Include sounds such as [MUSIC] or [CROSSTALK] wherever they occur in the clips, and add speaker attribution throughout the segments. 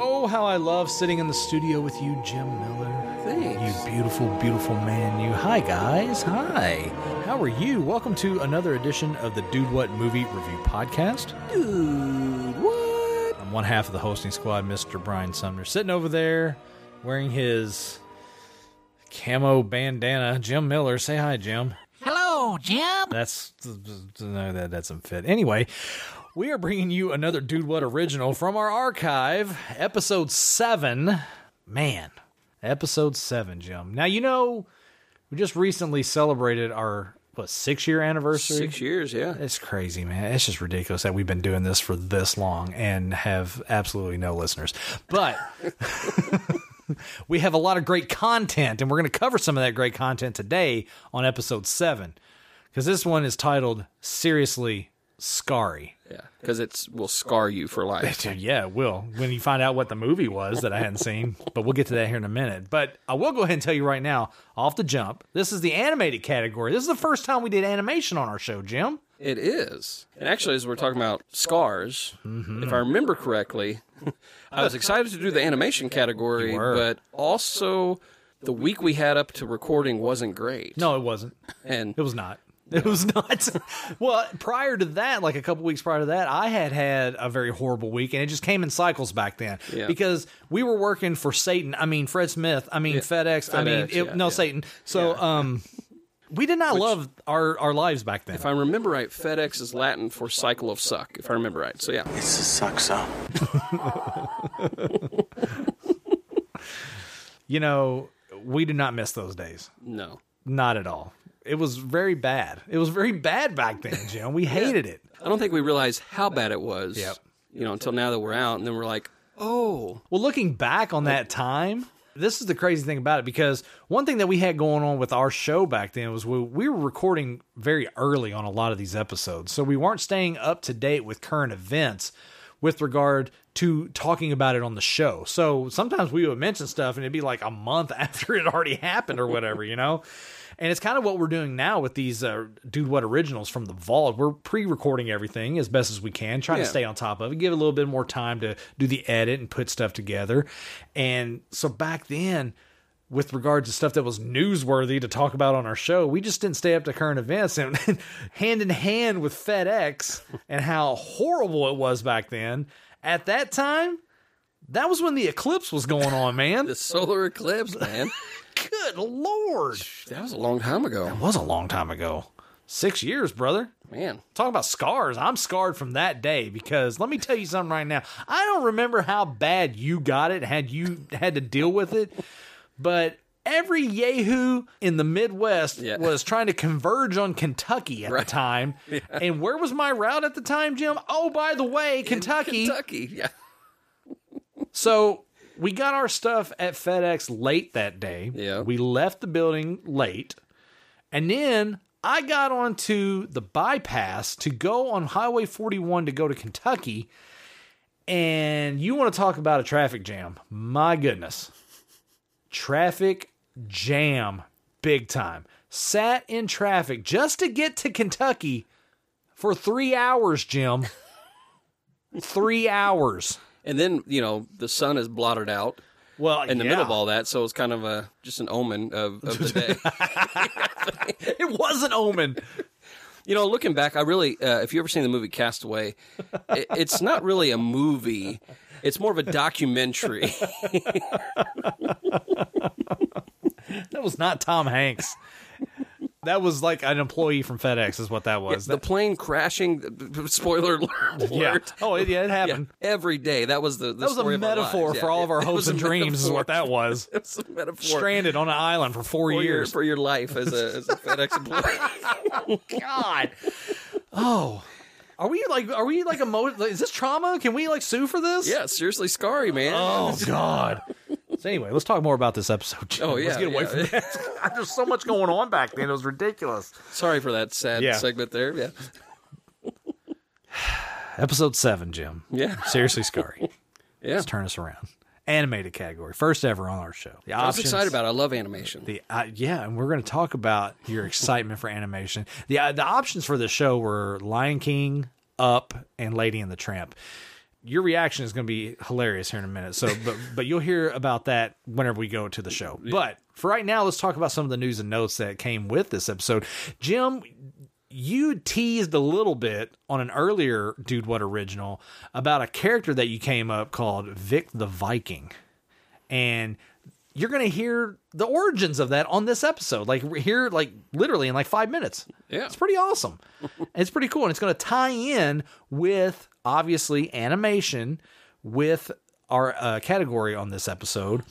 Speaker 1: Oh, love sitting in the studio with you, Jim Miller.
Speaker 2: Thanks.
Speaker 1: You beautiful, beautiful man. You. Hi, guys. Hi. How are you? Welcome to another edition of the Dude What Movie Review Podcast.
Speaker 2: Dude, what?
Speaker 1: I'm one half of the hosting squad, Mr. Brian Sumner, sitting over there wearing his camo bandana. Jim Miller, say hi, Jim.
Speaker 3: Hello, Jim.
Speaker 1: That's no, that doesn't fit. Anyway, we are bringing you another Dude What original from our archive, episode seven. Man, episode seven, Jim. Now you know we just recently celebrated our what six year anniversary.
Speaker 2: Six years, yeah.
Speaker 1: It's crazy, man. It's just ridiculous that we've been doing this for this long and have absolutely no listeners. But [LAUGHS] we have a lot of great content, and we're going to cover some of that great content today on episode seven. Because this one is titled Seriously Scary.
Speaker 2: Yeah. Because it will scar you for
Speaker 1: [LAUGHS]
Speaker 2: life.
Speaker 1: Dude, yeah, it will. When you find out what the movie was that I hadn't seen, but we'll get to that here in a minute. But I will go ahead and tell you right now, off the jump, this is the animated category. This is the first time we did animation on our show, Jim.
Speaker 2: It is. And actually, as we're talking about scars,
Speaker 1: Mm-hmm.
Speaker 2: if I remember correctly, [LAUGHS] I was excited to do the animation category,
Speaker 1: were.
Speaker 2: but also the week we had up to recording wasn't great.
Speaker 1: No, it wasn't.
Speaker 2: And
Speaker 1: It was not. It was not. [LAUGHS] well, prior to that, like a couple weeks prior to that, I had had a very horrible week, and it just came in cycles back then
Speaker 2: Yeah.
Speaker 1: because we were working for Satan. I mean, Fred Smith. I mean, FedEx. I mean,
Speaker 2: FedEx,
Speaker 1: it,
Speaker 2: yeah,
Speaker 1: no
Speaker 2: yeah.
Speaker 1: Satan. So, um, we did not love our our lives back then.
Speaker 2: if I remember right, FedEx is Latin for cycle of suck, if I remember right. So, yeah.
Speaker 4: It's a suck up.
Speaker 1: you know, we do not miss those days.
Speaker 2: No.
Speaker 1: Not at all. It was very bad. It was very bad back then, Jim. We hated it.
Speaker 2: I don't think we realized how bad it was,
Speaker 1: Yep.
Speaker 2: you know, until now that we're out. And then we're like, oh,
Speaker 1: Well, looking back on that time, this is the crazy thing about it because one thing that we had going on with our show back then was we, we were recording very early on a lot of these episodes. So we weren't staying up to date with current events with regard to talking about it on the show. So sometimes we would mention stuff and it'd be like a month [LAUGHS] after it already happened or whatever, you know? And it's kind of what we're doing now with these uh, Dude What originals from the vault. We're pre recording everything as best as we can, trying to
Speaker 2: Yeah.
Speaker 1: stay on top of it, give it a little bit more time to do the edit and put stuff together. And so back then, with regards to stuff that was newsworthy to talk about on our show, we just didn't stay up to current events. And [LAUGHS] hand in hand with [LAUGHS] FedEx and how horrible it was back then, at that time, that was when the eclipse was going on, man.
Speaker 2: the solar eclipse, man.
Speaker 1: [LAUGHS] Good Lord.
Speaker 2: that was a long time ago.
Speaker 1: was a long time ago. Six years, brother.
Speaker 2: Man.
Speaker 1: Talk about scars. I'm scarred from that day because let me tell you something right now. I don't remember how bad you got it had you had to deal with it, but every Yahoo in the Midwest
Speaker 2: Yeah.
Speaker 1: was trying to converge on Kentucky at the time. And where was my route at the time, Jim? Oh, by the way, Kentucky.
Speaker 2: Kentucky. Yeah.
Speaker 1: So we got our stuff at FedEx late that day.
Speaker 2: Yeah.
Speaker 1: We left the building late. And then I got onto the bypass to go on Highway 41 to go to Kentucky. And you want to talk about a traffic jam. My goodness. Traffic jam, big time. Sat in traffic just to get to Kentucky for three hours, Jim. [LAUGHS] three hours.
Speaker 2: And then, you know, the sun is blotted out
Speaker 1: Well,
Speaker 2: in the middle of
Speaker 1: yeah.
Speaker 2: all that, so it's kind of a just an omen
Speaker 1: [LAUGHS]
Speaker 2: of, of the day. [LAUGHS]
Speaker 1: It was an omen.
Speaker 2: you know, looking back, I really, uh, if you ever seen the movie Castaway, it, it's not really a movie; it's more of
Speaker 1: [LAUGHS]
Speaker 2: a documentary.
Speaker 1: That was not Tom Hanks. That was like an employee from FedEx, is what that was.
Speaker 2: the plane crashing. [LAUGHS] Spoiler alert!
Speaker 1: yeah. Oh, it, yeah, it happened.
Speaker 2: Every day. That was the, the
Speaker 1: That was
Speaker 2: story
Speaker 1: a
Speaker 2: of our
Speaker 1: metaphor
Speaker 2: lives.
Speaker 1: for
Speaker 2: Yeah,
Speaker 1: all of our
Speaker 2: it
Speaker 1: hopes
Speaker 2: was a
Speaker 1: and dreams, is
Speaker 2: metaphor.
Speaker 1: what
Speaker 2: [LAUGHS]
Speaker 1: that was.
Speaker 2: It was a metaphor
Speaker 1: Stranded on an island for four,
Speaker 2: for your
Speaker 1: years.
Speaker 2: for your life as a, as a FedEx
Speaker 1: [LAUGHS]
Speaker 2: employee.
Speaker 1: God. Oh. Are we like? Are we like a mo? like, Is this trauma? Can we like sue for this?
Speaker 2: yeah, seriously, scary man.
Speaker 1: Oh God. So anyway, let's talk more about this episode. Jim.
Speaker 2: Oh,
Speaker 1: Let's
Speaker 2: yeah,
Speaker 1: get away
Speaker 2: yeah.
Speaker 1: from
Speaker 2: [LAUGHS]
Speaker 1: that. There's so much going on back then. It was ridiculous.
Speaker 2: Sorry for that sad
Speaker 1: Yeah.
Speaker 2: segment there. Yeah,
Speaker 1: Episode seven, Jim.
Speaker 2: yeah,
Speaker 1: Seriously, Scary.
Speaker 2: yeah.
Speaker 1: turn us around. Animated category, first ever on our show. The
Speaker 2: I was excited about. it. I love animation.
Speaker 1: The uh, yeah, and we're going to talk about your excitement for animation. The uh, the options for the show were Lion King, Up, and Lady and the Tramp. your reaction is going to be hilarious here in a minute. So, but but you'll hear about that whenever we go to the show. But for right now, let's talk about some of the news and notes that came with this episode. Jim, you teased a little bit on an earlier Dude What original about a character that you came up called Vic the Viking, and you're going to hear the origins of that on this episode. Like we're here, like literally in like five minutes.
Speaker 2: Yeah.
Speaker 1: it's pretty [LAUGHS] awesome. it's pretty cool, and it's going to tie in with obviously animation with our uh, category on this episode,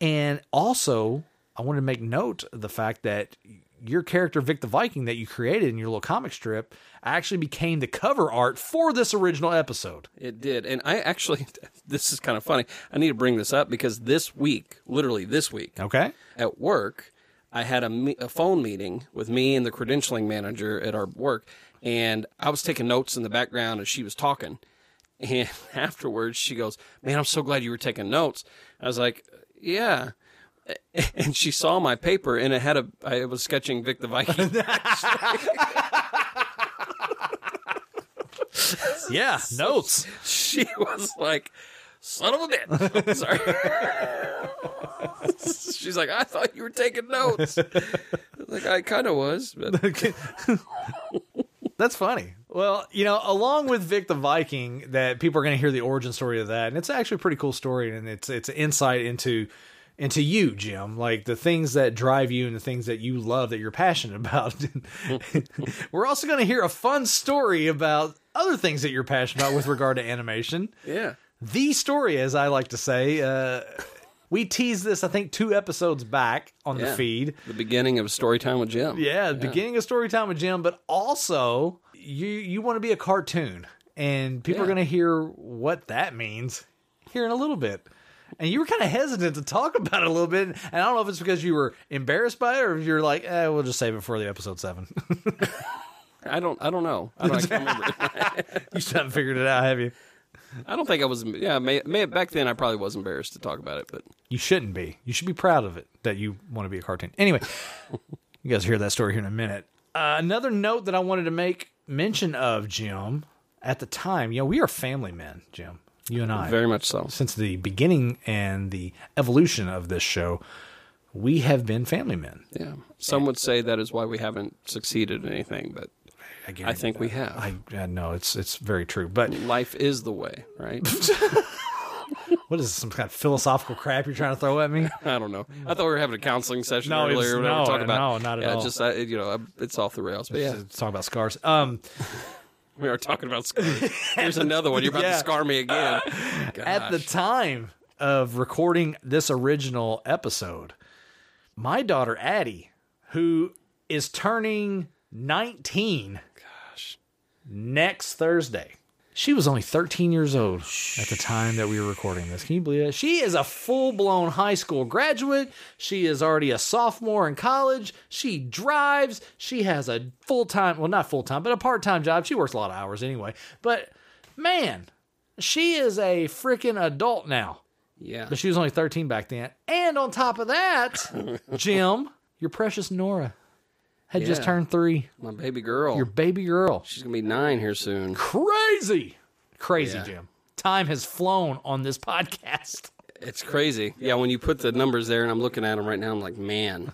Speaker 1: and also I wanted to make note of the fact that your character Vic the Viking that you created in your little comic strip actually became the cover art for this original episode.
Speaker 2: It did. And I actually, [LAUGHS] this is kind of funny. I need to bring this up because this week, literally this week,
Speaker 1: Okay,
Speaker 2: at work, I had a, me- a phone meeting with me and the credentialing manager at our work, and I was taking notes in the background as she was talking. [LAUGHS] And afterwards, she goes, "Man, I'm so glad you were taking notes." I was like, "Yeah." [LAUGHS] And she saw my paper, and it had a. I was sketching Vic the Viking.
Speaker 1: yeah, notes.
Speaker 2: she was like, "Son of a bitch!" Sorry. She's like, "I thought you were taking notes." Like I kind of was, but
Speaker 1: [LAUGHS] That's funny. Well, you know, along with Vic the Viking, that people are going to hear the origin story of that, and it's actually a pretty cool story, and it's it's an insight into into you, Jim, like the things that drive you and the things that you love that you're passionate about. [LAUGHS] We're also going to hear a fun story about other things that you're passionate about with regard to animation.
Speaker 2: yeah.
Speaker 1: The story, as I like to say, uh, we teased this I think two episodes back on the
Speaker 2: Yeah.
Speaker 1: feed.
Speaker 2: the beginning of story time with Jim.
Speaker 1: Yeah, the beginning of story time with Jim, but also you you want to be a cartoon, and people are
Speaker 2: Yeah.
Speaker 1: going to hear what that means here in a little bit. And you were kind of hesitant to talk [LAUGHS] about it a little bit, and I don't know if it's because you were embarrassed by it or if you're like, eh, we'll just save it for the episode seven. [LAUGHS]
Speaker 2: I don't. I don't know. I don't, I can't remember.
Speaker 1: you still haven't figured it out, have you?
Speaker 2: I don't think I was. Yeah, may, may back then I probably was embarrassed to talk about it, but
Speaker 1: You shouldn't be. You should be proud of it that you want to be a cartoon.
Speaker 2: [LAUGHS]
Speaker 1: Anyway, you guys hear that story here in a minute. Uh, another note that I wanted to make mention of, Jim, at the time, you know, we are family men, Jim, you and I.
Speaker 2: very much so.
Speaker 1: Since the beginning and the evolution of this show, we have been family men.
Speaker 2: Yeah. Some would say that is why we haven't succeeded in anything, but I
Speaker 1: guarantee
Speaker 2: think we have.
Speaker 1: I, uh, I know it's it's very true. But
Speaker 2: Life is the way, right?
Speaker 1: what is this, some kind of philosophical crap you're trying to throw at me?
Speaker 2: I don't know. I thought we were having a counseling session
Speaker 1: No, it's-
Speaker 2: earlier. when we were
Speaker 1: no,
Speaker 2: talking about,
Speaker 1: no, not at
Speaker 2: yeah,
Speaker 1: all.
Speaker 2: Just I, you know, I- it's off the rails. But [LAUGHS] yeah,
Speaker 1: Let's talk about scars. Um,
Speaker 2: we are talking about scars. Here's another one. You're about
Speaker 1: Yeah.
Speaker 2: to scar me again.
Speaker 1: [LAUGHS] at the
Speaker 2: Gosh.
Speaker 1: time of recording this original episode, my daughter Addie, who is turning 19
Speaker 2: Gosh.
Speaker 1: next Thursday. She was only 13 years old at the time that we were recording this. Can you believe it? She is a full blown high school graduate. She is already a sophomore in college. She drives. She has a full time, well, not full time, but a part time job. She works a lot of hours anyway. But man, she is a freaking adult now.
Speaker 2: yeah.
Speaker 1: But she was only 13 back then. And on top of that, Jim, your precious Nora had just
Speaker 2: Yeah.
Speaker 1: turned three.
Speaker 2: My baby girl.
Speaker 1: Your baby girl
Speaker 2: She's gonna be nine here soon.
Speaker 1: crazy crazy
Speaker 2: Yeah.
Speaker 1: jim time has flown on this [LAUGHS] podcast
Speaker 2: It's crazy. Yeah, when you put the numbers there and I'm looking at them right now, I'm
Speaker 1: [LAUGHS]
Speaker 2: like, man,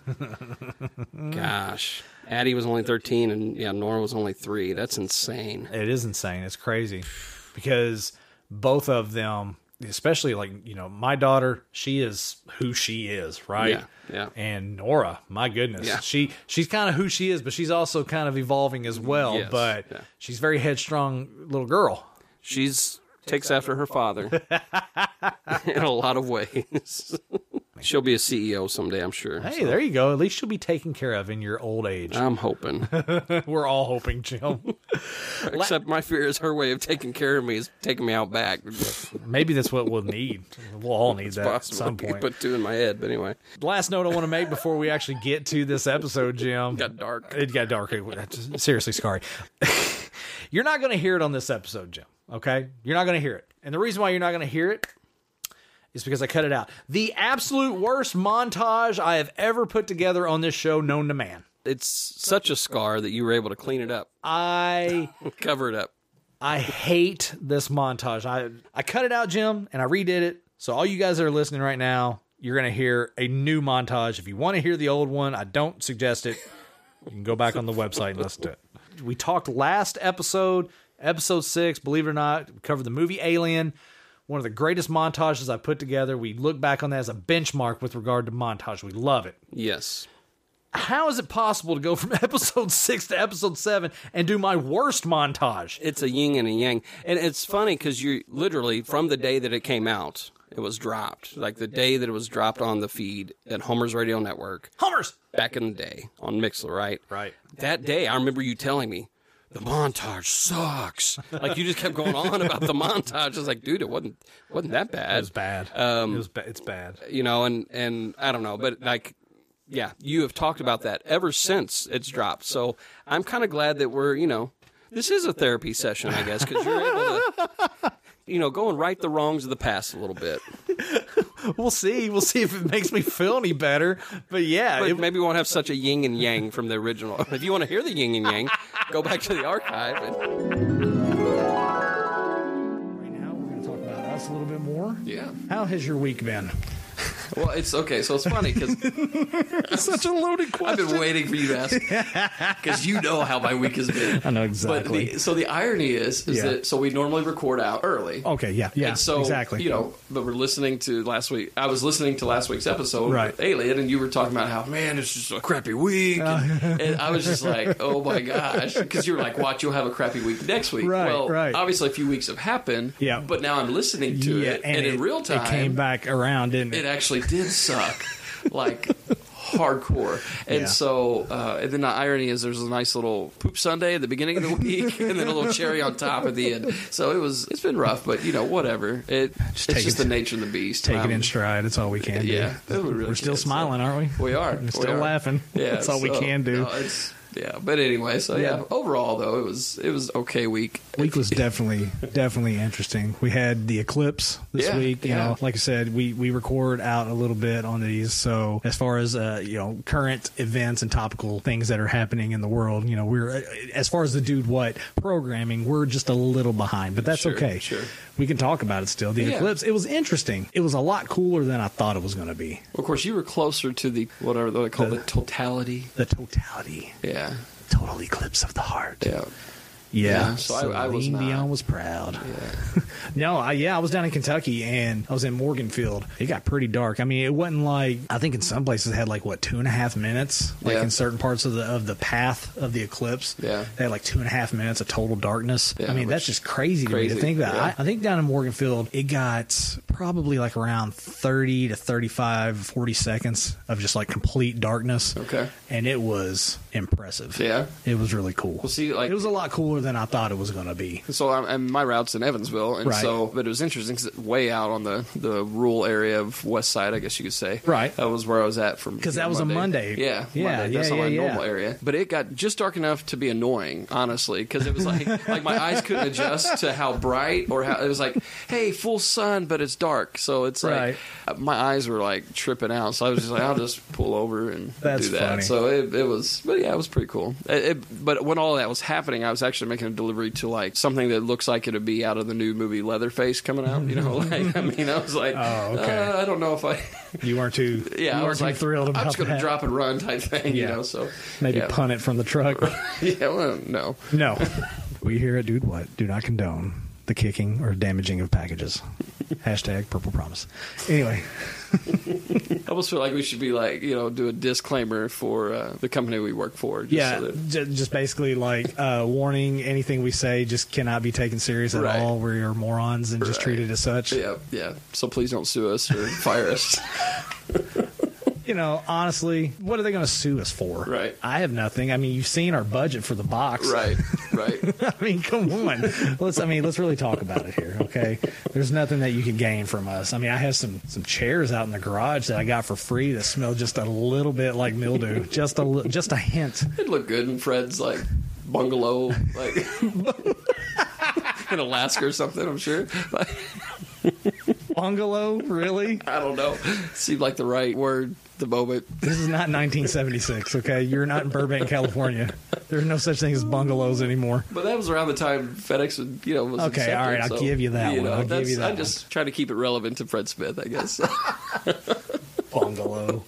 Speaker 2: gosh. Addie was only 13 and yeah, Nora was only three. That's insane.
Speaker 1: it is insane it's crazy because both of them especially like you know my daughter she is who she is right
Speaker 2: Yeah, yeah.
Speaker 1: and nora my goodness
Speaker 2: Yeah.
Speaker 1: she she's kind of who she is but she's also kind of evolving as well
Speaker 2: Yes,
Speaker 1: but
Speaker 2: yeah.
Speaker 1: she's a very headstrong little girl
Speaker 2: She's takes after her father [LAUGHS] in a lot of ways. She'll be a CEO someday, I'm sure.
Speaker 1: hey there you go at least she'll be taken care of in your old [LAUGHS] age
Speaker 2: I'm hoping. [LAUGHS]
Speaker 1: we're all hoping jim
Speaker 2: Except my fear is her way of taking care of me is taking me out back.
Speaker 1: maybe that's what we'll need we'll all need that at
Speaker 2: [LAUGHS]
Speaker 1: [LAUGHS]
Speaker 2: Possibly.
Speaker 1: some point
Speaker 2: Put two in my head, but anyway.
Speaker 1: last note I want to make before we actually get to this episode, Jim.
Speaker 2: Got dark.
Speaker 1: It got dark. Seriously, sorry. [LAUGHS] you're not going to hear it on this episode, Jim. Okay, you're not going to hear it, and the reason why you're not going to hear it is because I cut it out. The absolute worst montage I have ever put together on this show, known to man.
Speaker 2: It's such a scar that you were able to clean it up,
Speaker 1: I
Speaker 2: cover it up.
Speaker 1: I hate this montage. I I cut it out, Jim, and I redid it. So all you guys that are listening right now, you're gonna hear a new montage. If you want to hear the old one, I don't suggest it. You can go back on the website and listen to it. We talked last episode, episode six, believe it or not, we covered the movie Alien. One of the greatest montages I put together. We look back on that as a benchmark with regard to montage. We love it
Speaker 5: Yes.
Speaker 1: how is it possible to go from [LAUGHS] episode six to episode seven and do my worst montage?
Speaker 5: It's a yin and a yang. And it's funny because you literally, from the day that it came out, it was dropped. Like the day that it was dropped on the feed at Homer's Radio Network
Speaker 1: Hummers.
Speaker 5: back in the day on Mixler, right?
Speaker 1: Right.
Speaker 5: That day, I remember you telling me, the montage sucks. like you just kept going on about the montage. It's like, dude, it wasn't wasn't that bad. Uh,
Speaker 1: It was bad. Um, it was ba- it's bad.
Speaker 5: you know, and and I don't know, but like, yeah, you have talked about that ever since it's dropped. So I'm kind of glad that we're, you know, this is a therapy session, I guess, because you're able to, you know, go and right the wrongs of the past a little bit.
Speaker 1: We'll see. We'll see if it makes me feel any better. But yeah,
Speaker 5: But
Speaker 1: it,
Speaker 5: maybe we won't have such a yin and yang from the original. If you want to hear the yin and yang, go back to the archive. And,
Speaker 1: right now we're going to talk about us a little bit more.
Speaker 5: yeah.
Speaker 1: How has your week been?
Speaker 5: Well, it's okay. So it's funny because
Speaker 1: Such a loaded
Speaker 2: I've
Speaker 1: question. [LAUGHS]
Speaker 2: been waiting for you to ask because you know how my week has been.
Speaker 1: [LAUGHS] I know
Speaker 2: But
Speaker 1: exactly.
Speaker 2: the, so the irony is, is
Speaker 1: Yeah.
Speaker 2: that so we normally record out early.
Speaker 1: okay, yeah, yeah,
Speaker 2: And so
Speaker 1: exactly.
Speaker 2: you know, but we're listening to last week. I was listening to last week's episode
Speaker 1: Right.
Speaker 2: with Alien, and you were talking about how man, it's just a crappy week,
Speaker 1: Uh.
Speaker 2: and, and I was
Speaker 1: [LAUGHS]
Speaker 2: just like, oh my gosh, because you were like, watch, you'll have a crappy week next week.
Speaker 1: Right,
Speaker 2: well,
Speaker 1: right.
Speaker 2: obviously, a few weeks have happened.
Speaker 1: Yeah.
Speaker 2: But now I'm listening to
Speaker 1: yeah,
Speaker 2: it, and, in real time,
Speaker 1: it came back around, didn't it?
Speaker 2: it actually did suck like hardcore and
Speaker 1: Yeah.
Speaker 2: so uh, and then the irony is there's a nice little poop sunday at the beginning of the week [LAUGHS] and then a little cherry on top at the end so it was it's been rough but you know whatever it,
Speaker 1: take
Speaker 2: it's just
Speaker 1: it-
Speaker 2: the nature of the beast
Speaker 1: Take
Speaker 2: Um,
Speaker 1: it in stride. That's all we can do.
Speaker 2: yeah it was really
Speaker 1: we're still
Speaker 2: good, so-
Speaker 1: smiling, aren't we?
Speaker 2: we are
Speaker 1: We're still laughing. [LAUGHS] That's all we
Speaker 2: so,
Speaker 1: can do.
Speaker 2: no, it's, yeah but anyway so yeah.
Speaker 1: Yeah.
Speaker 2: overall though it was it was okay week
Speaker 4: week was definitely definitely interesting. We had the eclipse this
Speaker 2: Yeah,
Speaker 4: week. You
Speaker 2: yeah.
Speaker 4: know, like I said, we we record out a little bit on these. So as far as uh, you know, current events and topical things that are happening in the world, you know, we're uh, as far as the dude what programming, we're just a little behind, but that's
Speaker 2: Sure,
Speaker 4: okay.
Speaker 2: sure.
Speaker 4: we can talk about it still. The
Speaker 2: Yeah.
Speaker 4: eclipse, it was interesting. It was a lot cooler than I thought it was going to be.
Speaker 2: of course you were closer to the whatever they call the,
Speaker 4: The-
Speaker 2: the totality
Speaker 4: The totality,
Speaker 2: yeah
Speaker 4: total eclipse of the heart.
Speaker 2: yeah
Speaker 4: Yeah.
Speaker 2: Yeah, so I- I was
Speaker 4: Celine
Speaker 2: not.
Speaker 4: Dion was proud. [LAUGHS] no, I, yeah, I was down in Kentucky and I was in Morganfield. It got pretty dark. I mean, it wasn't like I think in some places it had like what two and a half minutes, like
Speaker 2: Yeah.
Speaker 4: in certain parts of the of the path of the eclipse.
Speaker 2: Yeah.
Speaker 4: they had like two and a half minutes of total darkness.
Speaker 2: Yeah,
Speaker 4: I mean, that's
Speaker 2: which-
Speaker 4: just crazy to me
Speaker 2: crazy,
Speaker 4: to think about.
Speaker 2: yeah.
Speaker 4: I, I think down in Morganfield it got probably like around thirty to 35, 40 seconds of just like complete darkness.
Speaker 2: Okay.
Speaker 4: and it was impressive.
Speaker 2: Yeah.
Speaker 4: it was really cool.
Speaker 2: Well, see, like-
Speaker 4: it was a lot cooler than I thought it was going to be.
Speaker 2: So I'm, and my route's in Evansville, and
Speaker 4: Right.
Speaker 2: so but it was interesting because way out on the the rural area of West Side, I guess you could say.
Speaker 4: Right.
Speaker 2: that was where I was at from
Speaker 4: 'Cause that was a Monday.
Speaker 2: Yeah,
Speaker 4: Yeah,
Speaker 2: Monday. That's
Speaker 4: yeah,
Speaker 2: not my
Speaker 4: yeah, yeah.
Speaker 2: normal area, but it got just dark enough to be annoying, honestly, because it was like [LAUGHS] like my eyes couldn't adjust to how bright or how it was like, hey, full sun, but it's dark, so it's
Speaker 4: Right.
Speaker 2: like uh, my eyes were like tripping out, so I was just like, I'll just pull over and
Speaker 4: That's
Speaker 2: do that.
Speaker 4: funny.
Speaker 2: So it, it was, but yeah, it was pretty cool. It, it, but when all that was happening, I was actually making a delivery to like something that looks like it'd be out of the new movie Leatherface coming out. You know, [LAUGHS] like I mean, I was like,
Speaker 4: Oh, okay.
Speaker 2: uh, I don't know if I, [LAUGHS]
Speaker 4: You weren't too,
Speaker 2: yeah,
Speaker 4: you
Speaker 2: I
Speaker 4: weren't
Speaker 2: was
Speaker 4: too
Speaker 2: like
Speaker 4: thrilled about
Speaker 2: I'm just gonna
Speaker 4: that.
Speaker 2: drop and run type thing. You
Speaker 4: Yeah.
Speaker 2: know, so
Speaker 4: Maybe
Speaker 2: yeah.
Speaker 4: punt it from the truck.
Speaker 2: [LAUGHS] Yeah, well, no,
Speaker 4: no, we here at Dude What do not condone the kicking or damaging of packages. Hashtag Purple Promise. Anyway,
Speaker 2: I almost feel like we should be like you know do a disclaimer for uh, the company we work for. Just
Speaker 4: yeah,
Speaker 2: so that,
Speaker 4: ju- just basically like uh, warning: anything we say just cannot be taken serious at
Speaker 2: Right.
Speaker 4: all. We are morons and just
Speaker 2: Right.
Speaker 4: treated as such.
Speaker 2: yeah, yeah. So please don't sue us or fire us. [LAUGHS]
Speaker 4: you know, honestly, what are they going to sue us for?
Speaker 2: Right.
Speaker 4: I have nothing. I mean, you've seen our budget for the box.
Speaker 2: right, right.
Speaker 4: [LAUGHS] I mean, come on. Let's. I mean, let's really talk about it here, okay? There's nothing that you can gain from us. I mean, I have some some chairs out in the garage that I got for free that smell just a little bit like mildew, just a li- just a hint.
Speaker 2: It'd look good in Fred's like bungalow,
Speaker 4: [LAUGHS]
Speaker 2: like in Alaska or something. I'm sure. Like,
Speaker 4: Bungalow, really?
Speaker 2: I don't know. Seemed like the right word. the moment.
Speaker 4: This is not 1976, okay? You're not in Burbank, California. There's no such thing as bungalows anymore.
Speaker 2: But that was around the time FedEx, would, you know, was
Speaker 4: Okay,
Speaker 2: accepted,
Speaker 4: all right, I'll
Speaker 2: so,
Speaker 4: give you that one. I'll give
Speaker 2: that's-
Speaker 4: you that
Speaker 2: I just try to keep it relevant to Fred Smith, I guess. [LAUGHS]
Speaker 4: Bungalow.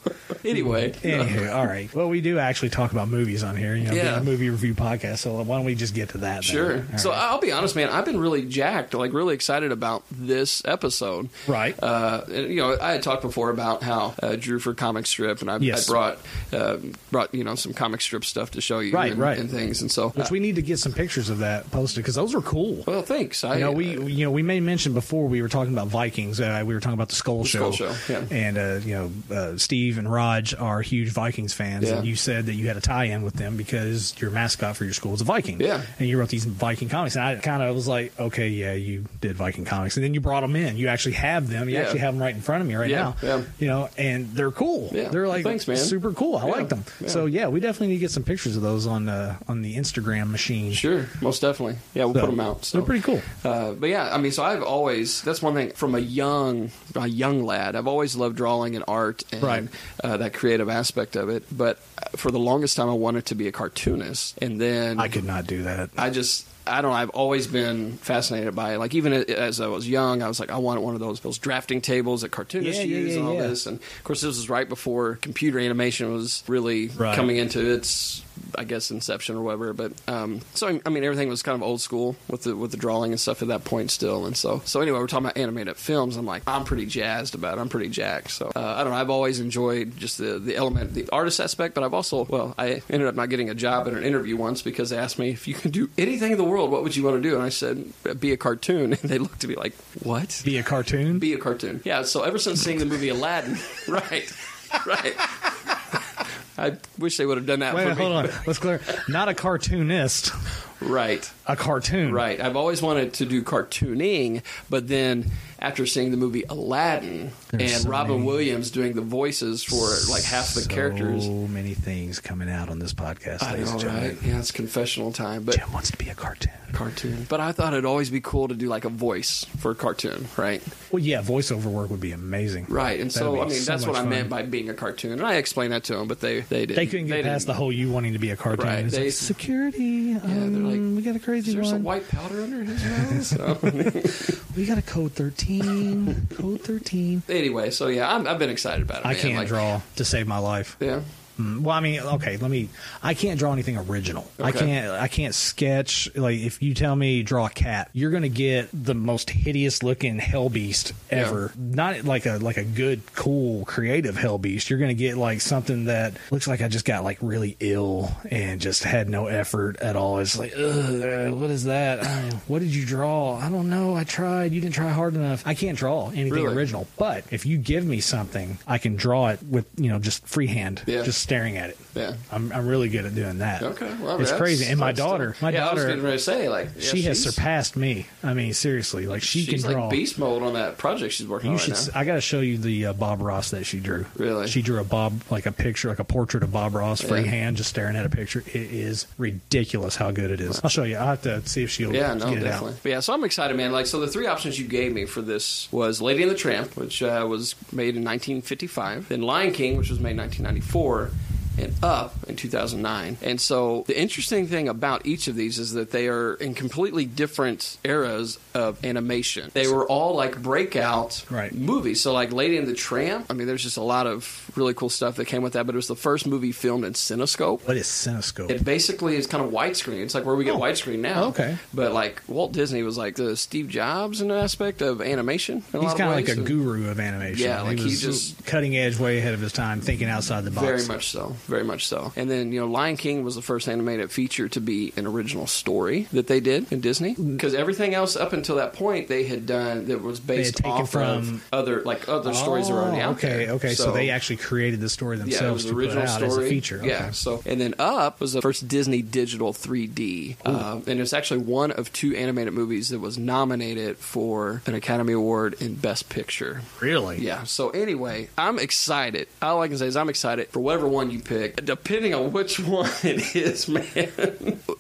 Speaker 2: anyway,
Speaker 4: Anywho, all right. Well, we do actually talk about movies on here, you know, being
Speaker 2: Yeah.
Speaker 4: a movie review podcast. So why don't we just get to that? then?
Speaker 2: Sure.
Speaker 4: All
Speaker 2: So
Speaker 4: right.
Speaker 2: I'll be honest, man. I've been really jacked, like really excited about this episode.
Speaker 4: Right.
Speaker 2: Uh, and, you know, I had talked before about how uh, drew for comic strip, and I,
Speaker 4: Yes.
Speaker 2: I brought uh, brought you know some comic strip stuff to show you,
Speaker 4: Right,
Speaker 2: and,
Speaker 4: right.
Speaker 2: and things, and so.
Speaker 4: which we need to get some pictures of that posted because those were cool.
Speaker 2: well, thanks. I
Speaker 4: You know, we
Speaker 2: uh,
Speaker 4: you know we may mention before we were talking about Vikings. Uh, we were talking about the Skull Show,
Speaker 2: Skull Show, yeah.
Speaker 4: and uh, you know uh, Steve and Raj are huge Vikings fans,
Speaker 2: Yeah.
Speaker 4: and you said that you had a tie-in with them because your mascot for your school is a Viking,
Speaker 2: Yeah.
Speaker 4: And you wrote these Viking comics, and I kind of was like, okay, yeah, you did Viking comics, and then you brought them in. You actually have them. You
Speaker 2: Yeah.
Speaker 4: actually have them right in front of me right
Speaker 2: Yeah,
Speaker 4: now.
Speaker 2: yeah.
Speaker 4: You know, and they're cool.
Speaker 2: Yeah.
Speaker 4: They're like
Speaker 2: Thanks, man.
Speaker 4: super cool. I
Speaker 2: Yeah,
Speaker 4: like them.
Speaker 2: yeah.
Speaker 4: So yeah, we definitely need to get some pictures of those on uh, on the Instagram machine.
Speaker 2: Sure, most definitely. Yeah, we'll
Speaker 4: So,
Speaker 2: put them out. So.
Speaker 4: They're pretty cool.
Speaker 2: Uh, but yeah, I mean, so I've always that's one thing from a young a young lad. I've always loved drawing and art and
Speaker 4: Right.
Speaker 2: uh, that creative aspect of it. But for the longest time, I wanted to be a cartoonist, and then
Speaker 4: I could not do that.
Speaker 2: I just I don't know. I've always been fascinated by it. Like even as I was young, I was like, I wanted one of those those drafting tables that cartoonists
Speaker 4: Yeah, yeah,
Speaker 2: use
Speaker 4: yeah,
Speaker 2: and all
Speaker 4: yeah.
Speaker 2: this. And of course, this was right before computer animation was really
Speaker 4: Right.
Speaker 2: coming into its, I guess, inception or whatever. But um, so I mean, everything was kind of old school with the with the drawing and stuff at that point still. And so so anyway, we're talking about animated films. I'm like, I'm pretty jazzed about. it. I'm pretty jacked. So uh, I don't know. I've always enjoyed just the the element, the artist aspect. But I've also well, I ended up not getting a job at an interview once because they asked me if you could do anything in the world, what would you want to do? And I said, be a cartoon. [LAUGHS] And they looked at me like, what?
Speaker 4: Be a cartoon.
Speaker 2: be a cartoon. Yeah, so ever since seeing the movie Aladdin, [LAUGHS] right, right. I wish they would have done that
Speaker 4: Wait,
Speaker 2: for me.
Speaker 4: hold on. Let's clear. Not a cartoonist.
Speaker 2: Right,
Speaker 4: A cartoon.
Speaker 2: right. I've always wanted to do cartooning, but then after seeing the movie Aladdin
Speaker 4: There's
Speaker 2: and
Speaker 4: so
Speaker 2: Robin
Speaker 4: many-
Speaker 2: Williams doing the voices for like half the characters.
Speaker 4: So many things coming out on this podcast,
Speaker 2: I
Speaker 4: ladies
Speaker 2: know,
Speaker 4: and gentlemen.
Speaker 2: right? Yeah, it's confessional time, but
Speaker 4: Jim wants to be a cartoon.
Speaker 2: cartoon. But I thought it'd always be cool to do like a voice for a cartoon, right?
Speaker 4: Well, yeah, voiceover work would be amazing.
Speaker 2: Right, and
Speaker 4: That'd
Speaker 2: so
Speaker 4: be
Speaker 2: I mean
Speaker 4: so
Speaker 2: that's what I
Speaker 4: much fun.
Speaker 2: meant by being a cartoon, and I explained that to them, but they they didn't.
Speaker 4: They couldn't get past
Speaker 2: didn't.
Speaker 4: the whole you wanting to be a cartoon.
Speaker 2: Right,
Speaker 4: It's
Speaker 2: they-
Speaker 4: like, security.
Speaker 2: they're
Speaker 4: um,
Speaker 2: like,
Speaker 4: we got a crazy
Speaker 2: There's
Speaker 4: one.
Speaker 2: some white powder under his nose. So-
Speaker 4: we got a code thirteen. code thirteen.
Speaker 2: [LAUGHS] anyway, so yeah, I'm, I've been excited about it.
Speaker 4: I
Speaker 2: man.
Speaker 4: can't
Speaker 2: Like,
Speaker 4: draw to save my life.
Speaker 2: Yeah,
Speaker 4: Mm, Well, I mean, okay, let me. I can't draw anything original. I
Speaker 2: Okay.
Speaker 4: can't. I can't sketch. Like, if you tell me draw a cat, you're gonna get the most hideous looking hell beast
Speaker 2: Yeah.
Speaker 4: ever. Not like a like a good, cool, creative hell beast. You're gonna get like something that looks like I just got like really ill and just had no effort at all. It's like, Ugh, what is that? Uh, what did you draw? I don't know. I tried. You didn't try hard enough. I can't draw anything
Speaker 2: Really?
Speaker 4: original. But if you give me something, I can draw it with you know just freehand
Speaker 2: Yeah.
Speaker 4: just staring at it.
Speaker 2: Yeah.
Speaker 4: I'm, I'm really good at doing that.
Speaker 2: okay. Well,
Speaker 4: it's
Speaker 2: that's-
Speaker 4: crazy. And my
Speaker 2: that's still-
Speaker 4: daughter, my
Speaker 2: yeah, I was
Speaker 4: daughter,
Speaker 2: getting ready to say like yeah,
Speaker 4: she has
Speaker 2: she's-
Speaker 4: surpassed me. I mean, seriously, like she
Speaker 2: she's
Speaker 4: can draw.
Speaker 2: like beast mode on that project she's working
Speaker 4: you
Speaker 2: on
Speaker 4: should.
Speaker 2: right
Speaker 4: s-
Speaker 2: now.
Speaker 4: I got to show you the uh, Bob Ross that she drew.
Speaker 2: Really?
Speaker 4: she drew a Bob like a picture, like a portrait of Bob Ross,
Speaker 2: Yeah.
Speaker 4: freehand, just staring at a picture. It is ridiculous how good it is. I'll show you. I will have to see if she'll
Speaker 2: Yeah, no,
Speaker 4: get it
Speaker 2: definitely.
Speaker 4: out.
Speaker 2: But yeah, so I'm excited, man. Like, so the three options you gave me for this was Lady and the Tramp, which uh, was made in 1955, then Lion King, which was made in 1994. And up in 2009. And so the interesting thing about each of these is that they are in completely different eras of animation. They were all like breakout
Speaker 4: Right.
Speaker 2: movies. So, like Lady and the Tramp, I mean, there's just a lot of really cool stuff that came with that, but it was the first movie filmed in Cinescope.
Speaker 4: What is Cinescope?
Speaker 2: It basically is kind of widescreen. It's like where we get widescreen now.
Speaker 4: Oh. okay.
Speaker 2: But like Walt Disney was like the Steve Jobs in an aspect of animation. In a
Speaker 4: He's
Speaker 2: lot
Speaker 4: kind of
Speaker 2: ways,
Speaker 4: like a
Speaker 2: and
Speaker 4: guru of animation.
Speaker 2: Yeah, like,
Speaker 4: he
Speaker 2: he
Speaker 4: was
Speaker 2: just-
Speaker 4: cutting edge, way ahead of his time, thinking outside the box.
Speaker 2: Very much so. Very much so. And then you know, Lion King was the first animated feature to be an original story that they did in Disney
Speaker 4: Mm.
Speaker 2: because everything else up until that point they had done that was based
Speaker 4: taken
Speaker 2: off
Speaker 4: from-
Speaker 2: of other like other stories that were already
Speaker 4: Oh,
Speaker 2: out
Speaker 4: okay,
Speaker 2: there.
Speaker 4: okay. So, they actually created the story themselves
Speaker 2: Yeah, it was the
Speaker 4: to
Speaker 2: original
Speaker 4: put out
Speaker 2: story.
Speaker 4: as a feature. Okay.
Speaker 2: Yeah. So and then Up was the first Disney digital 3D, uh, and it's actually one of two animated movies that was nominated for an Academy Award in Best Picture.
Speaker 4: really.
Speaker 2: Yeah. So anyway, I'm excited. All I can say is I'm excited for whatever one you pick. pick, depending on which [LAUGHS] one it is, man.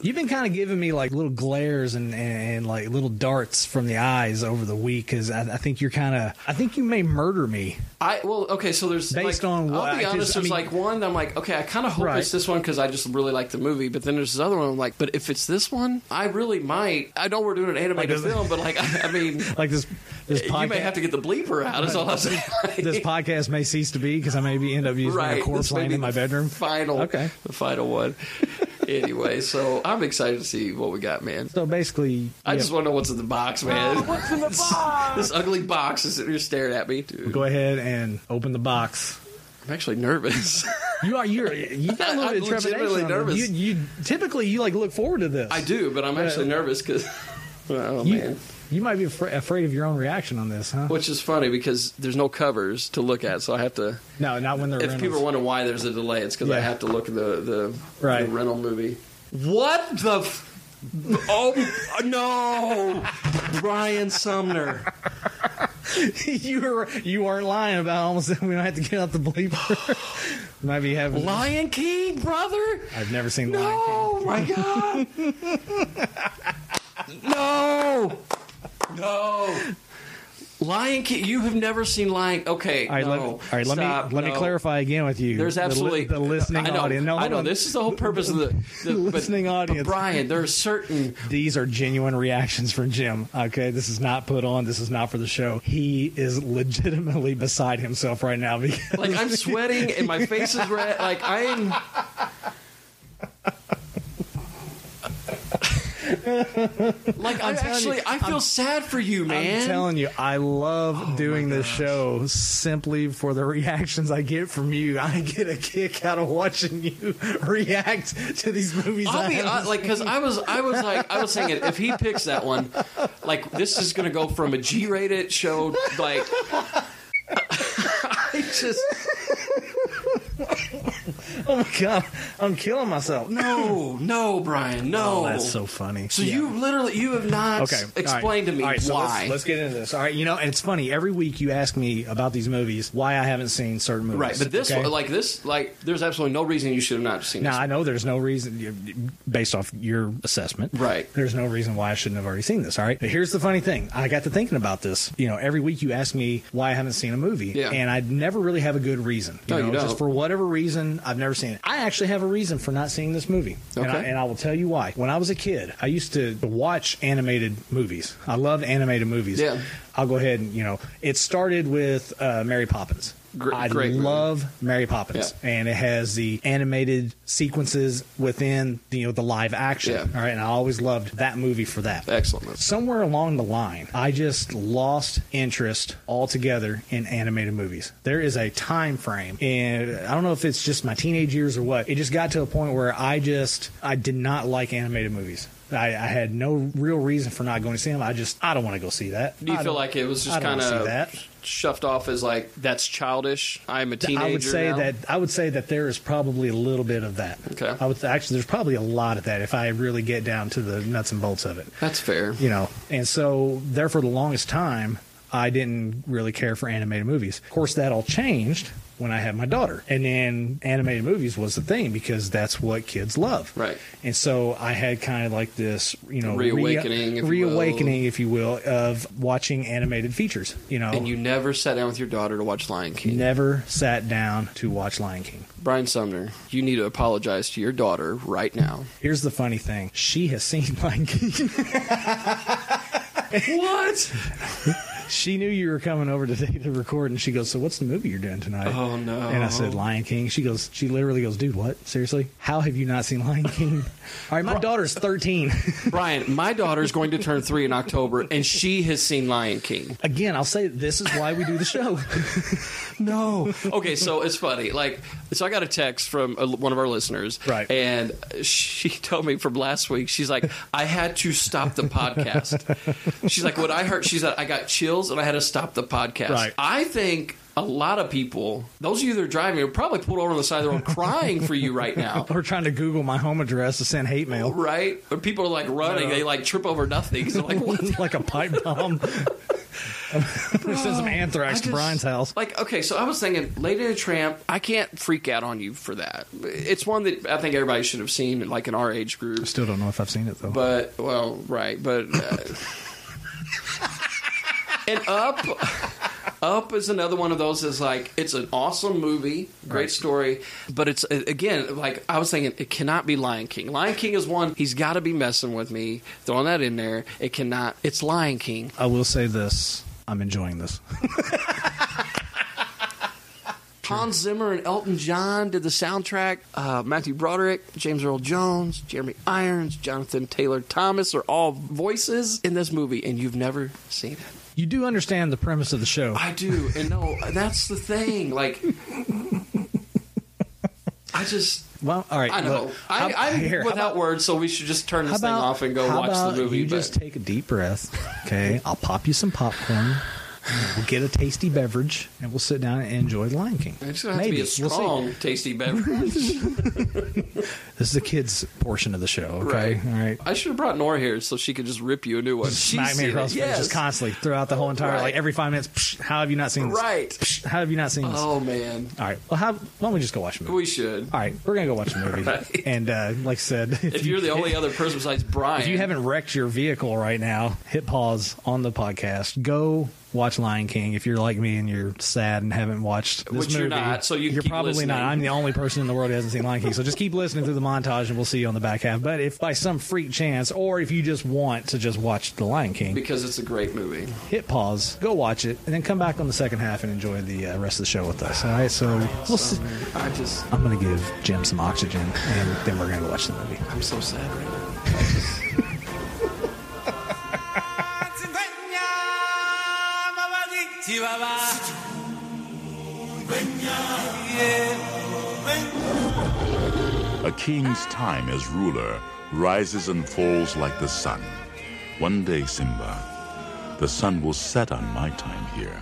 Speaker 4: You've been kind of giving me like little glares and, and, and, like little darts from the eyes over the week because I, I think you're kind of I think you may murder me.
Speaker 2: I well, okay. So there's
Speaker 4: Based
Speaker 2: like,
Speaker 4: on what-
Speaker 2: I'll be
Speaker 4: I
Speaker 2: honest.
Speaker 4: just- I
Speaker 2: there's
Speaker 4: mean-
Speaker 2: like one that I'm like, okay, I kind of hope
Speaker 4: Right.
Speaker 2: it's this one because I just really like the movie. But then there's this other one. I'm like, but if it's this one, I really might. I know we're doing an animated
Speaker 4: Like, does-
Speaker 2: film, but like, I, I
Speaker 4: [LAUGHS]
Speaker 2: mean,
Speaker 4: Like this this podcast.
Speaker 2: you may have to get the bleeper out. Is all I'm saying. [LAUGHS]
Speaker 4: this podcast may cease to be because I may be end up using
Speaker 2: right.
Speaker 4: a corpse
Speaker 2: this may
Speaker 4: laying
Speaker 2: be
Speaker 4: in my
Speaker 2: the
Speaker 4: bedroom.
Speaker 2: Final.
Speaker 4: Okay.
Speaker 2: The final one. [LAUGHS] anyway, so I'm excited to see what we got, man.
Speaker 4: So basically,
Speaker 2: I
Speaker 4: yeah,
Speaker 2: just want to know what's in the box, man. Ah, what's in the box? [LAUGHS] this ugly box is sitting here staring at me, dude.
Speaker 4: go ahead and open the box.
Speaker 2: I'm actually nervous. [LAUGHS]
Speaker 4: You are you're you got a little
Speaker 2: I'm
Speaker 4: bit of trepidation.
Speaker 2: legitimately
Speaker 4: on it.
Speaker 2: nervous.
Speaker 4: You, you typically you like look forward to this.
Speaker 2: I do, but I'm actually nervous
Speaker 4: [LAUGHS]
Speaker 2: because. Oh
Speaker 4: You,
Speaker 2: man.
Speaker 4: you might be afra- afraid of your own reaction on this, huh?
Speaker 2: Which is funny because there's no covers to look at, so I have to.
Speaker 4: no, not when they're
Speaker 2: If people
Speaker 4: rentals.
Speaker 2: are wondering why there's a delay, it's because I
Speaker 4: Yeah.
Speaker 2: have to look at the the,
Speaker 4: Right.
Speaker 2: the rental movie. What the? F- oh no, Brian Sumner.
Speaker 4: [LAUGHS] you were you weren't lying about almost. [LAUGHS] We don't have to get out the bleeper.
Speaker 2: [SIGHS]
Speaker 4: might be having.
Speaker 2: Lion King, brother?
Speaker 4: I've never seen the Lion King.
Speaker 2: No, my God. [LAUGHS] no. No. Lion King, you have never seen Lion Okay,
Speaker 4: All right,
Speaker 2: no.
Speaker 4: let, all right, let
Speaker 2: Stop,
Speaker 4: me let me
Speaker 2: no.
Speaker 4: clarify again with you.
Speaker 2: There's
Speaker 4: the li-
Speaker 2: absolutely
Speaker 4: the, listening
Speaker 2: I know,
Speaker 4: audience. No,
Speaker 2: I
Speaker 4: hold
Speaker 2: know
Speaker 4: on.
Speaker 2: this is the whole purpose of the,
Speaker 4: [LAUGHS]
Speaker 2: the but-
Speaker 4: Listening
Speaker 2: but
Speaker 4: audience.
Speaker 2: Brian, there are certain
Speaker 4: These are genuine reactions from Jim. Okay, this is not put on. This is not for the show. He is legitimately beside himself right now because
Speaker 2: like
Speaker 4: [LAUGHS]
Speaker 2: I'm sweating and my face is red. Like I'm. like I'm
Speaker 4: telling
Speaker 2: actually,
Speaker 4: you,
Speaker 2: I feel sad for you, man.
Speaker 4: I'm telling you, I love
Speaker 2: Oh
Speaker 4: doing this show simply for the [LAUGHS] reactions I get from you. I get a kick out of watching you [LAUGHS] react to these movies.
Speaker 2: I'll
Speaker 4: I
Speaker 2: be
Speaker 4: haven't
Speaker 2: hon- like, because I was, I was like, I was thinking, if he picks that one, like, this is gonna go from a G-rated show, like, [LAUGHS] I just
Speaker 4: [LAUGHS] Oh my god, I'm killing myself. No,
Speaker 2: no, oh, no, Brian, no.
Speaker 4: Oh, that's so funny.
Speaker 2: So
Speaker 4: Yeah.
Speaker 2: you literally, you have not
Speaker 4: Okay. all right.
Speaker 2: explained to me
Speaker 4: All right, so let's-
Speaker 2: why.
Speaker 4: let's, get into this. All right. You know, and it's funny. Every week you ask me about these movies, why I haven't seen certain movies.
Speaker 2: right, but this,
Speaker 4: okay?
Speaker 2: one like this, like, there's absolutely no reason you should have not seen
Speaker 4: Now
Speaker 2: this.
Speaker 4: I know there's no reason, you- based off your assessment,
Speaker 2: Right.
Speaker 4: There's no reason why I shouldn't have already seen this. All right. But here's the funny thing: I got to thinking about this. You know, every week you ask me why I haven't seen a movie,
Speaker 2: Yeah.
Speaker 4: and I never really have a good reason.
Speaker 2: No, you
Speaker 4: know,
Speaker 2: don't.
Speaker 4: just for whatever reason, I've never seen it. I actually have a reason for not seeing this movie, and, I,
Speaker 2: Okay.
Speaker 4: and I will tell you why. When I was a kid, I used to watch animated movies. I loved animated movies.
Speaker 2: Yeah.
Speaker 4: I'll go ahead and you know, it started with uh, Mary Poppins.
Speaker 2: Gr-
Speaker 4: I
Speaker 2: great movie.
Speaker 4: love Mary Poppins,
Speaker 2: Yeah.
Speaker 4: and it has the animated sequences within the, you know the live action.
Speaker 2: Yeah.
Speaker 4: All right, and I always loved that movie for that.
Speaker 2: Excellent.
Speaker 4: Somewhere along the line, I just lost interest altogether in animated movies. There is a time frame, and I don't know if it's just my teenage years or what. It just got to a point where I just I did not like animated movies. I, I had no real reason for not going to see them. I just I don't want to go see that.
Speaker 2: Do you
Speaker 4: I
Speaker 2: feel
Speaker 4: don't-
Speaker 2: like it was
Speaker 4: I
Speaker 2: just
Speaker 4: don't
Speaker 2: kind
Speaker 4: wanna see
Speaker 2: of
Speaker 4: that.
Speaker 2: shoved off as like that's childish? I'm a teenager.
Speaker 4: I would say
Speaker 2: now?
Speaker 4: that I would say that there is probably a little bit of that.
Speaker 2: Okay.
Speaker 4: I would actually there's probably a lot of that if I really get down to the nuts and bolts of it.
Speaker 2: that's fair.
Speaker 4: You know, and so there for the longest time I didn't really care for animated movies. Of course, that all changed when I had my daughter, and then animated movies was the thing because that's what kids love.
Speaker 2: Right.
Speaker 4: And so I had kind of like this, you know, re-
Speaker 2: Reawakening, if you will.
Speaker 4: reawakening, if you will, of watching animated features. You know,
Speaker 2: And you never sat down with your daughter to watch Lion King.
Speaker 4: never sat down to watch Lion King.
Speaker 2: Brian Sumner, you need to apologize to your daughter right
Speaker 4: [LAUGHS]
Speaker 2: now.
Speaker 4: Here's the funny thing. She has seen [LAUGHS] Lion King.
Speaker 2: What?
Speaker 4: she knew you were coming over today to record, and she goes, "So what's the movie you're doing tonight?"
Speaker 2: Oh, no.
Speaker 4: And I said, "Lion King." She goes, she literally goes, "Dude, what? Seriously? How have you not seen
Speaker 2: [LAUGHS]
Speaker 4: Lion King?" All right, my daughter's 13.
Speaker 2: Brian, my daughter's going to turn three in October, and she has seen Lion King.
Speaker 4: [LAUGHS] Again, I'll say this is why we do the show.
Speaker 2: [LAUGHS] No. Okay, so it's funny. Like, so I got a text from a, one of our listeners,
Speaker 4: Right.
Speaker 2: And she [LAUGHS] told me from last week. She's like, I had to stop the podcast. She's like, what I heard. She's like, I got chills, and I had to stop the podcast.
Speaker 4: Right.
Speaker 2: I think. A lot of people, those of you that are driving, are probably pulled over on the side of the road crying for you right now.
Speaker 4: We're trying to Google my home address to send hate
Speaker 2: [LAUGHS]
Speaker 4: mail [LAUGHS]
Speaker 2: right? When people are like running, they like trip over nothing. So like, what?
Speaker 4: like a pipe bomb. Let's send some anthrax
Speaker 2: I
Speaker 4: to
Speaker 2: just-
Speaker 4: Brian's house.
Speaker 2: Like, okay, so I was thinking, Lady and the Tramp. I can't freak out on you for that. It's one that I think everybody should have seen, like in our age group.
Speaker 4: Still don't know if I've seen it though.
Speaker 2: But well, right, but uh, [LAUGHS] and up, up is another one of those. Is like it's an awesome movie, great story, but it's uh, again like I was thinking, it cannot be Lion King. Lion King is one he's got to be messing with me, throwing that in there. It cannot. It's Lion King.
Speaker 4: I will say this: I'm enjoying this.
Speaker 2: Hans Zimmer and Elton John did the soundtrack. Uh, Matthew Broderick, James Earl Jones, Jeremy Irons, Jonathan Taylor Thomas are all voices in this movie, and you've never seen it.
Speaker 4: You do understand the premise of the show.
Speaker 2: I do, and no, that's the thing. [LAUGHS] Like, I just,
Speaker 4: well, all right.
Speaker 2: I know,
Speaker 4: look,
Speaker 2: I,
Speaker 4: how-
Speaker 2: I'm
Speaker 4: here, how
Speaker 2: without
Speaker 4: about-
Speaker 2: words, so we should just turn
Speaker 4: How
Speaker 2: this thing
Speaker 4: about,
Speaker 2: off and go
Speaker 4: how
Speaker 2: watch
Speaker 4: about
Speaker 2: the movie.
Speaker 4: You
Speaker 2: but
Speaker 4: just take a deep breath.
Speaker 2: [LAUGHS]
Speaker 4: Okay, I'll pop you some popcorn. We'll get a tasty beverage, and we'll sit down and enjoy The Lion King.
Speaker 2: it's gonna have to be a
Speaker 4: We'll see.
Speaker 2: strong, [LAUGHS] tasty beverage.
Speaker 4: This is the kids' portion of the show. Okay,
Speaker 2: Right.
Speaker 4: all right.
Speaker 2: I should have brought Nora here so she could just rip you a new one.
Speaker 4: Smack
Speaker 2: She's
Speaker 4: me
Speaker 2: seen
Speaker 4: across
Speaker 2: it.
Speaker 4: the face
Speaker 2: Yes.
Speaker 4: just constantly throughout the whole entire,
Speaker 2: Right.
Speaker 4: like every five minutes. Psh, how have you not seen this?
Speaker 2: Right.
Speaker 4: Psh, how have you not seen this?
Speaker 2: Oh man,
Speaker 4: All right. Well, how, why don't we just go watch a movie?
Speaker 2: we should.
Speaker 4: All right, we're gonna go watch a movie.
Speaker 2: [LAUGHS] Right.
Speaker 4: And uh, like I said, [LAUGHS] if,
Speaker 2: If you're the only other person besides Brian,
Speaker 4: if you haven't wrecked your vehicle right now, hit pause on the podcast. Go watch Lion King. If you're like me and you're sad and haven't watched this
Speaker 2: Which
Speaker 4: movie,
Speaker 2: you're not, so you can
Speaker 4: are
Speaker 2: keep
Speaker 4: probably
Speaker 2: listening.
Speaker 4: not. I'm the only person in the world who hasn't seen Lion King. So just keep listening through the montage, and we'll see you on the back half. But if by some freak chance, or if you just want to just watch the Lion King,
Speaker 2: because it's a great movie.
Speaker 4: hit pause, go watch it, and then come back on the second half and enjoy the uh, rest of the show with us. All right, so we'll see.
Speaker 2: I just,
Speaker 4: I'm gonna give Jim some oxygen, and then we're gonna go watch the movie.
Speaker 2: I'm so sad right now.
Speaker 6: Chihuahua.
Speaker 7: A king's time as ruler rises and falls like the sun. One day, Simba, the sun will set on my time here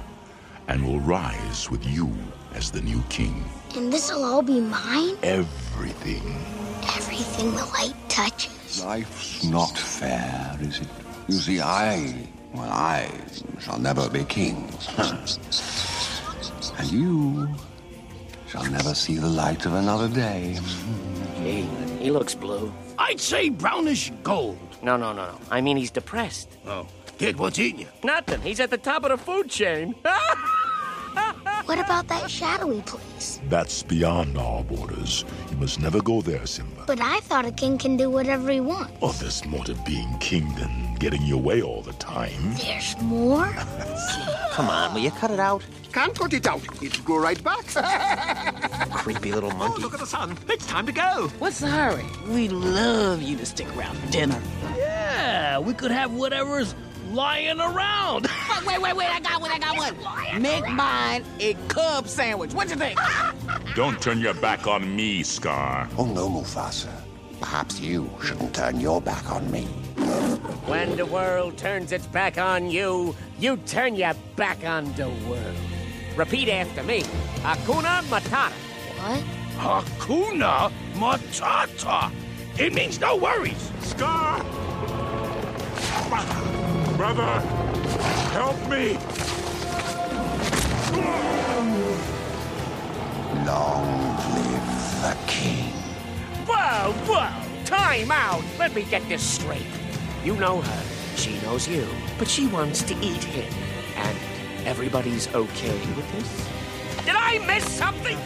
Speaker 7: and will rise with you as the new king.
Speaker 8: And this'll all be mine?
Speaker 7: Everything.
Speaker 8: Everything the light touches.
Speaker 9: Life's not fair, is it? You see, I, well, I shall never be king. and you shall never see the light of another day.
Speaker 10: Hey, he looks blue.
Speaker 11: I'd say brownish gold.
Speaker 10: No, no, no, no. I mean, he's depressed.
Speaker 11: Oh. Kid, what's eating you?
Speaker 10: Nothing. He's at the top of the food chain. [LAUGHS]
Speaker 8: What about that shadowy place?
Speaker 7: That's beyond our borders. You must never go there, Simba.
Speaker 8: But I thought a king can do whatever he wants.
Speaker 7: Oh, there's more to being king than getting your way all the time.
Speaker 8: There's more?
Speaker 11: Come on, will you cut it out?
Speaker 9: Can't cut it out. It'll grow right back. [LAUGHS] Oh,
Speaker 11: Creepy little monkey.
Speaker 9: at the sun. It's time to go.
Speaker 12: What's the hurry? We love you to stick around for dinner.
Speaker 11: Yeah, we could have whatever's lying around. [LAUGHS]
Speaker 12: Wait, wait, wait, wait, I got one, I got one. Make mine a cub sandwich. What you think?
Speaker 7: Don't turn your back on me, Scar.
Speaker 9: Oh, no, Mufasa. Perhaps you shouldn't turn your back on me.
Speaker 10: when the world turns its back on you, you turn your back on the world. Repeat after me. Akuna Matata.
Speaker 8: What?
Speaker 11: Hakuna Matata. It means no worries.
Speaker 7: Scar! Brother, help me!
Speaker 9: Long live the king.
Speaker 10: Whoa, whoa. Time out. Let me get this straight. You know her. She knows you. But she wants to eat him. And everybody's okay with this? Did I miss something?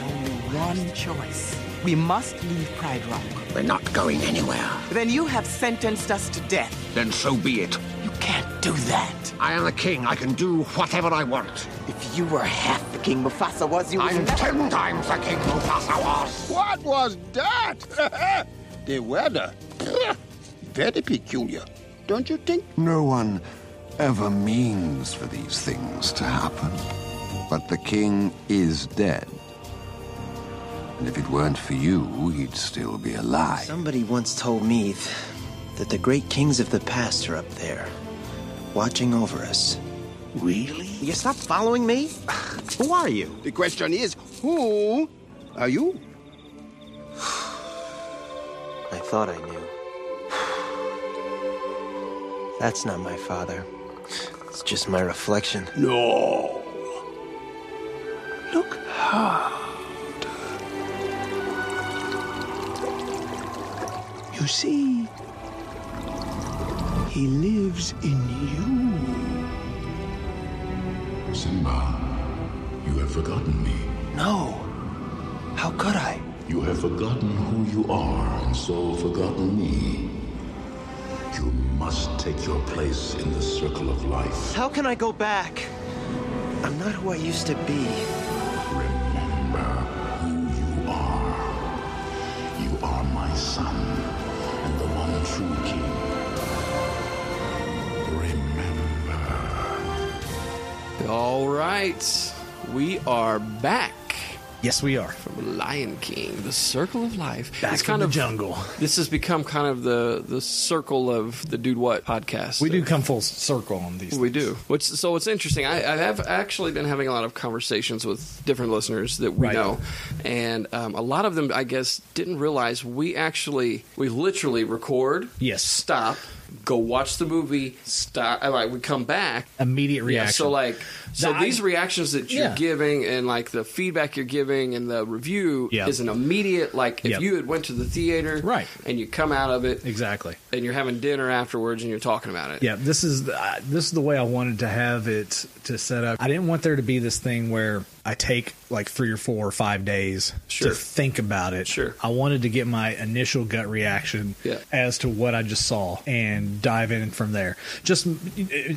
Speaker 12: One choice. We must leave Pride Rock.
Speaker 9: We're not going anywhere.
Speaker 12: Then you have sentenced us to death.
Speaker 9: Then so be it.
Speaker 12: You can't do that.
Speaker 9: I am the king. I can do whatever I want.
Speaker 12: If you were half the King Mufasa was, you
Speaker 9: I'm ten times the king Mufasa was. What was that? the weather. Very peculiar, don't you think? No one ever means for these things to happen. But the king is dead. And if it weren't for you, he'd still be alive.
Speaker 11: Somebody once told me th- that the great kings of the past are up there, watching over us. Really? You stop following me? Who are you?
Speaker 9: The question is, who are you?
Speaker 11: I thought I [SIGHS] knew. That's not my father. It's just my reflection.
Speaker 7: No.
Speaker 11: Look hard.
Speaker 9: You see, he lives in you.
Speaker 7: Simba, you have forgotten me.
Speaker 11: No. How could I?
Speaker 7: You have forgotten who you are and so forgotten me. You must take your place in the circle of life.
Speaker 11: How can I go back? I'm not who I used to be.
Speaker 7: Remember who you are. You are my son and the one true king. Remember.
Speaker 2: All right, we are back
Speaker 4: Yes, we are.
Speaker 2: from Lion King, the Circle of Life.
Speaker 4: Back
Speaker 2: It's
Speaker 4: from the jungle.
Speaker 2: This has become kind of the the circle of the Dude What podcast.
Speaker 4: We do come full circle on these.
Speaker 2: We do. Which so it's interesting. I, I have actually been having a lot of conversations with different listeners that we
Speaker 4: Right.
Speaker 2: know, and um, a lot of them, I guess, didn't realize we actually we literally record.
Speaker 4: Yes.
Speaker 2: Stop. Go watch the movie. Stop. and, Like we come back.
Speaker 4: Immediate
Speaker 2: Yeah,
Speaker 4: reaction.
Speaker 2: so like, so
Speaker 4: The-
Speaker 2: these
Speaker 4: I-
Speaker 2: reactions that you're
Speaker 4: Yeah.
Speaker 2: giving and like the feedback you're giving and the review
Speaker 4: Yeah.
Speaker 2: is an immediate like if
Speaker 4: Yep.
Speaker 2: you had went to the theater
Speaker 4: Right.
Speaker 2: and you come out of it
Speaker 4: exactly.
Speaker 2: and you're having dinner afterwards and you're talking about it
Speaker 4: Yeah, this is the, I this is the way I wanted to have it to set up. I didn't want there to be this thing where I take like three or four or five days
Speaker 2: Sure.
Speaker 4: to think about it.
Speaker 2: Sure.
Speaker 4: I wanted to get my initial gut reaction
Speaker 2: Yeah.
Speaker 4: as to what I just saw and dive in from there. Just uh,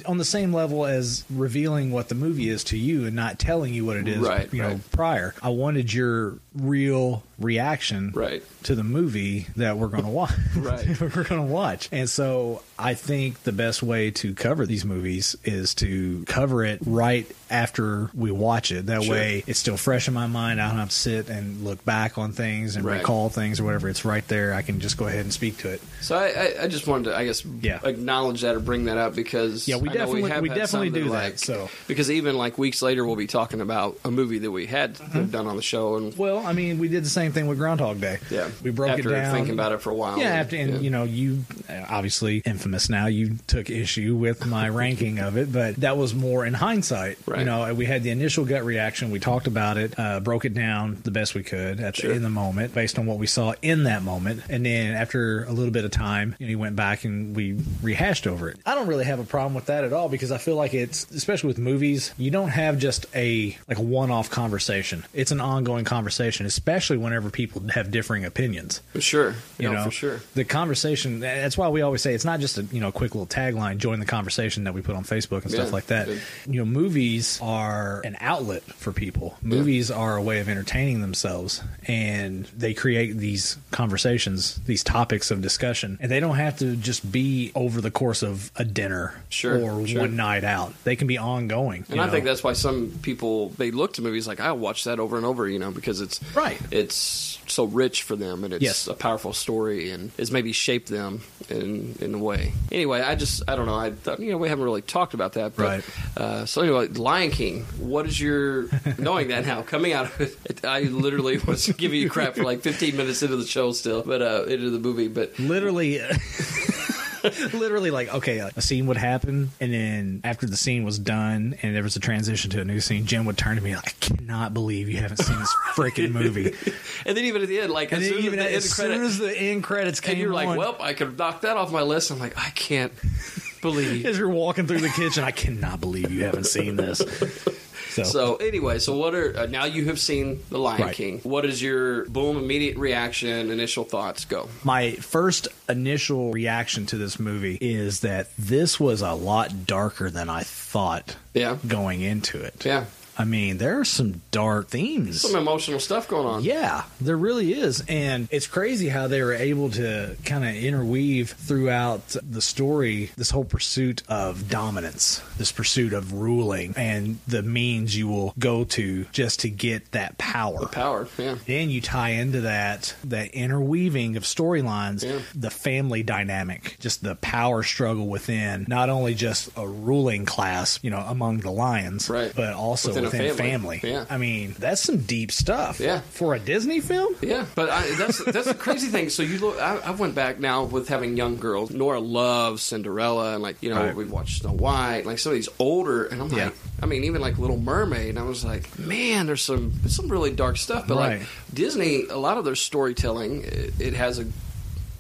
Speaker 4: on the same level as revealing what the movie is to you and not telling you what it is,
Speaker 2: Right,
Speaker 4: you know,
Speaker 2: right.
Speaker 4: prior. I wanted your real reaction
Speaker 2: Right.
Speaker 4: to the movie that we're going to watch.
Speaker 2: Right.
Speaker 4: [LAUGHS] we're going to watch. And so I think the best way to cover these movies is to cover it right after we watch it. That
Speaker 2: Sure.
Speaker 4: way it's still fresh in my mind. I don't have to sit and look back on things and
Speaker 2: Right.
Speaker 4: recall things or whatever. It's right there. I can just go ahead and speak to it.
Speaker 2: So I, I, I just wanted to, I guess,
Speaker 4: Yeah.
Speaker 2: acknowledge that or bring that up because
Speaker 4: Yeah, we
Speaker 2: I know
Speaker 4: definitely-
Speaker 2: have
Speaker 4: we
Speaker 2: had
Speaker 4: definitely
Speaker 2: some
Speaker 4: do that,
Speaker 2: like-
Speaker 4: so.
Speaker 2: because even like weeks later, we'll be talking about a movie that we had done on the show, and
Speaker 4: Mm-hmm. Well, I mean, we did the same thing with Groundhog Day.
Speaker 2: yeah,
Speaker 4: We broke
Speaker 2: after
Speaker 4: it down.
Speaker 2: thinking about it for a while.
Speaker 4: Yeah, after, and you know, you uh, obviously infamous now. You took issue with my ranking of it, but that was more in hindsight.
Speaker 2: Right.
Speaker 4: You know, uh, we had the initial gut reaction. We talked about it, uh, broke it down the best we could at the, in the moment, based on what we saw in that moment. And then after a little bit of time, you, know, you went back and we rehashed over it. I don't really have a problem with that at all because I feel like it's especially with movies, you don't have just a like a one-off conversation. It's an ongoing conversation, especially whenever people have differing opinions
Speaker 2: for sure,
Speaker 4: you
Speaker 2: No,
Speaker 4: know
Speaker 2: for sure.
Speaker 4: the conversation that's why we always say it's not just a you know quick little tagline join the conversation that we put on facebook and
Speaker 2: Yeah,
Speaker 4: stuff like that
Speaker 2: good.
Speaker 4: you know movies are an outlet for people movies are a way of entertaining themselves and they create these conversations these topics of discussion and they don't have to just be over the course of a dinner
Speaker 2: Sure,
Speaker 4: or
Speaker 2: sure.
Speaker 4: one night out they can be ongoing
Speaker 2: And
Speaker 4: you
Speaker 2: I think
Speaker 4: know?
Speaker 2: that's why some people they look to movies like I watch that over and over, you know, because it's
Speaker 4: Right.
Speaker 2: It's so rich for them, and it's
Speaker 4: Yes.
Speaker 2: a powerful story, and it's maybe shaped them in in a way. Anyway, I just I don't know. I thought you know we haven't really talked about that, but
Speaker 4: Right.
Speaker 2: uh, so anyway, Lion King. What is
Speaker 4: [LAUGHS]
Speaker 2: your knowing that now coming out of it? I literally was giving you crap for like 15 minutes into the show still, but uh, into the movie, but
Speaker 4: literally [LAUGHS] literally like okay like, a scene would happen and then after the scene was done and there was a transition to a new scene jim would turn to me like i cannot believe you haven't seen this freaking
Speaker 2: [LAUGHS]
Speaker 4: movie
Speaker 2: and then even at the end, like
Speaker 4: and
Speaker 2: as
Speaker 4: then
Speaker 2: soon
Speaker 4: even
Speaker 2: as the
Speaker 4: as
Speaker 2: end
Speaker 4: soon
Speaker 2: credit-
Speaker 4: as the end credits came
Speaker 2: and you're like,
Speaker 4: on,
Speaker 2: well, I could knock that off my list. I'm like, I can't believe.
Speaker 4: [LAUGHS] as you're walking through the kitchen i cannot believe you haven't seen
Speaker 2: [LAUGHS]
Speaker 4: this so,
Speaker 2: So anyway, so what are uh, now you have seen The Lion
Speaker 4: Right.
Speaker 2: King? What is your boom immediate reaction, initial thoughts? Go.
Speaker 4: my first initial reaction to this movie is that this was a lot darker than i thought
Speaker 2: Yeah.
Speaker 4: going into it
Speaker 2: Yeah,
Speaker 4: i mean there are some dark themes
Speaker 2: some emotional stuff going on.
Speaker 4: Yeah, there really is. And it's crazy how they were able to kind of interweave throughout the story this whole pursuit of dominance, this pursuit of ruling, and the means you will go to just to get that power.
Speaker 2: Power. Yeah.
Speaker 4: Then you tie into that that interweaving of storylines,
Speaker 2: Yeah.
Speaker 4: the family dynamic, just the power struggle within not only just a ruling class, you know, among the lions,
Speaker 2: Right.
Speaker 4: but also
Speaker 2: Within Within a
Speaker 4: within a
Speaker 2: family.
Speaker 4: family.
Speaker 2: Yeah.
Speaker 4: I mean, that's some deep stuff.
Speaker 2: Yeah.
Speaker 4: For a Disney film? [LAUGHS]
Speaker 2: Yeah, but I, that's that's the crazy thing. So you look, I, I went back now with having young girls. Nora loves Cinderella, and like you know
Speaker 4: Right.
Speaker 2: we watched Snow White, like some of these older, and I'm like,
Speaker 4: Yeah.
Speaker 2: I mean even like Little Mermaid, and I was like, man, there's some some really dark stuff. But
Speaker 4: Right.
Speaker 2: like Disney, a lot of their storytelling, it, it has a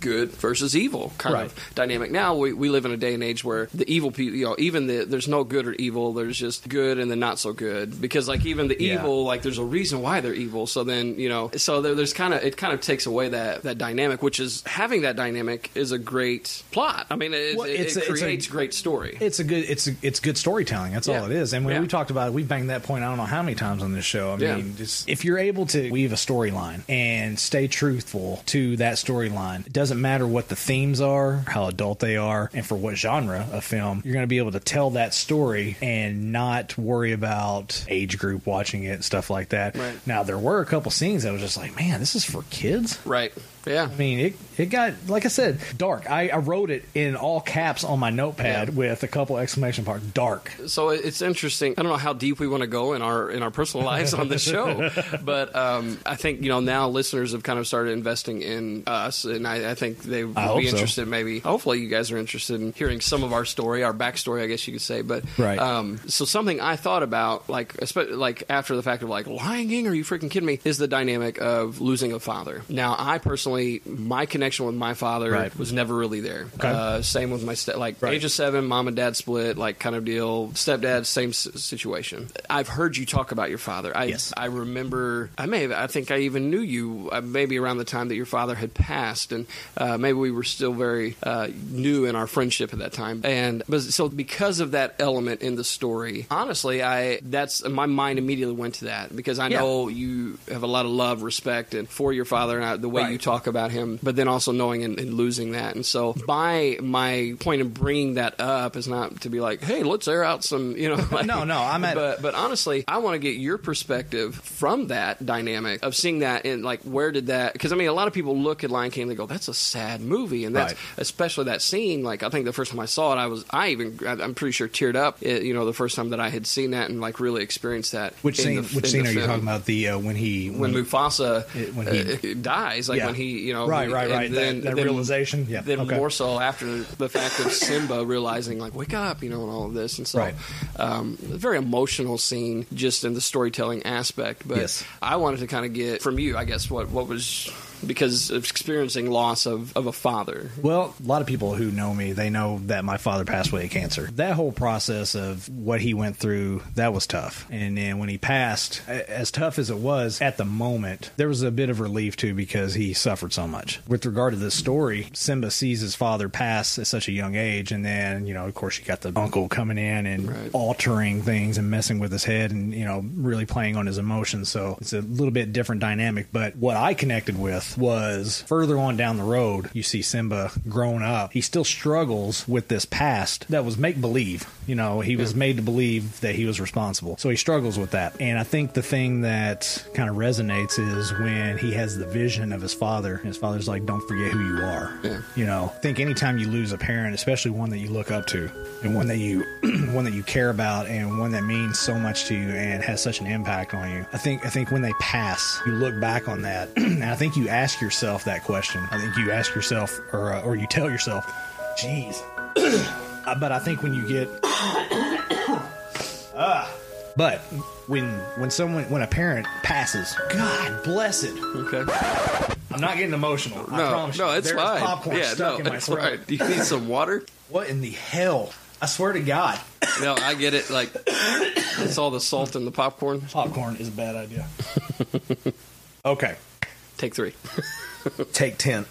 Speaker 2: good versus evil kind
Speaker 4: Right.
Speaker 2: of dynamic. Now we, we live in a day and age where the evil people, you know, even the there's no good or evil. There's just good and the not so good because like even the
Speaker 4: Yeah.
Speaker 2: evil, like there's a reason why they're evil. So then you know, so there, there's kind of it kind of takes away that that dynamic, which is having that dynamic is a great plot. I mean, it,
Speaker 4: Well,
Speaker 2: it,
Speaker 4: it's
Speaker 2: it
Speaker 4: a- it's a-
Speaker 2: creates great story.
Speaker 4: It's a good it's a, it's good storytelling. That's all
Speaker 2: Yeah.
Speaker 4: it is. And when
Speaker 2: Yeah.
Speaker 4: we talked about it, we banged that point I don't know how many times on this show. I
Speaker 2: Yeah.
Speaker 4: mean, just, if you're able to weave a storyline and stay truthful to that storyline, it doesn't matter what the themes are, how adult they are, and for what genre of film, you're going to be able to tell that story and not worry about age group watching it and stuff like that.
Speaker 2: Right.
Speaker 4: Now, there were a couple scenes that was just like, man, this is for kids.
Speaker 2: right? Yeah.
Speaker 4: I mean, it, it got, like I said, dark. I, I wrote it in all caps on my notepad
Speaker 2: Yeah.
Speaker 4: with a couple exclamation marks. Dark.
Speaker 2: so it- it's interesting. I don't know how deep we want to go in our in our personal lives on the
Speaker 4: [LAUGHS]
Speaker 2: show, but um, I think you know now listeners have kind of started investing in us, and I, I think they would
Speaker 4: I hope
Speaker 2: be
Speaker 4: so.
Speaker 2: interested. Maybe hopefully you guys are interested in hearing some of our story, our backstory, I guess you could say. But
Speaker 4: Right.
Speaker 2: Um, so something I thought about, like espe- like after the fact of like lying, are you freaking kidding me? Is the dynamic of losing a father. Now I personally, my connection with my father
Speaker 4: Right.
Speaker 2: was never really there. Uh, same with my step, like
Speaker 4: Right.
Speaker 2: age of seven, mom and dad split, like kind of deal. Stepdad, same s- situation. I've heard you talk about your father. I,
Speaker 4: Yes.
Speaker 2: I remember. I may. Have, I think I even knew you uh, maybe around the time that your father had passed, and uh, maybe we were still very uh, new in our friendship at that time. And but so because of that element in the story, honestly, I that's my mind immediately went to that because I
Speaker 4: Yeah.
Speaker 2: know you have a lot of love, respect, and for your father, and I, the way you
Speaker 4: Right.
Speaker 2: talk about him, but then also knowing and, and losing that. And so my my point in bringing that up is not to be like, hey, let's air out some, you know. [LAUGHS] Like,
Speaker 4: No, no, I'm at-
Speaker 2: But but honestly, I want to get your perspective from that dynamic of seeing that and like where did that? Because I mean, a lot of people look at Lion King, they go, that's a sad movie, and that's
Speaker 4: Right.
Speaker 2: especially that scene. Like I think the first time I saw it, I was I even I'm pretty sure teared up. eh, you know, the first time that I had seen that and like really experienced that.
Speaker 4: Which
Speaker 2: in
Speaker 4: scene?
Speaker 2: the-
Speaker 4: which
Speaker 2: in
Speaker 4: scene
Speaker 2: the
Speaker 4: are you
Speaker 2: film
Speaker 4: talking about? The uh, when he
Speaker 2: when Mufasa
Speaker 4: It- when he-
Speaker 2: uh, dies, like
Speaker 4: Yeah.
Speaker 2: when he, you know,
Speaker 4: Right,
Speaker 2: when-
Speaker 4: right,
Speaker 2: and
Speaker 4: right. That- that realization. Yeah,
Speaker 2: Then
Speaker 4: okay.
Speaker 2: more so after the fact of Simba realizing, like, wake up, you know, and all of this, and so
Speaker 4: Right.
Speaker 2: um, a very emotional scene just in the storytelling aspect. But
Speaker 4: Yes.
Speaker 2: I wanted to kind of get from you, I guess, what what was because of experiencing loss of of a father.
Speaker 4: [LAUGHS] Well, a lot of people who know me, they know that my father passed away of cancer. That whole process of what he went through, that was tough. And then when he passed, a- as tough as it was at the moment, there was a bit of relief too because he suffered so much. With regard to this story, Simba sees his father pass at such a young age, and then you know, of course, you got the uncle coming in and
Speaker 2: Right.
Speaker 4: altering things and messing with his head, and you know, really playing on his emotions. So it's a little bit different dynamic. But what I connected with was further on down the road, you see Simba grown up. He still struggles with this past that was make believe. You know, he was made to believe that he was responsible. So he struggles with that. And I think the thing that kind of resonates is when he has the vision of his father, and his father's like, don't forget who you are.
Speaker 2: Yeah.
Speaker 4: You know, I think anytime you lose a parent, especially one that you look up to and one that you [CLEARS THROAT] one that you care about and one that means so much to you and has such an impact on you. I think I think when they pass, you look back on that [CLEARS THROAT] and I think you ask yourself that question. I think you ask yourself or uh, or you tell yourself, "Jeez." [CLEARS THROAT] Uh, but I think when you get [CLEARS THROAT] Ah. but when when someone when a parent passes, God bless it.
Speaker 2: Okay,
Speaker 4: I'm not getting emotional. I
Speaker 2: no,
Speaker 4: promise you.
Speaker 2: no, it's
Speaker 4: There's
Speaker 2: fine.
Speaker 4: popcorn
Speaker 2: yeah,
Speaker 4: stuck
Speaker 2: no,
Speaker 4: in my
Speaker 2: it's
Speaker 4: throat.
Speaker 2: right. Do you need some water?
Speaker 4: What in the hell? I swear to God,
Speaker 2: No, I get it. Like it's all the salt in the popcorn.
Speaker 4: popcorn is a bad idea. okay.
Speaker 2: Take three.
Speaker 4: Take [LAUGHS] 10.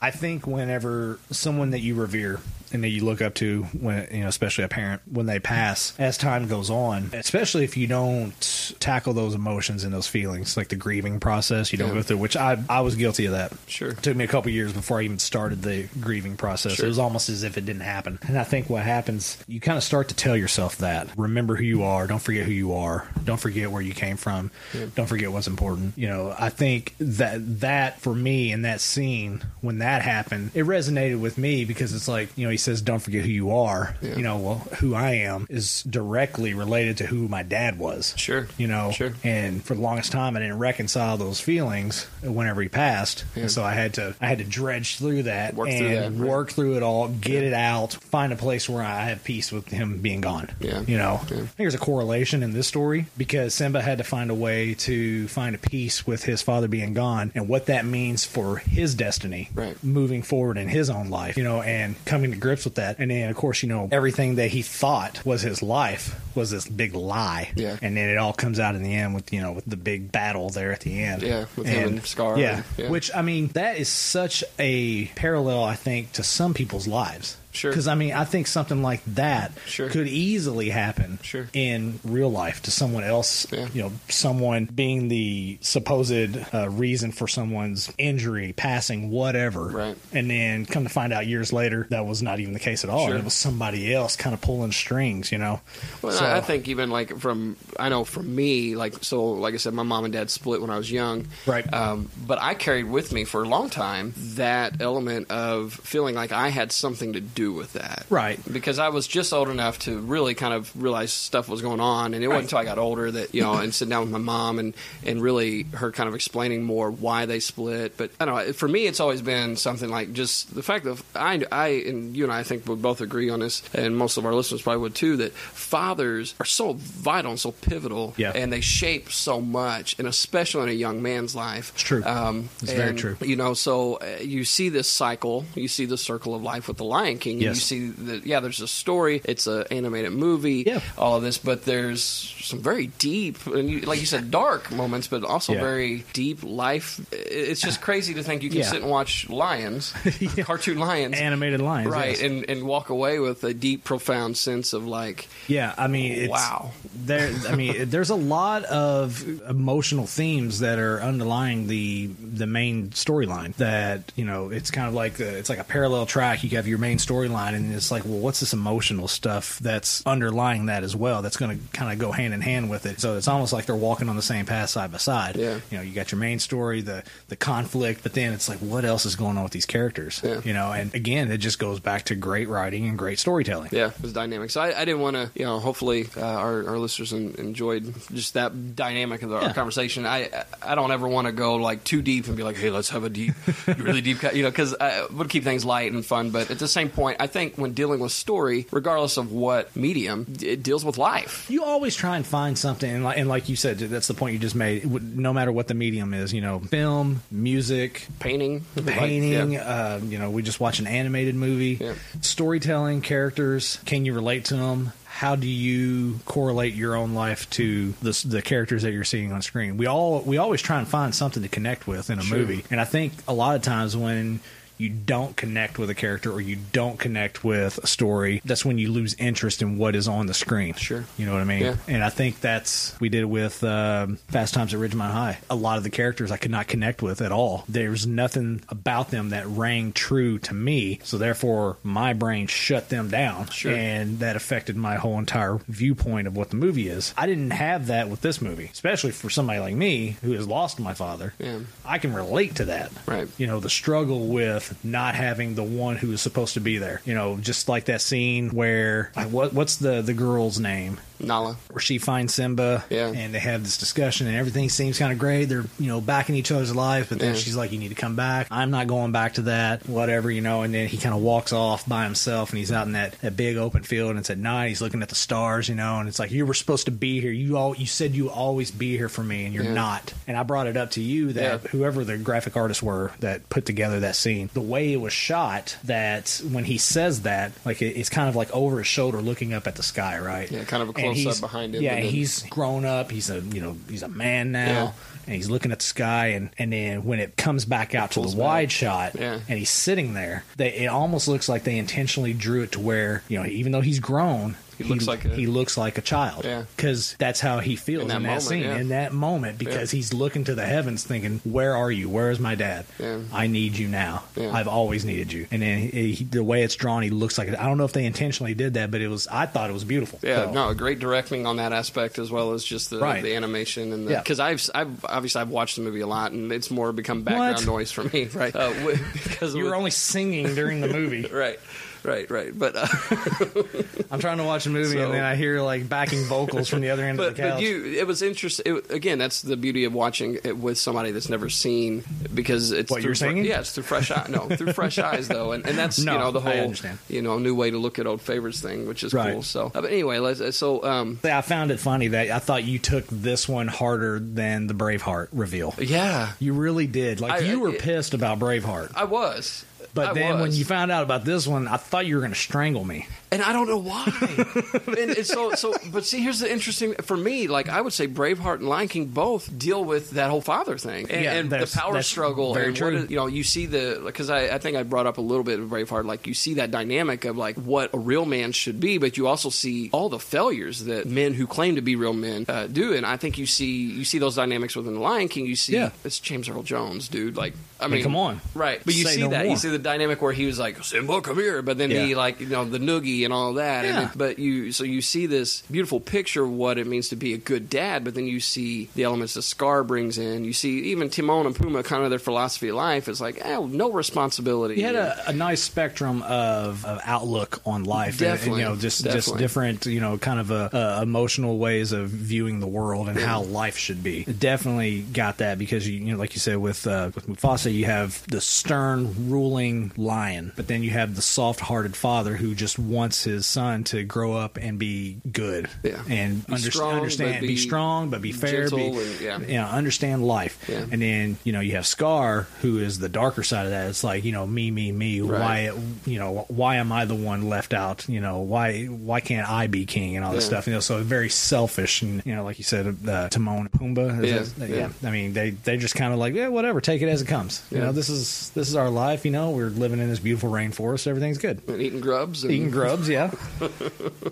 Speaker 4: I think whenever someone that you revere and that you look up to when you know especially a parent when they pass as time goes on especially if you don't tackle those emotions and those feelings like the grieving process you don't
Speaker 2: Yeah.
Speaker 4: go through which I I was guilty of that
Speaker 2: Sure.
Speaker 4: took me a couple years before I even started the grieving process.
Speaker 2: Sure.
Speaker 4: It was almost as if it didn't happen. And I think what happens, you kind of start to tell yourself that. Remember who you are. Don't forget who you are. Don't forget where you came from. Don't forget what's important. You know, I think that that that for me in that scene when that happened, it resonated with me because it's like you know he says, "Don't forget who you are." You know, well, who I am is directly related to who my dad was.
Speaker 2: Sure.
Speaker 4: You know,
Speaker 2: Sure.
Speaker 4: and for the longest time, I didn't reconcile those feelings whenever he passed,
Speaker 2: Yeah.
Speaker 4: and so I had to I had to dredge through that
Speaker 2: Work
Speaker 4: and
Speaker 2: through that, right.
Speaker 4: work through it all, get it out, find a place where I have peace with him being gone.
Speaker 2: Yeah.
Speaker 4: You know,
Speaker 2: Yeah.
Speaker 4: I think there's a correlation in this story because Simba had to find a way to find a peace with his father being gone and what that means for his destiny
Speaker 2: Right.
Speaker 4: moving forward in his own life, you know, and coming to grips with that. And then, of course, you know, everything that he thought was his life was this big lie.
Speaker 2: Yeah.
Speaker 4: And then it all comes out in the end with, you know, with the big battle there at the end.
Speaker 2: Yeah, with him and Scar
Speaker 4: Yeah.
Speaker 2: and- yeah.
Speaker 4: Which, I mean, that is such a parallel, I think, to some people's lives.
Speaker 2: Sure.
Speaker 4: Because, I mean, I think something like that
Speaker 2: Sure.
Speaker 4: could easily happen
Speaker 2: Sure.
Speaker 4: in real life to someone else.
Speaker 2: Yeah.
Speaker 4: You know, someone being the supposed uh, reason for someone's injury, passing, whatever.
Speaker 2: Right.
Speaker 4: And then come to find out years later, that was not even the case at all.
Speaker 2: Sure.
Speaker 4: It was somebody else kind of pulling strings, you know?
Speaker 2: Well,
Speaker 4: So-
Speaker 2: I I think even like from I know from me, like so, like I said, my mom and dad split when I was young,
Speaker 4: Right.
Speaker 2: Um, but I carried with me for a long time that element of feeling like I had something to do with that,
Speaker 4: Right.
Speaker 2: Because I was just old enough to really kind of realize stuff was going on, and it wasn't until I got older that you know, and sitting down with my mom and and really her kind of explaining more why they split. But I don't know. For me, it's always been something like just the fact that I, I and you and I, I think would both agree on this, and most of our listeners probably would too, that fathers are so vital and so pivotal,
Speaker 4: Yeah.
Speaker 2: and they shape so much, and especially in a young man's life.
Speaker 4: It's true.
Speaker 2: Um,
Speaker 4: It's very
Speaker 2: and,
Speaker 4: true.
Speaker 2: You know, so uh, you see this cycle, you see the circle of life with the Lion King. and
Speaker 4: Yes.
Speaker 2: You see that yeah, there's a story. It's an animated movie.
Speaker 4: Yeah.
Speaker 2: All of this, but there's some very deep and you, like you said, dark moments, but also
Speaker 4: Yeah.
Speaker 2: very deep life. i- It's just crazy to think you can
Speaker 4: Yeah.
Speaker 2: sit and watch
Speaker 4: [LAUGHS]
Speaker 2: lions, cartoon lions,
Speaker 4: Animated lions.
Speaker 2: right,
Speaker 4: yes.
Speaker 2: and and walk away with a deep, profound sense of like
Speaker 4: Yeah, I mean, it's,
Speaker 2: Wow.
Speaker 4: There, I mean, there's a lot of emotional themes that are underlying the the main storyline. That you know, it's kind of like a, it's like a parallel track. You have your main storyline, and it's like, well, what's this emotional stuff that's underlying that as well? That's going to kind of go hand in hand with it. So it's almost like they're walking on the same path side by side.
Speaker 2: Yeah.
Speaker 4: you know, you got your main story, the the conflict, but then it's like, what else is going on with these characters?
Speaker 2: Yeah.
Speaker 4: You know, and again, it just goes back to great writing and great storytelling.
Speaker 2: Yeah, it was dynamic. So I, I didn't want to, you know, hopefully uh, our, our listeners en- enjoyed just that dynamic of the,
Speaker 4: Yeah.
Speaker 2: our conversation. I I don't ever want to go like too deep and be like, hey, let's have a deep, really deep, cut, you know, because I would keep things light and fun. But at the same point, I think when dealing with story, regardless of what medium, it deals with life.
Speaker 4: you always try and find something and like, and like you said that's the point you just made It would- no matter what the medium is you know film music
Speaker 2: Painting, like,
Speaker 4: painting
Speaker 2: yeah.
Speaker 4: uh, you know we just watch an animated movie
Speaker 2: Yeah.
Speaker 4: storytelling characters can you relate to them how do you correlate your own life to the, s- the characters that you're seeing on screen we all we always try and find something to connect with in a movie and i think a lot of times when you don't connect with a character or you don't connect with a story that's when you lose interest in what is on the screen
Speaker 2: Sure.
Speaker 4: you know what i mean
Speaker 2: Yeah.
Speaker 4: and I think that's we did it with um, Fast Times at Ridgemont High. A lot of the characters I could not connect with at all. There's nothing about them that rang true to me, so therefore my brain shut them down,
Speaker 2: Sure.
Speaker 4: and that affected my whole entire viewpoint of what the movie is. I didn't have that with this movie, especially for somebody like me who has lost my father.
Speaker 2: Yeah.
Speaker 4: I can relate to that.
Speaker 2: Right.
Speaker 4: You know, the struggle with not having the one who is supposed to be there. You know, just like that scene where like, what, what's the the girl's name?
Speaker 2: Nala.
Speaker 4: where she finds Simba,
Speaker 2: Yeah.
Speaker 4: and they have this discussion, and everything seems kind of great. They're you know back in each other's lives, but then
Speaker 2: Yeah.
Speaker 4: she's like, "You need to come back. I'm not going back to that. Whatever, you know." And then he kind of walks off by himself, and he's out in that, that big open field, and it's at night. He's looking at the stars, you know, and it's like, "You were supposed to be here. You all you said you always be here for me, and you're
Speaker 2: Yeah.
Speaker 4: not." And I brought it up to you that
Speaker 2: Yeah.
Speaker 4: whoever the graphic artists were that put together that scene, the way it was shot, that when he says that, like it, it's kind of like over his shoulder, looking up at the sky, right?
Speaker 2: Yeah, kind of a
Speaker 4: And
Speaker 2: close-up
Speaker 4: he's-
Speaker 2: behind him,
Speaker 4: Yeah,
Speaker 2: and
Speaker 4: and
Speaker 2: then-
Speaker 4: he's grown up. He's a you know he's a man now,
Speaker 2: Yeah.
Speaker 4: and he's looking at the sky. And and then when it comes back out to the
Speaker 2: pulls
Speaker 4: wide
Speaker 2: back.
Speaker 4: shot,
Speaker 2: Yeah.
Speaker 4: and he's sitting there, they it almost looks like they intentionally drew it to where you know even though he's grown,
Speaker 2: He looks like a-
Speaker 4: he looks like a child.
Speaker 2: Yeah.
Speaker 4: because that's how he feels in
Speaker 2: In
Speaker 4: that,
Speaker 2: that moment,
Speaker 4: scene,
Speaker 2: yeah.
Speaker 4: in that moment, because
Speaker 2: Yeah.
Speaker 4: he's looking to the heavens, thinking, "Where are you? Where is my dad?
Speaker 2: Yeah.
Speaker 4: I need you now.
Speaker 2: Yeah.
Speaker 4: I've always needed you." And then he, he- the way it's drawn, he looks like it. I don't know if they intentionally did that, but it was. I thought it was beautiful.
Speaker 2: Yeah,
Speaker 4: So-
Speaker 2: no, a great directing on that aspect as well as just the,
Speaker 4: Right.
Speaker 2: the animation and the
Speaker 4: Yeah.
Speaker 2: because I've I've obviously I've watched the movie a lot and it's more become background
Speaker 4: What?
Speaker 2: noise for
Speaker 4: [LAUGHS]
Speaker 2: me, right? Uh, [LAUGHS] wi- because
Speaker 4: You
Speaker 2: with-
Speaker 4: were only singing during
Speaker 2: [LAUGHS]
Speaker 4: the movie.
Speaker 2: right, right, right. But
Speaker 4: [LAUGHS]
Speaker 2: uh, [LAUGHS]
Speaker 4: I'm trying to watch a movie
Speaker 2: So-
Speaker 4: and then I hear like backing vocals from the other end of
Speaker 2: but
Speaker 4: the couch.
Speaker 2: but you it was interesting. It, again, that's the beauty of watching it with somebody that's never seen because it's
Speaker 4: What,
Speaker 2: through
Speaker 4: you're
Speaker 2: fre-
Speaker 4: singing?
Speaker 2: Yeah, it's through fresh eyes. No, through
Speaker 4: [LAUGHS]
Speaker 2: fresh eyes though, and, and that's
Speaker 4: No,
Speaker 2: you know the
Speaker 4: I
Speaker 2: whole
Speaker 4: understand.
Speaker 2: you know new way to look at old favorites thing, which is
Speaker 4: Right.
Speaker 2: cool. So, uh, but anyway, let's, so um,
Speaker 4: I found it funny that I thought you took this one harder than the Braveheart reveal.
Speaker 2: yeah,
Speaker 4: You really did. Like
Speaker 2: I-
Speaker 4: you
Speaker 2: I-
Speaker 4: were pissed about Braveheart,
Speaker 2: I was.
Speaker 4: but
Speaker 2: I
Speaker 4: then when
Speaker 2: was.
Speaker 4: you found out about this one, I thought you were going to strangle me.
Speaker 2: and I don't know
Speaker 4: [LAUGHS]
Speaker 2: why. and it's so so, but see, here's the interesting for me. Like I would say, Braveheart and Lion King both deal with that whole father thing and,
Speaker 4: Yeah,
Speaker 2: and the
Speaker 4: that's-
Speaker 2: power
Speaker 4: that's
Speaker 2: struggle.
Speaker 4: very
Speaker 2: and
Speaker 4: true.
Speaker 2: What is, you know, you see the because I, I think I brought up a little bit of Braveheart. Like you see that dynamic of like what a real man should be, but you also see all the failures that men who claim to be real men uh, do. And I think you see you see those dynamics within the Lion King. You see
Speaker 4: Yeah.
Speaker 2: it's James Earl Jones, dude. Like I mean,
Speaker 4: come on.
Speaker 2: right? But you
Speaker 4: Say
Speaker 2: see
Speaker 4: no
Speaker 2: that
Speaker 4: more.
Speaker 2: you see the dynamic where he was like Simba, come here, but then
Speaker 4: Yeah.
Speaker 2: he like you know the noogie and all that. And
Speaker 4: Yeah.
Speaker 2: then- but you so you see this beautiful picture of what it means to be a good dad, but then you see the elements that Scar brings in. You see even Timon and Puma, kind of their philosophy of life is like, oh, no responsibility.
Speaker 4: You had a, a nice spectrum of, of outlook on life, and-
Speaker 2: Definitely,
Speaker 4: and, you know, just just
Speaker 2: definitely.
Speaker 4: different, you know, kind of uh uh emotional ways of viewing the world and how life should be. Definitely got that because you, you know, like you said with uh, with Mufasa, you have the stern ruling lion, but then you have the soft hearted father who just wants his son to grow up and be good,
Speaker 2: Yeah.
Speaker 4: and
Speaker 2: Be
Speaker 4: underst-
Speaker 2: strong,
Speaker 4: understand,
Speaker 2: but
Speaker 4: be,
Speaker 2: be
Speaker 4: strong, but be fair, be,
Speaker 2: gentle and- yeah.
Speaker 4: you know, understand life,
Speaker 2: Yeah.
Speaker 4: and then you know you have Scar, who is the darker side of that. It's like you know me, me, me.
Speaker 2: Right.
Speaker 4: Why you know why am I the one left out? You know why why can't I be king and all this
Speaker 2: Yeah.
Speaker 4: stuff? You know, so very selfish and you know like you said, uh, Timon and Pumbaa. is
Speaker 2: Yeah,
Speaker 4: that-
Speaker 2: yeah.
Speaker 4: I mean they they just kind of like yeah whatever, take it as it comes. You
Speaker 2: Yeah.
Speaker 4: know this is this is our life. You know we're living in this beautiful rainforest. Everything's good.
Speaker 2: and eating grubs, and,
Speaker 4: Eating
Speaker 2: [LAUGHS]
Speaker 4: grubs, yeah.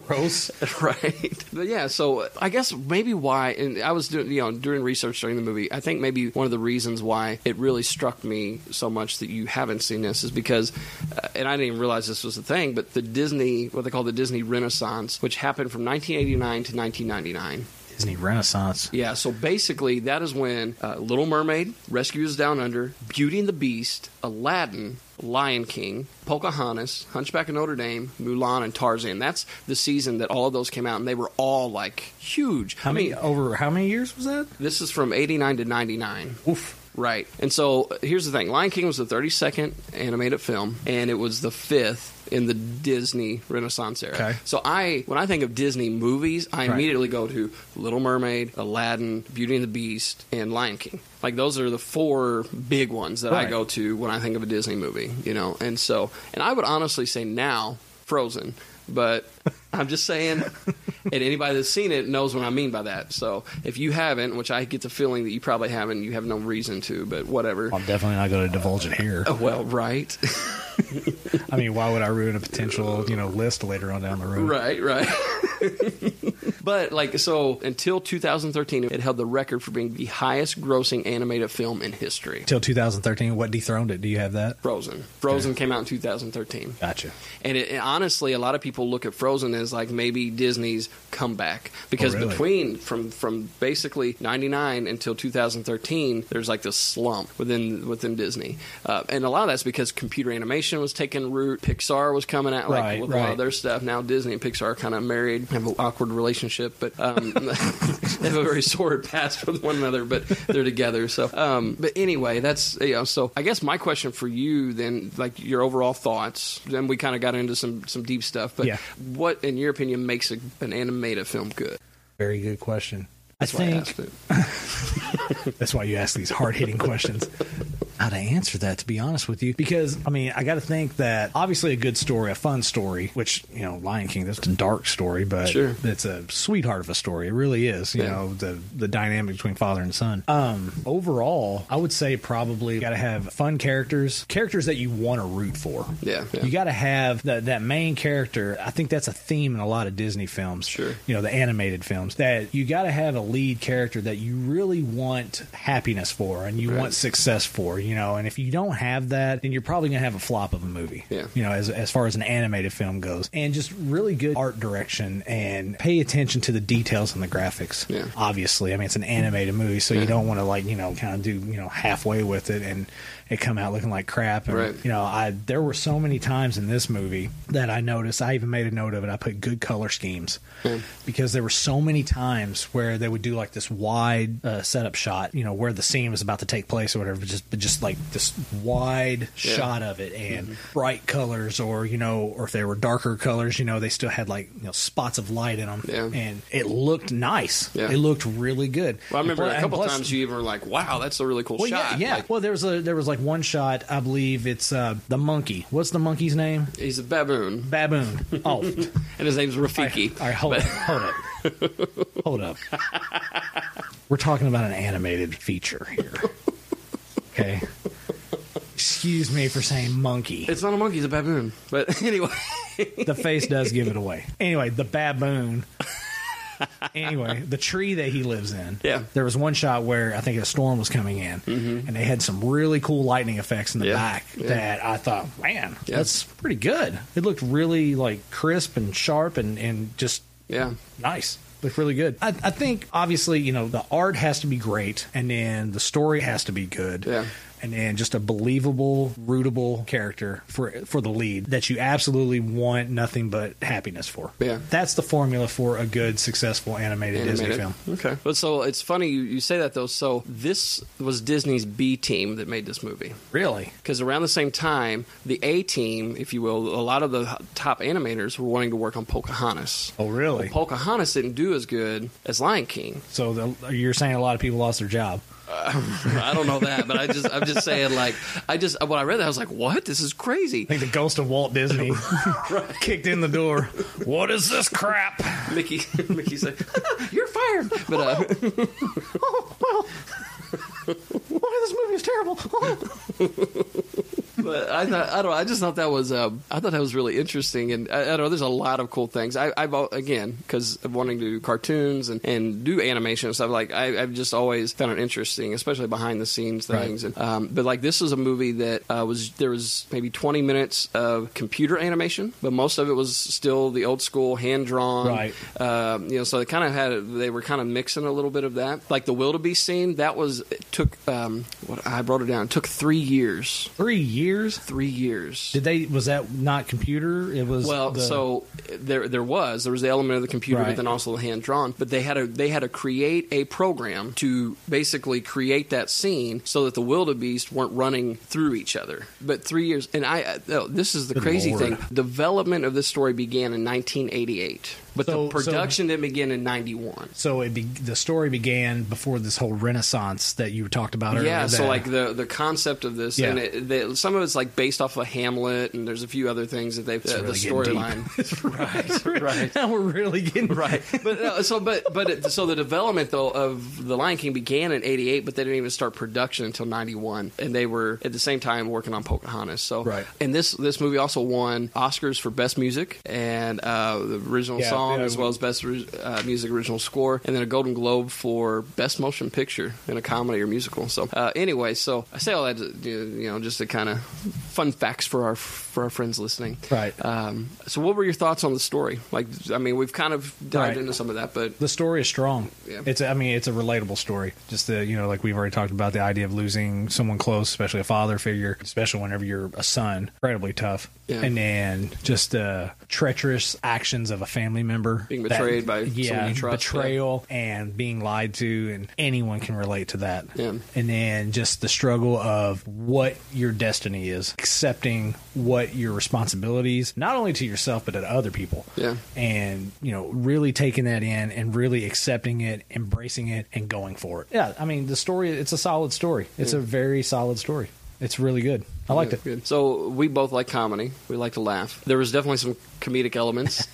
Speaker 4: Gross.
Speaker 2: right? But yeah, so I guess maybe why, and I was doing, you know, doing research during the movie. I think maybe one of the reasons why it really struck me so much that you haven't seen this is because, uh, and I didn't even realize this was a thing, but the Disney, what they call the Disney Renaissance, which happened from 1989 to 1999.
Speaker 4: Disney Renaissance.
Speaker 2: Yeah, so basically that is when uh, Little Mermaid, Rescuers Down Under, Beauty and the Beast, Aladdin, Lion King, Pocahontas, Hunchback of Notre Dame, Mulan, and Tarzan. That's the season that all of those came out, and they were all like huge.
Speaker 4: How
Speaker 2: I
Speaker 4: many
Speaker 2: mean, uh,
Speaker 4: over? How many years was that?
Speaker 2: this is from '89 to '99.
Speaker 4: Oof.
Speaker 2: Right. And so uh, here's the thing Lion King was the 32nd animated film, and it was the fifth in the Disney Renaissance era.
Speaker 4: Okay.
Speaker 2: So I, when I think of Disney movies, I
Speaker 4: Right.
Speaker 2: immediately go to Little Mermaid, Aladdin, Beauty and the Beast, and Lion King. Like those are the four big ones that
Speaker 4: Right.
Speaker 2: I go to when I think of a Disney movie, you know. And so, and I would honestly say now Frozen, but [LAUGHS] I'm just saying, and anybody that's seen it knows what I mean by that. So if you haven't, which I get the feeling that you probably haven't, you have no reason to, but whatever.
Speaker 4: I'm definitely not going to divulge it here.
Speaker 2: Oh, well, right, [LAUGHS]
Speaker 4: I mean, why would I ruin a potential, you know, list later on down the road?
Speaker 2: right, right. [LAUGHS] but like, so until 2013, it held the record for being the highest grossing animated film in history.
Speaker 4: Till 2013, what dethroned it? Do you have that?
Speaker 2: Frozen. Frozen came out in 2013.
Speaker 4: Gotcha.
Speaker 2: And it, and honestly, a lot of people look at Frozen as like maybe Disney's comeback because
Speaker 4: Oh, really?
Speaker 2: between from from basically '99 until 2013, there's like this slump within within Disney, uh, and a lot of that's because computer animation was taking root. Pixar was coming out like
Speaker 4: Right,
Speaker 2: with a lot
Speaker 4: right.
Speaker 2: of their stuff. Now Disney and Pixar are kind of married, have an awkward relationship, but um, [LAUGHS] they have a very sordid past with one another. But they're together. So, um, but anyway, that's you know. So I guess my question for you then, like your overall thoughts. Then we kind of got into some some deep stuff. But
Speaker 4: Yeah.
Speaker 2: what, in your opinion, makes a, an animated film good?
Speaker 4: Very good question.
Speaker 2: That's
Speaker 4: I
Speaker 2: why I
Speaker 4: think
Speaker 2: asked it.
Speaker 4: [LAUGHS] that's why you ask these hard hitting questions. how to answer that to be honest with you because I mean I got to think that obviously a good story, a fun story, which you know Lion King that's a dark story, but
Speaker 2: Sure.
Speaker 4: it's a sweetheart of a story. It really is. You
Speaker 2: Yeah.
Speaker 4: know the the dynamic between father and son. Um, overall, I would say probably got to have fun characters, characters that you want to root for.
Speaker 2: Yeah, yeah.
Speaker 4: You got to have that that main character. I think that's a theme in a lot of Disney films.
Speaker 2: Sure.
Speaker 4: You know, the animated films that you got to have a lead character that you really want happiness for and you
Speaker 2: Right.
Speaker 4: want success for, you know. And if you don't have that, then you're probably going to have a flop of a movie.
Speaker 2: Yeah.
Speaker 4: You know, as as far as an animated film goes. And just really good art direction and pay attention to the details and the graphics.
Speaker 2: Yeah.
Speaker 4: Obviously, I mean it's an animated movie, so you
Speaker 2: Yeah.
Speaker 4: don't want to like, you know, kind of do, you know, halfway with it and it come out looking like crap and
Speaker 2: Right.
Speaker 4: you know, I there were so many times in this movie that I noticed. I even made a note of it. I put good color schemes
Speaker 2: Hmm.
Speaker 4: because there were so many times where they would do like this wide uh, setup shot, you know, where the scene was about to take place or whatever. but Just, but just like this wide
Speaker 2: Yeah. Mm-hmm.
Speaker 4: shot of it and bright colors, or you know, or if they were darker colors, you know, they still had like you know spots of light in them,
Speaker 2: Yeah.
Speaker 4: and it looked nice.
Speaker 2: Yeah.
Speaker 4: It looked really good.
Speaker 2: Well, I remember
Speaker 4: And
Speaker 2: a couple
Speaker 4: plus-
Speaker 2: times you even were like, "Wow, that's a really cool
Speaker 4: well,
Speaker 2: shot."
Speaker 4: Yeah, yeah.
Speaker 2: Like,
Speaker 4: well, there was a there was like one shot. I believe it's uh, the monkey. What's the monkey's name?
Speaker 2: he's a baboon, [LAUGHS]
Speaker 4: Baboon. Oh,
Speaker 2: and his name's Rafiki.
Speaker 4: all right. Hold up. Hold up.
Speaker 2: [LAUGHS]
Speaker 4: Hold up. We're talking about an animated feature here. Okay. Excuse me for saying monkey.
Speaker 2: It's not a monkey; it's a baboon. But [LAUGHS] anyway,
Speaker 4: the face does give it away. Anyway, the baboon. anyway, the tree that he lives in.
Speaker 2: Yeah. Mm-hmm.
Speaker 4: There was one shot where I think a storm was coming in, and they had some really cool lightning effects in the
Speaker 2: Yeah.
Speaker 4: back
Speaker 2: Yeah.
Speaker 4: that I thought, man,
Speaker 2: Yeah.
Speaker 4: that's pretty good. It looked really like crisp and sharp and, and just
Speaker 2: yeah,
Speaker 4: nice. Looked really good. I, I think obviously you know the art has to be great, and then the story has to be good,
Speaker 2: Yeah.
Speaker 4: and then just a believable, rootable character for for the lead that you absolutely want nothing but happiness for.
Speaker 2: Yeah.
Speaker 4: that's the formula for a good, successful animated, Disney film.
Speaker 2: Animated. Okay, but so it's funny you, you say that though. So this was Disney's B team that made this movie.
Speaker 4: Really?
Speaker 2: because around the same time, the A team, if you will, a lot of the top animators were wanting to work on Pocahontas.
Speaker 4: Oh, really?
Speaker 2: Pocahontas didn't do as good as Lion King.
Speaker 4: so the, you're saying a lot of people lost their job?
Speaker 2: I don't know that, but I just I'm just saying like I just when I read that I was like, what? This is crazy.
Speaker 4: I think the ghost of Walt [LAUGHS] Disney kicked in the door. What is this crap?
Speaker 2: Mickey [LAUGHS] Mickey said, you're fired. But uh,
Speaker 4: Oh well. Why this movie is terrible?
Speaker 2: But I thought I don't. know, I just thought that was um, I thought that was really interesting, and I, I don't know. There's a lot of cool things. I, I've al- again because of wanting to do cartoons and, and do animation and stuff. Like I, I've just always found it interesting, especially behind the scenes things. And, um, but like this is a movie that uh, was there was maybe 20 minutes of computer animation, but most of it was still the old school hand drawn.
Speaker 4: Right.
Speaker 2: Um, you know, so they kind of had they were kind of mixing a little bit of that. Like the wildebeest scene, that was it took um, what I brought it down. It took three years
Speaker 4: Three years.
Speaker 2: three years.
Speaker 4: Did they? Was that not computer? It was
Speaker 2: well,
Speaker 4: the-
Speaker 2: so there there was there was the element of the computer,
Speaker 4: Right.
Speaker 2: but then also the hand drawn. But they had to they had to create a program to basically create that scene so that the wildebeest weren't running through each other. But three years, and I uh, oh, this is the
Speaker 4: Good
Speaker 2: crazy thing.
Speaker 4: Lord.
Speaker 2: Development of this story began in 1988, but
Speaker 4: So-
Speaker 2: the production didn't begin in 91.
Speaker 4: so it be, the story began before this whole renaissance that you talked about earlier.
Speaker 2: Yeah, so
Speaker 4: that-
Speaker 2: like the the concept of this,
Speaker 4: Yeah.
Speaker 2: and it, the, some of it's like based off of Hamlet, and there's a few other things that they've uh,
Speaker 4: really
Speaker 2: the
Speaker 4: getting
Speaker 2: storyline, right, right.
Speaker 4: now [LAUGHS] we're really getting
Speaker 2: right but no, so but but it, so the development though of the lion king began in 88 but they didn't even start production until 91 and they were at the same time working on pocahontas so
Speaker 4: Right.
Speaker 2: and this this movie also won oscars for best music and uh, the original
Speaker 4: Yeah,
Speaker 2: song
Speaker 4: yeah,
Speaker 2: as well as best ori- uh, music original score and then a golden globe for best motion picture in a comedy or musical so uh, anyway so i say all that to, you know just to kind of fun facts for our for our friends listening
Speaker 4: Right.
Speaker 2: um, so what were your thoughts on the story like i mean we've kind of dived
Speaker 4: Right.
Speaker 2: into some of that, but
Speaker 4: the story is strong.
Speaker 2: Yeah.
Speaker 4: It's I mean it's a relatable story. Just the you know like we've already talked about the idea of losing someone close, especially a father figure, especially whenever you're a son, incredibly tough.
Speaker 2: Yeah.
Speaker 4: And then just uh, treacherous actions of a family member
Speaker 2: Being betrayed by someone
Speaker 4: yeah
Speaker 2: you trust,
Speaker 4: betrayal and being lied to, and anyone can relate to that.
Speaker 2: Yeah.
Speaker 4: And then just the struggle of what your destiny is, accepting what your responsibilities, not only to yourself but to other people
Speaker 2: Yeah.
Speaker 4: and you know really taking that in and really accepting it embracing it and going for it yeah i mean the story it's a solid story it's a very solid story It's really good. I liked it.
Speaker 2: Good. So we both like comedy. We like to laugh. There was definitely some comedic
Speaker 4: [LAUGHS]
Speaker 2: elements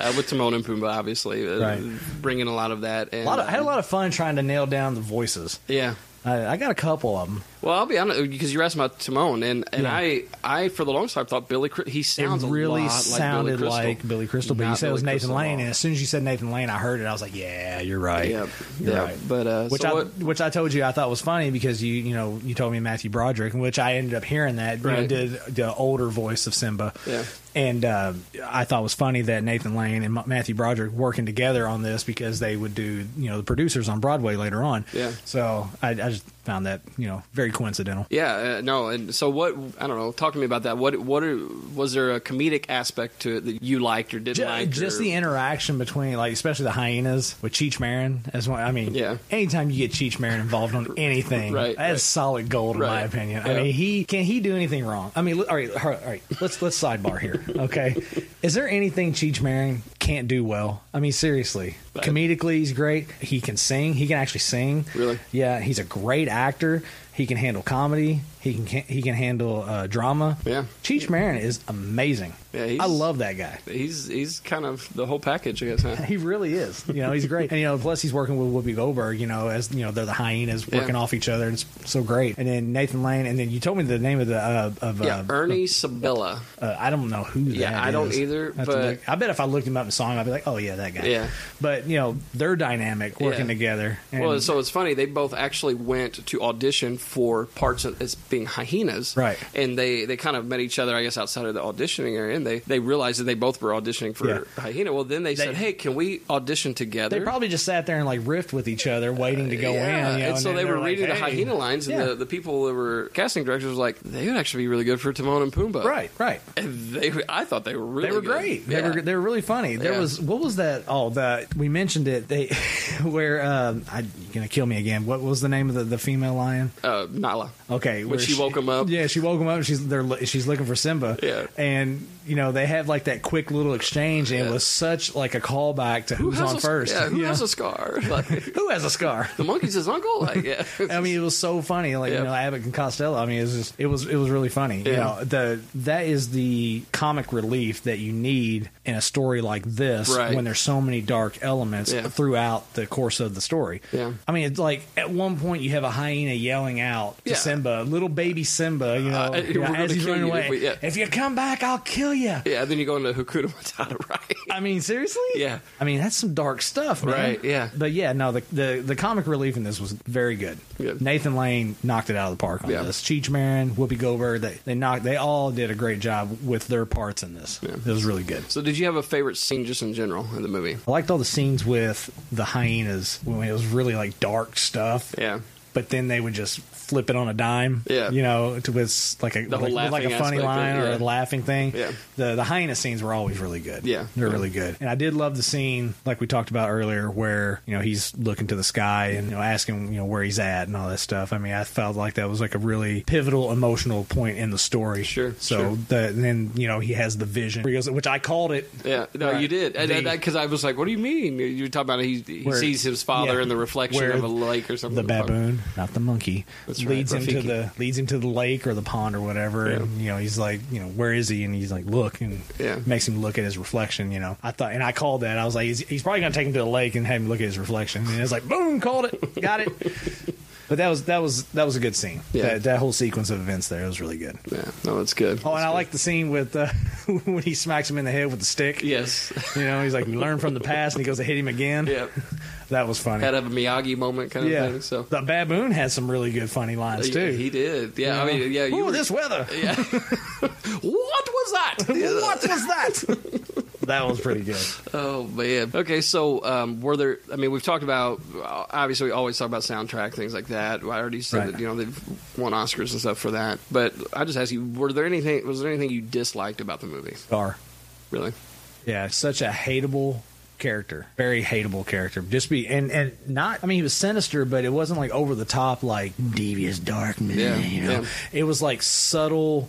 Speaker 2: uh, with Timon and Pumbaa, obviously, uh,
Speaker 4: Right.
Speaker 2: bringing a lot of that. And,
Speaker 4: A lot of, I had a
Speaker 2: uh,
Speaker 4: lot of fun trying to nail down the voices.
Speaker 2: yeah.
Speaker 4: I, I got a couple of them.
Speaker 2: Well, I'll be honest because you were asking about Timon, and, and
Speaker 4: Yeah.
Speaker 2: I, I for the longest time thought Billy Cri- he sounds
Speaker 4: it
Speaker 2: a
Speaker 4: really
Speaker 2: lot
Speaker 4: sounded
Speaker 2: like
Speaker 4: like Billy Crystal, but you
Speaker 2: Not
Speaker 4: said it was
Speaker 2: Billy
Speaker 4: Nathan
Speaker 2: Crystal at
Speaker 4: Lane,
Speaker 2: all.
Speaker 4: and as soon as you said Nathan Lane, I heard it. I was like, "Yeah, you're right."
Speaker 2: Yeah,
Speaker 4: You're
Speaker 2: yeah.
Speaker 4: right.
Speaker 2: But uh,
Speaker 4: which
Speaker 2: so
Speaker 4: I
Speaker 2: what-
Speaker 4: which I told you I thought was funny because you you know you told me Matthew Broderick, which I ended up hearing that you know,
Speaker 2: Right.
Speaker 4: did the older voice of Simba.
Speaker 2: Yeah.
Speaker 4: And uh, I thought it was funny that Nathan Lane and Ma- Matthew Broderick working together on this because they would do you know the producers on Broadway later on.
Speaker 2: Yeah.
Speaker 4: So I, I just found that you know very coincidental.
Speaker 2: Yeah, uh, no, and so what? I don't know. Talk to me about that. What? What are, was there a comedic aspect to it that you liked or didn't
Speaker 4: Ju-
Speaker 2: like?
Speaker 4: just
Speaker 2: or,
Speaker 4: the interaction between, like, especially the hyenas with Cheech Marin as one. I mean,
Speaker 2: Yeah.
Speaker 4: Anytime you get Cheech Marin involved
Speaker 2: [LAUGHS]
Speaker 4: on anything,
Speaker 2: Right,
Speaker 4: that's
Speaker 2: right.
Speaker 4: solid gold in my
Speaker 2: Right.
Speaker 4: opinion.
Speaker 2: Yeah.
Speaker 4: I mean, he can he do anything wrong? I mean, l- all right, all right, all right. Let's let's sidebar here. Okay, [LAUGHS] is there anything Cheech Marin can't do well? I mean, seriously,
Speaker 2: Right.
Speaker 4: comedically he's great. He can sing. He can actually sing.
Speaker 2: Really?
Speaker 4: Yeah, he's a great actor. He can handle comedy. He can he can handle uh, drama.
Speaker 2: Yeah.
Speaker 4: Cheech Marin is amazing.
Speaker 2: Yeah, he's-
Speaker 4: I love that guy.
Speaker 2: He's he's kind of the whole package, I guess.
Speaker 4: [LAUGHS]
Speaker 2: Huh?
Speaker 4: He really is.
Speaker 2: [LAUGHS]
Speaker 4: You know, he's great. and you know, plus he's working with Whoopi Goldberg. You know, as you know, they're the hyenas
Speaker 2: Yeah.
Speaker 4: working off each other. and It's so great. And then Nathan Lane. And then you told me the name of the uh, of
Speaker 2: Yeah,
Speaker 4: uh,
Speaker 2: Ernie Sabella.
Speaker 4: uh, I don't know who.
Speaker 2: Yeah,
Speaker 4: that
Speaker 2: I don't
Speaker 4: is.
Speaker 2: either,
Speaker 4: I have to
Speaker 2: but-
Speaker 4: look- I bet if I looked him up and saw him, I'd be like, oh yeah, that guy.
Speaker 2: Yeah.
Speaker 4: But you know, their dynamic working
Speaker 2: Yeah.
Speaker 4: together. And,
Speaker 2: Well, so it's funny. They both actually went to audition for parts of, as being hyenas,
Speaker 4: Right.
Speaker 2: And they, they kind of met each other, I guess, outside of the auditioning area, and they, they realized that they both were auditioning for
Speaker 4: Yeah.
Speaker 2: hyena. Well, then they,
Speaker 4: They-
Speaker 2: said, "Hey, can we audition together?"
Speaker 4: they probably just sat there and like riffed with each other, waiting to go
Speaker 2: Uh, yeah,
Speaker 4: in. You know,
Speaker 2: and so
Speaker 4: then
Speaker 2: they
Speaker 4: they're
Speaker 2: were
Speaker 4: like,
Speaker 2: reading
Speaker 4: "Hey."
Speaker 2: the hyena lines, and
Speaker 4: Yeah.
Speaker 2: the, the people that were casting directors were like, "They would actually be really good for Timon and Pumbaa."
Speaker 4: Right, right.
Speaker 2: And they, I thought they were really
Speaker 4: they were
Speaker 2: good.
Speaker 4: great.
Speaker 2: Yeah.
Speaker 4: They were they were really funny. There
Speaker 2: Yeah.
Speaker 4: was what was that? Oh, the we mentioned it. They [LAUGHS] where um, I, you're gonna kill me again. What was the name of the, the female lion?
Speaker 2: uh, Nala.
Speaker 4: Okay,
Speaker 2: When
Speaker 4: where
Speaker 2: she woke him up.
Speaker 4: Yeah, she woke him up. And she's they're lo- she's looking for Simba.
Speaker 2: Yeah.
Speaker 4: and you know they have like that quick little exchange, and
Speaker 2: Yeah.
Speaker 4: it was such like a callback to
Speaker 2: Who
Speaker 4: who's
Speaker 2: has
Speaker 4: on
Speaker 2: a,
Speaker 4: first.
Speaker 2: Yeah, who
Speaker 4: [LAUGHS] you
Speaker 2: has
Speaker 4: know?
Speaker 2: a scar? [LAUGHS] Like,
Speaker 4: who has a scar?
Speaker 2: the monkey's his uncle. Like, yeah.
Speaker 4: I mean, it was so funny. Like
Speaker 2: Yeah.
Speaker 4: you know, Abbott and Costello. I mean, it was just, it was it was really funny. You
Speaker 2: Yeah.
Speaker 4: know, the that is the comic relief that you need in a story like this
Speaker 2: Right.
Speaker 4: when there's so many dark elements
Speaker 2: Yeah.
Speaker 4: throughout the course of the story.
Speaker 2: Yeah.
Speaker 4: I mean, it's like at one point you have a hyena yelling out to
Speaker 2: Yeah.
Speaker 4: Simba, little baby Simba. You know,
Speaker 2: Uh,
Speaker 4: you know,
Speaker 2: we're gonna
Speaker 4: as he's
Speaker 2: kill
Speaker 4: running
Speaker 2: you if
Speaker 4: away.
Speaker 2: we- yeah.
Speaker 4: If you come back, I'll kill you.
Speaker 2: [LAUGHS] yeah. Then you go into Hakuna Matata, [LAUGHS] right?
Speaker 4: I mean, seriously?
Speaker 2: Yeah.
Speaker 4: I mean, that's some dark stuff, man.
Speaker 2: Right, yeah.
Speaker 4: But yeah, no, the, the the comic relief in this was very good.
Speaker 2: Good.
Speaker 4: Nathan Lane knocked it out of the park on
Speaker 2: Yeah.
Speaker 4: this. Cheech Marin, Whoopi Goldberg, they they knocked. They all did a great job with their parts in this. It was really good.
Speaker 2: So, did you have a favorite scene just in general in the movie?
Speaker 4: I liked all the scenes with the hyenas when it was really like dark stuff.
Speaker 2: Yeah.
Speaker 4: But then they would just flip it on a dime.
Speaker 2: Yeah.
Speaker 4: You know, to, with like a
Speaker 2: The whole
Speaker 4: with like
Speaker 2: laughing
Speaker 4: a funny
Speaker 2: aspect of it,
Speaker 4: line or
Speaker 2: yeah.
Speaker 4: a laughing thing.
Speaker 2: Yeah.
Speaker 4: The the hyena scenes were always really good.
Speaker 2: Yeah.
Speaker 4: They're
Speaker 2: Yeah.
Speaker 4: really good. And I did love the scene like we talked about earlier where, you know, he's looking to the sky and you know asking, you know, where he's at and all that stuff. I mean, I felt like that was like a really pivotal emotional point in the story.
Speaker 2: Sure,
Speaker 4: So
Speaker 2: sure.
Speaker 4: the then, you know, he has the vision where he goes, which I called it.
Speaker 2: Yeah, no,
Speaker 4: Right.
Speaker 2: you did,
Speaker 4: The-
Speaker 2: because I was like, "What do you mean?" You were talking about he, he
Speaker 4: Where-
Speaker 2: sees his father
Speaker 4: yeah.
Speaker 2: in the reflection
Speaker 4: Where
Speaker 2: of a lake or something.
Speaker 4: the baboon, not the monkey,
Speaker 2: That's right,
Speaker 4: leads him to
Speaker 2: Rafiki.
Speaker 4: the leads him to the lake or the pond or whatever. And you know, he's like, you know, where is he? And he's like, look, and
Speaker 2: Yeah.
Speaker 4: makes him look at his reflection. You know, I thought, and I called that. I was like, he's, he's probably gonna take him to the lake and have him look at his reflection. And it's like, boom, called it,
Speaker 2: [LAUGHS]
Speaker 4: got it. But that was that was that was a good scene.
Speaker 2: Yeah.
Speaker 4: That, that whole sequence of events there was really good.
Speaker 2: Yeah, no, it's good.
Speaker 4: Oh, and I
Speaker 2: It's
Speaker 4: like the scene with uh, [LAUGHS] when he smacks him in the head with the stick.
Speaker 2: good. yes, [LAUGHS]
Speaker 4: You know, he's like, learn from the past, and he goes to hit him again.
Speaker 2: yeah,
Speaker 4: That was funny.
Speaker 2: had a Miyagi moment kind of thing. So
Speaker 4: The baboon had some really good funny lines
Speaker 2: Yeah,
Speaker 4: too.
Speaker 2: he did. Yeah, I
Speaker 4: You know?
Speaker 2: mean, yeah, you
Speaker 4: Ooh,
Speaker 2: were,
Speaker 4: this weather.
Speaker 2: [LAUGHS] Yeah. what was that?
Speaker 4: [LAUGHS] What was that?
Speaker 2: [LAUGHS]
Speaker 4: that was pretty good.
Speaker 2: oh man. Okay, so um, were there? I mean, we've talked about. Obviously, we always talk about soundtrack things like that. I already said
Speaker 4: Right.
Speaker 2: that you know they've won Oscars and stuff for that. But I just asked you, were there anything? Was there anything you disliked about the movie?
Speaker 4: Scar.
Speaker 2: Really?
Speaker 4: Yeah, such a hateable character. Very hateable character. Just be and and not I mean he was sinister, but it wasn't like over the top like devious dark man,
Speaker 2: Yeah,
Speaker 4: you know.
Speaker 2: yeah.
Speaker 4: It was like subtle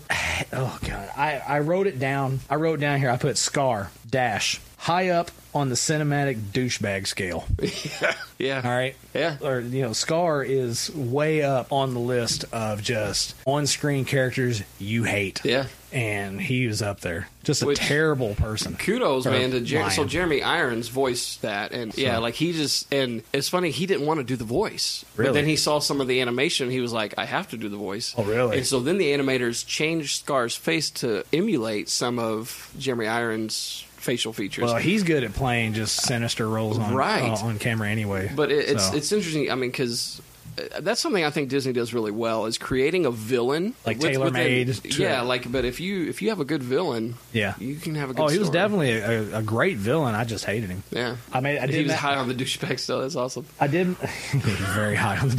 Speaker 4: oh god. I I wrote it down. I wrote down here I put scar dash high up on the cinematic douchebag scale.
Speaker 2: Yeah.
Speaker 4: All right.
Speaker 2: Yeah.
Speaker 4: Or you know, Scar is way up on the list of just on-screen characters you hate.
Speaker 2: Yeah.
Speaker 4: And he was up there. Just a
Speaker 2: Which-
Speaker 4: terrible person.
Speaker 2: Kudos,
Speaker 4: Or
Speaker 2: man, to Jer- so
Speaker 4: lion.
Speaker 2: Jeremy Irons voiced that, and yeah, like he just and it's funny he didn't want to do the voice,
Speaker 4: Really?
Speaker 2: but then he saw some of the animation, he was like, I have to do the voice.
Speaker 4: Oh, really?
Speaker 2: And so then the animators changed Scar's face to emulate some of Jeremy Irons' facial features.
Speaker 4: Well, he's good at playing just sinister roles on
Speaker 2: Right.
Speaker 4: uh, on camera anyway.
Speaker 2: But it, it's
Speaker 4: So,
Speaker 2: it's interesting. I mean, because that's something I think Disney does really well is creating a villain
Speaker 4: Like
Speaker 2: with- within-
Speaker 4: tailor-made to-
Speaker 2: Yeah, like but if you if you have a good villain,
Speaker 4: yeah.
Speaker 2: you can have a good.
Speaker 4: Oh, he was
Speaker 2: story.
Speaker 4: definitely a, a great villain. I just hated him.
Speaker 2: Yeah,
Speaker 4: I mean, I
Speaker 2: he
Speaker 4: did
Speaker 2: was
Speaker 4: not-
Speaker 2: high on the douchebag stuff. That's awesome.
Speaker 4: I did [LAUGHS] very high
Speaker 2: [LAUGHS]
Speaker 4: on the.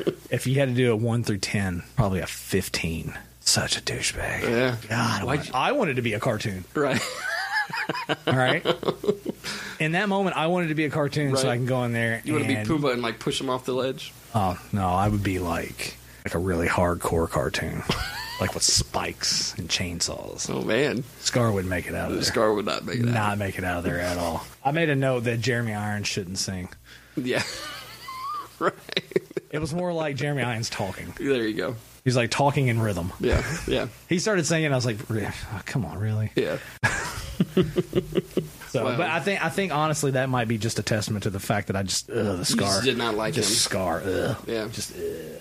Speaker 4: Two. if you had to do a one through ten, probably a fifteen. Such a douchebag.
Speaker 2: Yeah.
Speaker 4: God, I
Speaker 2: Why'd
Speaker 4: wanted, I wanted to be a cartoon.
Speaker 2: Right. [LAUGHS]
Speaker 4: All right. in that moment, I wanted to be a cartoon so
Speaker 2: Right.
Speaker 4: I can go in there.
Speaker 2: You want to be
Speaker 4: and-
Speaker 2: Pumbaa and like push him off the ledge?
Speaker 4: Oh no, I would be like like a really hardcore cartoon,
Speaker 2: [LAUGHS]
Speaker 4: like with spikes and chainsaws.
Speaker 2: Oh man,
Speaker 4: Scar would make it out of there.
Speaker 2: Scar would not make that.
Speaker 4: Not make it out of there at all. I made a note that Jeremy Irons shouldn't sing.
Speaker 2: Yeah. [LAUGHS] right.
Speaker 4: It was more like Jeremy Irons talking.
Speaker 2: There you go.
Speaker 4: He's like talking in rhythm.
Speaker 2: Yeah. Yeah.
Speaker 4: He started singing. I was like, "Re- oh, "Come on, really?"
Speaker 2: Yeah.
Speaker 4: So,
Speaker 2: Wow.
Speaker 4: but I think I think honestly that might be just a testament to the fact that I just ugh, the
Speaker 2: You
Speaker 4: scar
Speaker 2: just did not like
Speaker 4: just
Speaker 2: him.
Speaker 4: scar. Ugh.
Speaker 2: Yeah.
Speaker 4: Just,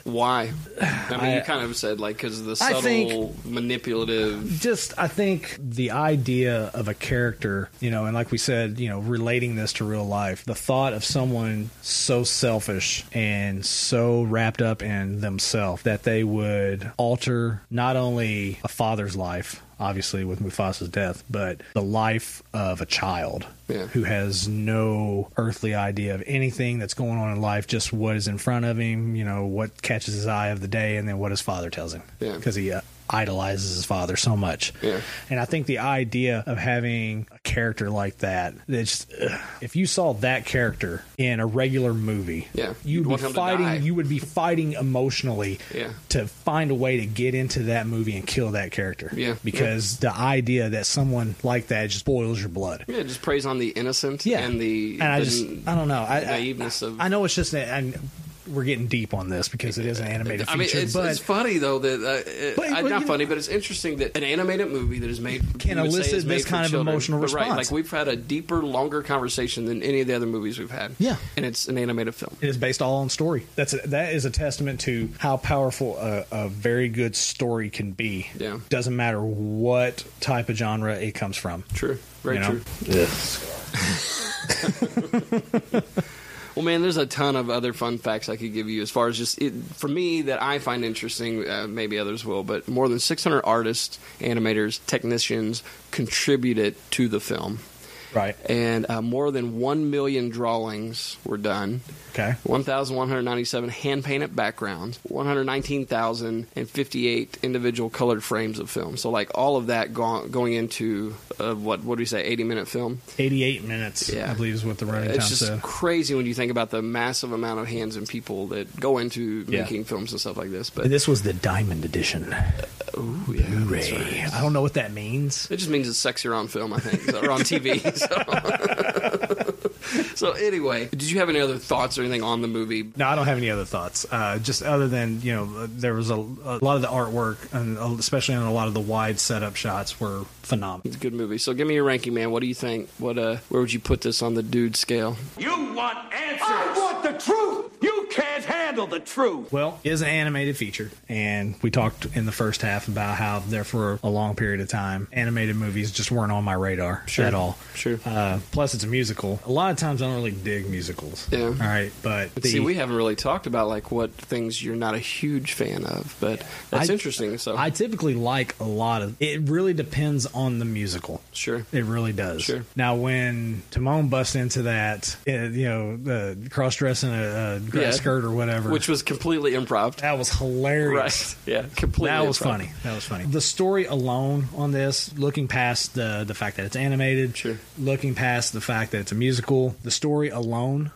Speaker 2: Why? I mean,
Speaker 4: I-
Speaker 2: you kind of said like because of the
Speaker 4: I
Speaker 2: subtle,
Speaker 4: think-
Speaker 2: manipulative.
Speaker 4: just I think the idea of a character, you know, and like we said, you know, relating this to real life, the thought of someone so selfish and so wrapped up in themselves that they would alter not only a father's life, obviously with Mufasa's death, but the life of a child
Speaker 2: Yeah.
Speaker 4: who has no earthly idea of anything that's going on in life, just what is in front of him, you know, what catches his eye of the day, and then what his father tells him.
Speaker 2: Yeah.
Speaker 4: Because he uh, idolizes his father so much.
Speaker 2: Yeah.
Speaker 4: And I think the idea of having a character like that, it's, ugh, if you saw that character in a regular movie,
Speaker 2: Yeah.
Speaker 4: you'd
Speaker 2: You'd
Speaker 4: be
Speaker 2: want him to die.
Speaker 4: fighting. You would be fighting emotionally
Speaker 2: Yeah.
Speaker 4: to find a way to get into that movie and kill that character.
Speaker 2: Yeah.
Speaker 4: Because the idea that someone like that just boils your blood.
Speaker 2: Yeah, just preys on the innocent
Speaker 4: Yeah.
Speaker 2: and the
Speaker 4: And I
Speaker 2: the
Speaker 4: just I don't know. I, I-
Speaker 2: naiveness of.
Speaker 4: I know it's just that and we're getting deep on this because it is an animated
Speaker 2: I
Speaker 4: feature,
Speaker 2: mean, it's,
Speaker 4: but
Speaker 2: it's funny though that uh, it-
Speaker 4: But-
Speaker 2: uh,
Speaker 4: but,
Speaker 2: not
Speaker 4: you
Speaker 2: funny,
Speaker 4: know-
Speaker 2: but it's interesting that an animated movie that is made
Speaker 4: Can
Speaker 2: you would say
Speaker 4: elicit
Speaker 2: is made
Speaker 4: this
Speaker 2: for
Speaker 4: kind of
Speaker 2: children.
Speaker 4: emotional
Speaker 2: But Right,
Speaker 4: response.
Speaker 2: like we've had a deeper, longer conversation than any of the other movies we've had.
Speaker 4: Yeah.
Speaker 2: and it's an animated film.
Speaker 4: it is based all on story. That's a, that is a testament to how powerful a, a very good story can be.
Speaker 2: Yeah.
Speaker 4: doesn't matter what type of genre it comes from.
Speaker 2: True, very
Speaker 4: You know?
Speaker 2: true. Well, man, there's a ton of other fun facts I could give you as far as just it, for me that I find interesting. Uh, maybe others will, but more than 600 artists, animators, technicians contributed to the film,
Speaker 4: Right.
Speaker 2: and uh, more than one million drawings were done.
Speaker 4: Okay.
Speaker 2: 1,197 hand painted backgrounds, 119,058 individual colored frames of film. So, like all of that go- going into uh, what what do we say, 80 minute film?
Speaker 4: Eighty-eight minutes,
Speaker 2: Yeah.
Speaker 4: I believe, is what the running time
Speaker 2: It's just
Speaker 4: said.
Speaker 2: crazy when you think about the massive amount of hands and people that go into
Speaker 4: Yeah.
Speaker 2: making films and stuff like this. But
Speaker 4: This was the diamond edition.
Speaker 2: Uh, Ooh, yeah, that's
Speaker 4: Blu-ray.
Speaker 2: right.
Speaker 4: I don't know what that means.
Speaker 2: It just means it's sexier on film, I think, so- or on TV. So. [LAUGHS] so anyway, did you have any other thoughts or anything on the movie?
Speaker 4: No, I don't have any other thoughts. Uh, just other than you know, there was a, a lot of the artwork, and uh, especially on a lot of the wide setup shots, were phenomenal.
Speaker 2: It's a good movie. So give me your ranking, man. What do you think? What uh, where would you put this on the dude scale?
Speaker 12: You want answers! I want the truth! You can't handle the truth!
Speaker 4: Well, it is an animated feature, and we talked in the first half about how there for a long period of time, animated movies just weren't on my radar at all.
Speaker 2: Sure.
Speaker 4: Uh, plus, it's a musical. A lot of times, I don't really dig musicals.
Speaker 2: Yeah.
Speaker 4: All right, but the,
Speaker 2: See, we haven't really talked about like what things you're not a huge fan of, but that's
Speaker 4: I-
Speaker 2: interesting. So
Speaker 4: I typically like a lot of. It really depends on the musical.
Speaker 2: sure,
Speaker 4: It really does.
Speaker 2: Sure.
Speaker 4: Now, when Timon busts into that, uh, you know, the cross dressing a, a grass
Speaker 2: Yeah.
Speaker 4: skirt or whatever,
Speaker 2: which was completely improv.
Speaker 4: that was hilarious.
Speaker 2: Right? [LAUGHS] Yeah, completely.
Speaker 4: That was
Speaker 2: improv.
Speaker 4: funny. That was funny. The story alone on this, looking past the the fact that it's animated,
Speaker 2: Sure.
Speaker 4: looking past the fact that it's a musical, the story alone,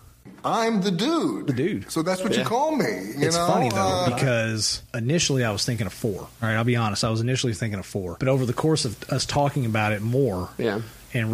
Speaker 13: I'm the dude.
Speaker 4: The dude.
Speaker 13: So that's what
Speaker 2: Yeah.
Speaker 13: you call me. You
Speaker 4: it's
Speaker 13: know?
Speaker 4: funny though
Speaker 13: Uh,
Speaker 4: because initially I was thinking of four. All right, I'll be honest. I was initially thinking of four, but over the course of us talking about it more,
Speaker 2: Yeah.
Speaker 14: and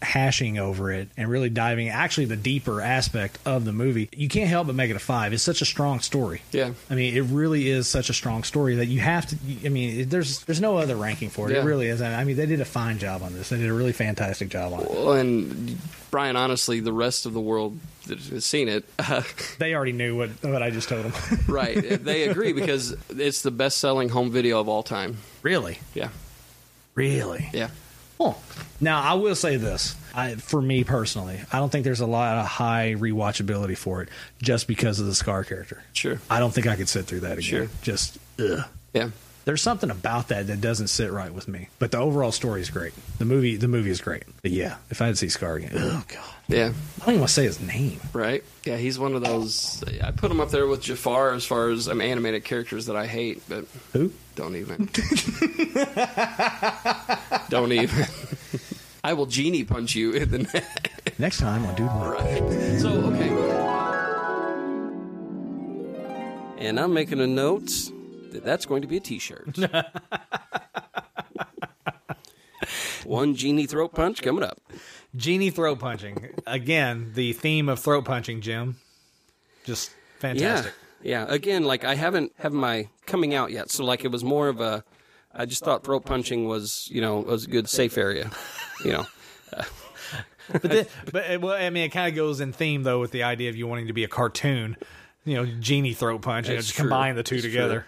Speaker 14: rehashing over it and really diving actually the deeper aspect of the movie, you can't help but make it a five. It's such a strong story.
Speaker 15: Yeah.
Speaker 14: I mean, it really is such a strong story that you have to. I mean, it, there's there's no other ranking for it.
Speaker 15: Yeah.
Speaker 14: It really is. I mean, they did a fine job on this. They did a really fantastic job on it.
Speaker 15: Well, and Brian, honestly, the rest of the world that has seen
Speaker 2: [LAUGHS]
Speaker 15: it, uh,
Speaker 14: They already knew what what I just told them. [LAUGHS]
Speaker 15: right? They agree because it's the best-selling home video of all time.
Speaker 14: Really?
Speaker 15: Yeah.
Speaker 14: Really?
Speaker 15: Yeah.
Speaker 14: Huh. Now I will say this: I, for me personally, I don't think there's a lot of high rewatchability for it, just because of the Scar character.
Speaker 15: Sure.
Speaker 14: I don't think I could sit through that again. Just ugh.
Speaker 15: Yeah.
Speaker 14: There's something about that that doesn't sit right with me. But the overall story is great. The movie, the movie is great. But yeah, if I had to see Scar again, oh god,
Speaker 15: Yeah.
Speaker 14: I don't even want to say his name.
Speaker 15: Right? Yeah, he's one of those. I put him up there with Jafar as far as um, animated characters that I hate, but
Speaker 14: who?
Speaker 15: Don't even. don't even. I will genie punch you in the neck.
Speaker 14: Next time on Dude
Speaker 15: Right. So okay.
Speaker 2: And I'm making a note that that's going to be a T-shirt. One genie throat punch coming up.
Speaker 4: Genie throat punching. Again, the theme of throat punching, Jim. Just fantastic.
Speaker 2: Yeah, yeah. Again, like I haven't have my coming out yet, so like it was more of a. I just thought throat punching was you know was a good safe area, you know. [LAUGHS]
Speaker 4: But the, but uh, well, I mean, it kind of goes in theme though with the idea of you wanting to be a cartoon. You know, genie throat punch. You know,
Speaker 2: That's
Speaker 4: just
Speaker 2: true.
Speaker 4: combine the two
Speaker 2: That's
Speaker 4: together.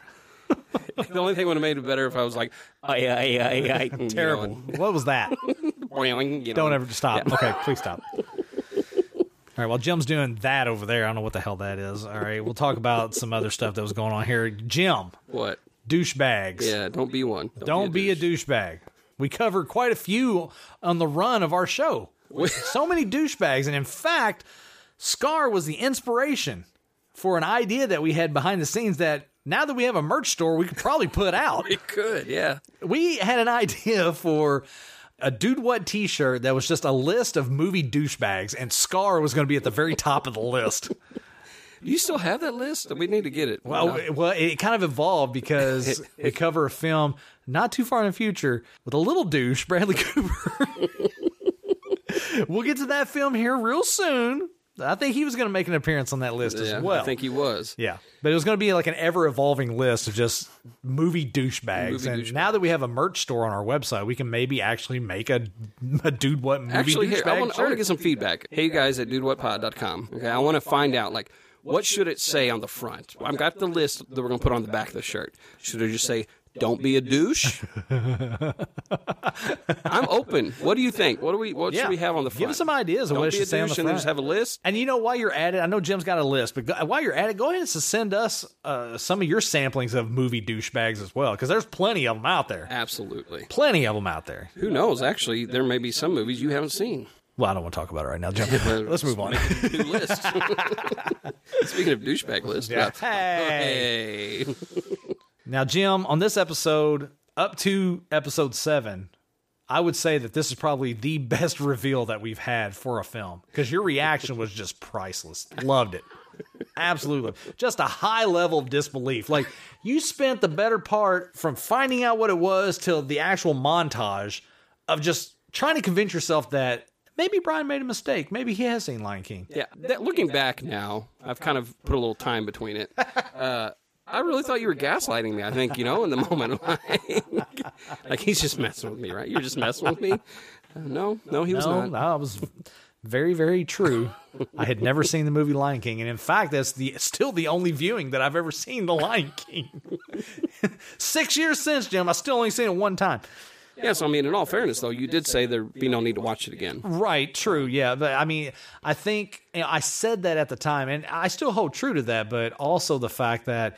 Speaker 2: the only thing would have made it better if I was like, I,
Speaker 4: [LAUGHS]
Speaker 2: I, I, I,
Speaker 4: Terrible. What was that? Don't ever stop. Okay, please stop. Um, [LAUGHS] All right, while Jim's doing that over there, I don't know what the hell that is. All right, we'll talk about some other stuff that was going on here. Jim,
Speaker 2: What?
Speaker 4: douchebags.
Speaker 2: Yeah, don't be one.
Speaker 4: Don't, be, a, douchebag. We covered quite a few on the run of our show. [LAUGHS] so many douchebags. And in fact, Scar was the inspiration for an idea that we had behind the scenes that now that we have a merch store, we could probably put out.
Speaker 2: we could, yeah.
Speaker 4: We had an [LAUGHS] idea for a Dude What t shirt that was just a list of movie douchebags, and Scar was going to be at the very top of
Speaker 2: [LAUGHS]
Speaker 4: the list.
Speaker 2: You still have that list? We need to get it.
Speaker 4: Well,
Speaker 2: No.
Speaker 4: it- well, it kind of
Speaker 2: [LAUGHS]
Speaker 4: evolved because we cover a film not too far in the future with a little douche, Bradley Cooper. [LAUGHS] we'll get to that film here real soon. I think he was going to make an appearance on that list
Speaker 2: Yeah,
Speaker 4: as well.
Speaker 2: I think he was.
Speaker 4: yeah, but it was going to be like an ever evolving list of just movie douchebags.
Speaker 2: Movie
Speaker 4: and now that we have a merch store on our website, we can maybe actually make a, a dude what movie
Speaker 2: Actually, here,
Speaker 4: douchebag
Speaker 2: I want, I want to
Speaker 4: shirt.
Speaker 2: get some feedback. Hey, guys at dudewhatpod.com. Okay, I want to find out, like, what should it say on the front? I've got the list that we're going to put on the back of the shirt. Should it just say, don't be a douche? I'm open. What do you think? What do we? What
Speaker 4: Yeah.
Speaker 2: should we have on the front?
Speaker 4: Give us some ideas of
Speaker 2: Don't
Speaker 4: what it
Speaker 2: be
Speaker 4: should
Speaker 2: a
Speaker 4: say on the
Speaker 2: douche, and then
Speaker 4: front.
Speaker 2: just have a list.
Speaker 4: And you know, while you're at it, I know Jim's got a list, but go, while you're at it, go ahead and send us uh, some of your samplings of movie douchebags as well, because there's plenty of them out there.
Speaker 2: Absolutely.
Speaker 4: Plenty of them out there.
Speaker 2: Who knows? Actually, there may be some movies you haven't seen.
Speaker 4: Well, I don't want to talk about it right now, Jim. [LAUGHS] Let's move on.
Speaker 2: [LAUGHS] New list. Speaking of douchebag list. [LAUGHS]
Speaker 4: Yeah.
Speaker 2: no.
Speaker 4: Hey.
Speaker 2: Hey.
Speaker 4: Now, Jim, on this episode, up to episode seven, I would say that this is probably the [LAUGHS] best reveal that we've had for a film because your reaction was just priceless. Loved it. Absolutely. Just a high level of disbelief. Like, you spent the better part from finding out what it was till the actual montage of just trying to convince yourself that maybe Brian made a mistake. Maybe he has seen Lion King.
Speaker 2: Yeah, that, looking back now, I've kind of put a little time between [LAUGHS] it. Uh, I really thought you were gaslighting me. I think you know in the moment, [LAUGHS] like, like, he's just messing with me, right? You're just messing [LAUGHS] with me. Uh, no, no, he was
Speaker 4: no,
Speaker 2: not.
Speaker 4: no, it was very, very true. I had never seen the movie Lion King, and in fact, that's the still the only viewing that I've ever seen the Lion King. [LAUGHS] Six years since, Jim, I still only seen it one time.
Speaker 2: Yeah, so I mean, in all fairness, though, you did say there'd be no need to watch it again.
Speaker 4: Right, true, yeah, but I mean, I think you know, I said that at the time, and I still hold true to that. But also the fact that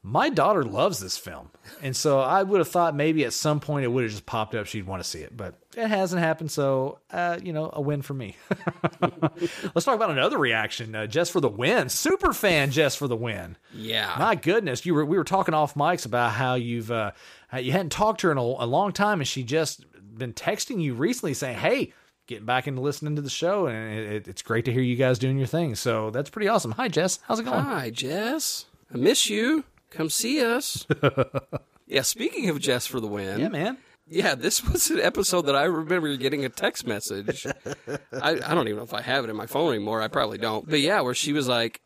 Speaker 4: my daughter loves this film, and so I would have thought maybe at some point it would have just popped up. She'd want to see it, but it hasn't happened. So, uh, you know, a win for me. [LAUGHS] Let's talk about another reaction. Uh, Jess for the win, super fan. Jess for the win.
Speaker 2: Yeah.
Speaker 4: My goodness, you were we were talking off mics about how you've uh, how you hadn't talked to her in a, a long time, and she just been texting you recently saying, "Hey, getting back into listening to the show, and it, it- it's great to hear you guys doing your thing." So that's pretty awesome. Hi, Jess. How's it going?
Speaker 2: Hi, Jess.
Speaker 4: [LAUGHS]
Speaker 2: I miss you. Come see us. yeah. Speaking of Jess for the win,
Speaker 4: Yeah, man.
Speaker 2: Yeah, this was an episode that I remember getting a text message. I, I don't even know if I have it in my phone anymore. I probably don't. But yeah, where she was like,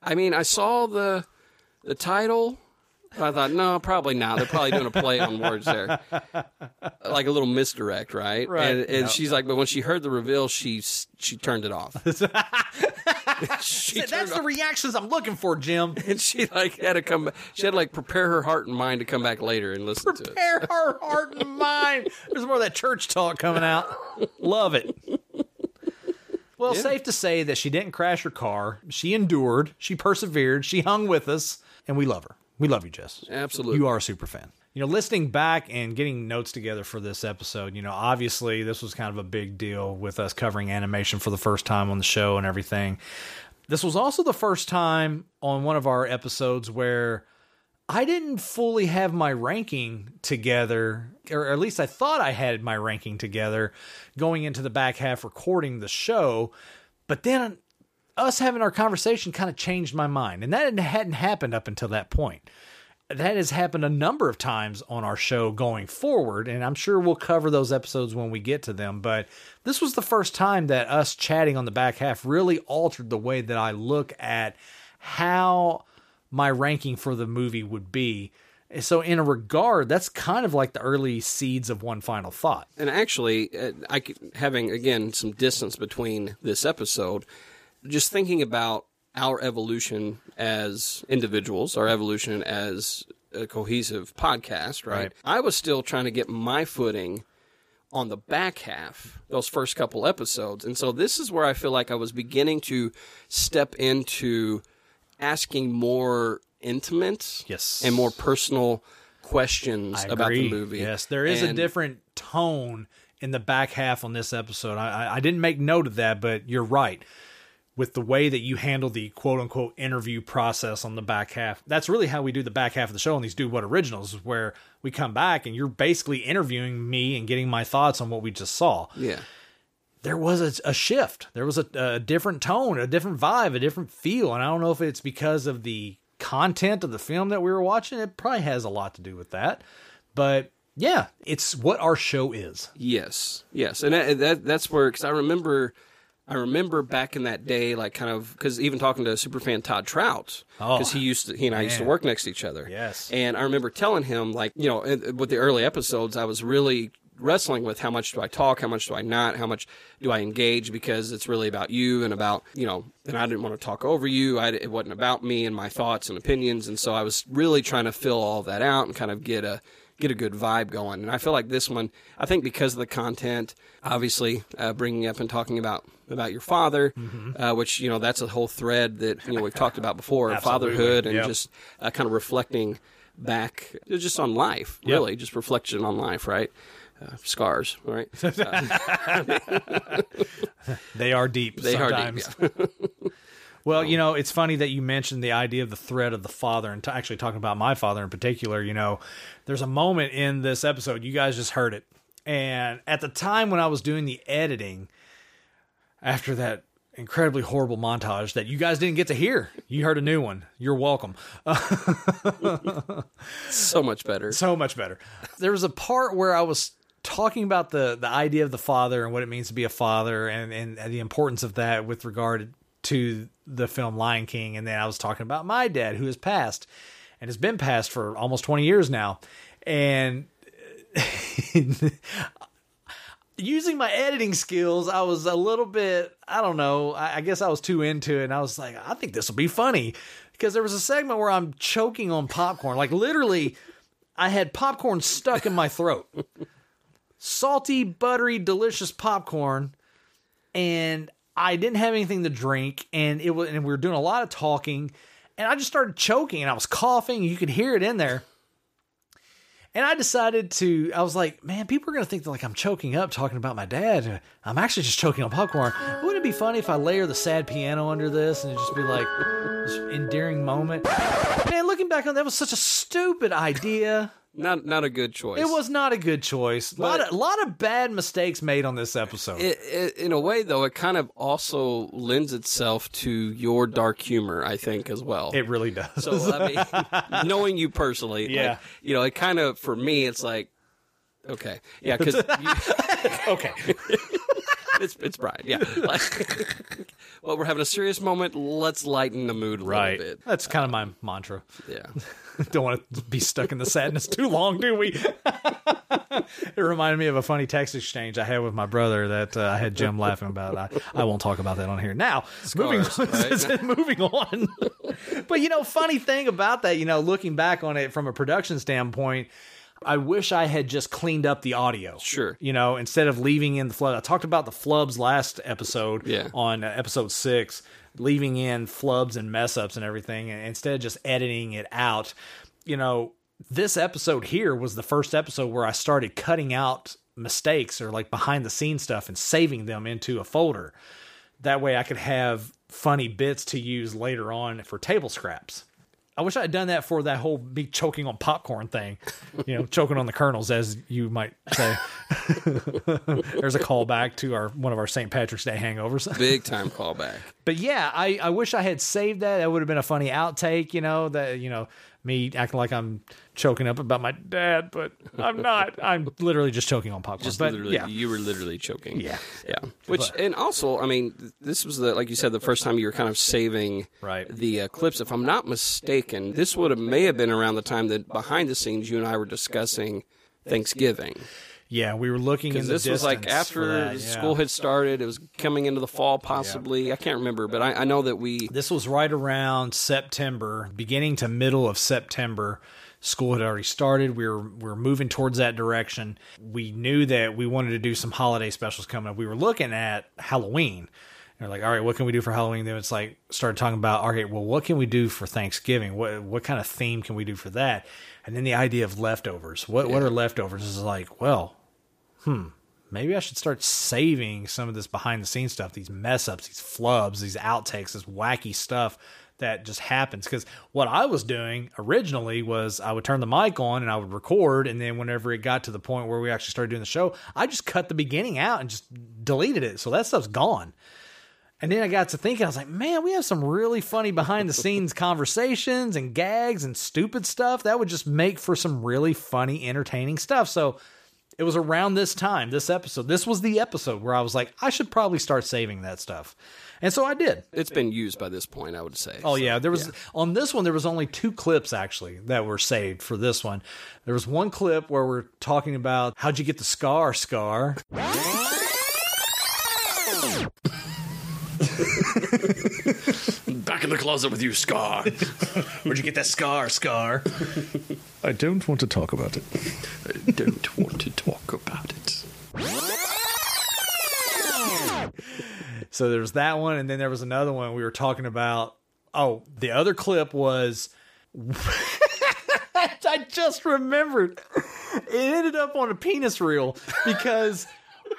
Speaker 2: I mean, I saw the the title. but I thought, no, probably not. They're probably doing a play on words there, like a little misdirect, right?
Speaker 4: Right.
Speaker 2: And, and
Speaker 4: Yep.
Speaker 2: she's like, but when she heard the reveal, she s- she turned it off.
Speaker 4: That's the reactions I'm looking for, Jim. [LAUGHS]
Speaker 2: [LAUGHS] and she like had to come. She had to like prepare her heart and mind to come back later and listen to it.
Speaker 4: Prepare her heart and mind. There's more of that church talk coming out. Love it. Well, safe to say that she didn't crash her car. She endured. She persevered. She hung with us, and we love her. We love you, Jess.
Speaker 2: Absolutely.
Speaker 4: You are a super fan. You know, listening back and getting notes together for this episode, you know, obviously this was kind of a big deal with us covering animation for the first time on the show and everything. This was also the first time on one of our episodes where I didn't fully have my ranking together, or at least I thought I had my ranking together going into the back half recording the show. But then us having our conversation kind of changed my mind. And that hadn't happened up until that point. That has happened a number of times on our show going forward. And I'm sure we'll cover those episodes when we get to them. But this was the first time that us chatting on the back half really altered the way that I look at how my ranking for the movie would be. And so, in a regard, that's kind of like the early seeds of one final thought.
Speaker 2: And actually, uh, I could, having again some distance between this episode, just thinking about our evolution as individuals, our evolution as a cohesive podcast, right?
Speaker 4: Right.
Speaker 2: I was still trying to get my footing on the back half, those first couple episodes. And so this is where I feel like I was beginning to step into asking more intimate
Speaker 4: Yes.
Speaker 2: and more personal questions
Speaker 4: I
Speaker 2: about the
Speaker 4: agree.
Speaker 2: movie.
Speaker 4: Yes, there is a
Speaker 2: And-
Speaker 4: different tone in the back half on this episode. I, I, I didn't make note of that, but you're right. With the way that you handle the quote unquote interview process on the back half, that's really how we do the back half of the show on these Do What Originals, is where we come back and you're basically interviewing me and getting my thoughts on what we just saw.
Speaker 2: Yeah.
Speaker 4: There was a, a shift, there was a, a different tone, a different vibe, a different feel. And I don't know if it's because of the content of the film that we were watching, it probably has a lot to do with that. But yeah, it's what our show is.
Speaker 2: Yes, yes, and that, that that's where because I remember, I remember back in that day, like kind of because even talking to superfan Todd Trout,
Speaker 4: Oh,
Speaker 2: because he used to he and I used to
Speaker 4: man.
Speaker 2: work next to each other.
Speaker 4: Yes.
Speaker 2: and I remember telling him like you know in- with the early episodes, I was really wrestling with how much do I talk, how much do I not, how much do I engage because it's really about you and about you know, and I didn't want to talk over you. I, it wasn't about me and my thoughts and opinions, and so I was really trying to fill all that out and kind of get a get a good vibe going. And I feel like this one, I think because of the content, obviously uh, bringing up and talking about about your father,
Speaker 4: Mm-hmm.
Speaker 2: uh, which you know that's a whole thread that you know we've talked about before,
Speaker 4: Absolutely.
Speaker 2: fatherhood, and
Speaker 4: Yep.
Speaker 2: just uh, kind of reflecting back uh, just on life,
Speaker 4: Yep.
Speaker 2: really, just reflection on life, right? Uh, scars,
Speaker 4: [LAUGHS]
Speaker 2: right? Uh,
Speaker 4: They are deep
Speaker 2: They are deep,
Speaker 4: sometimes. [LAUGHS] well, you know, it's funny that you mentioned the idea of the threat of the father and t- actually talking about my father in particular, you know, there's a moment in this episode, you guys just heard it. And at the time when I was doing the editing after that incredibly horrible montage that you guys didn't get to hear. You heard a new one. You're welcome.
Speaker 2: so much better.
Speaker 4: So much better. [LAUGHS] There was a part where I was talking about the the idea of the father and what it means to be a father and and the importance of that with regard to the film Lion King and then I was talking about my dad who has passed and has been passed for almost 20 years now and [LAUGHS] using my editing skills, I was a little bit, I don't know, I, I guess I was too into it. And I was like, I think this will be funny. Because there was a segment where I'm choking on popcorn. Like, literally, I had popcorn stuck in my throat. Salty, buttery, delicious popcorn. And I didn't have anything to drink. And it was, and we were doing a lot of talking. And I just started choking and I was coughing. You could hear it in there. And I decided to, I was like, man, people are going to think that like I'm choking up talking about my dad. I'm actually just choking on popcorn. Wouldn't it be funny if I layer the sad piano under this and it just be like this endearing moment? Man, looking back on that was such a stupid idea.
Speaker 2: Not not a good choice.
Speaker 4: It was not a good choice. A lot, of, lot of bad mistakes made on this episode.
Speaker 2: It, it, in a way, though, it kind of also lends itself to your dark humor, I think, as well.
Speaker 4: It really does.
Speaker 2: [LAUGHS]
Speaker 4: [LAUGHS]
Speaker 2: So, I mean, knowing you personally, like,
Speaker 4: Yeah.
Speaker 2: you know, it kind of for me, it's like Okay. Yeah,
Speaker 4: [LAUGHS]
Speaker 2: because
Speaker 4: okay,
Speaker 2: it's it's Brian. Yeah. Like, [LAUGHS] well, we're having a serious moment. Let's lighten the mood a
Speaker 4: right.
Speaker 2: little bit.
Speaker 4: That's kind of my mantra. [LAUGHS]
Speaker 2: Yeah.
Speaker 4: Don't want to be stuck in the sadness too long, do we? [LAUGHS] it reminded me of a funny text exchange I had with my brother that uh, I had Jim laughing about. I, I won't talk about that on here now. moving
Speaker 2: Scars,
Speaker 4: on, [LAUGHS] moving on. but you know, funny thing about that, you know, looking back on it from a production standpoint. I wish I had just cleaned up the audio. Sure. You know, instead of leaving in the flub. I talked about the flubs last episode
Speaker 2: Yeah.
Speaker 4: on uh, episode six, leaving in flubs and mess ups and everything, and instead of just editing it out, you know, this episode here was the first episode where I started cutting out mistakes or like behind the scenes stuff and saving them into a folder. That way I could have funny bits to use later on for table scraps. I wish I had done that for that whole big choking on popcorn thing, you know, choking on the kernels, as you might say. [LAUGHS] There's a callback to our one of our St. Patrick's Day hangovers. [LAUGHS]
Speaker 2: Big time callback.
Speaker 4: But yeah, I, I wish I had saved that. That would have been a funny outtake, you know, that, you know, me acting like I'm choking up about my dad, but I'm not. I'm literally just choking on popcorn.
Speaker 2: Just
Speaker 4: but
Speaker 2: literally,
Speaker 4: yeah.
Speaker 2: you were literally choking.
Speaker 4: Yeah.
Speaker 2: yeah. Which and also, I mean, th- this was the like you said the first time you were kind of saving
Speaker 4: Right.
Speaker 2: the uh, clips. If I'm not mistaken, this would have may have been around the time that behind the scenes you and I were discussing Thanksgiving.
Speaker 4: yeah, we were looking in
Speaker 2: because
Speaker 4: the
Speaker 2: this was like
Speaker 4: distance for
Speaker 2: after
Speaker 4: that,
Speaker 2: the
Speaker 4: yeah.
Speaker 2: school had started. It was coming into the fall, possibly. I can't remember, but I, I know that we.
Speaker 4: This was right around September, beginning to middle of September. School had already started. We were we were moving towards that direction. We knew that we wanted to do some holiday specials coming up. We were looking at Halloween. And we're like, all right, what can we do for Halloween? Then it's like started talking about, all right, well, what can we do for Thanksgiving? What what kind of theme can we do for that? And then the idea of leftovers. What what are leftovers? Is like, well, maybe I should start saving some of this behind the scenes stuff, these mess ups, these flubs, these outtakes, this wacky stuff that just happens. Because what I was doing originally was I would turn the mic on and I would record. And then whenever it got to the point where we actually started doing the show, I just cut the beginning out and just deleted it. So that stuff's gone. And then I got to thinking, I was like, man, we have some really funny behind the scenes conversations and gags and stupid stuff. That would just make for some really funny, entertaining stuff. So it was around this time, this episode. This was the episode where I was like, I should probably start saving that stuff. And so I did.
Speaker 2: It's been used by this point, I would say.
Speaker 4: Oh yeah, there was on this one there was only two clips actually that were saved for this one. There was one clip where we're talking about how'd you get the scar, scar.
Speaker 16: Back in the closet with you, Scar.
Speaker 4: Where'd you get that scar, scar?
Speaker 17: I don't want to talk about it.
Speaker 16: I don't want to talk about it.
Speaker 4: So there was that one, and then there was another one we were talking about. Oh, the other clip was. [LAUGHS] I just remembered. It ended up on a penis reel because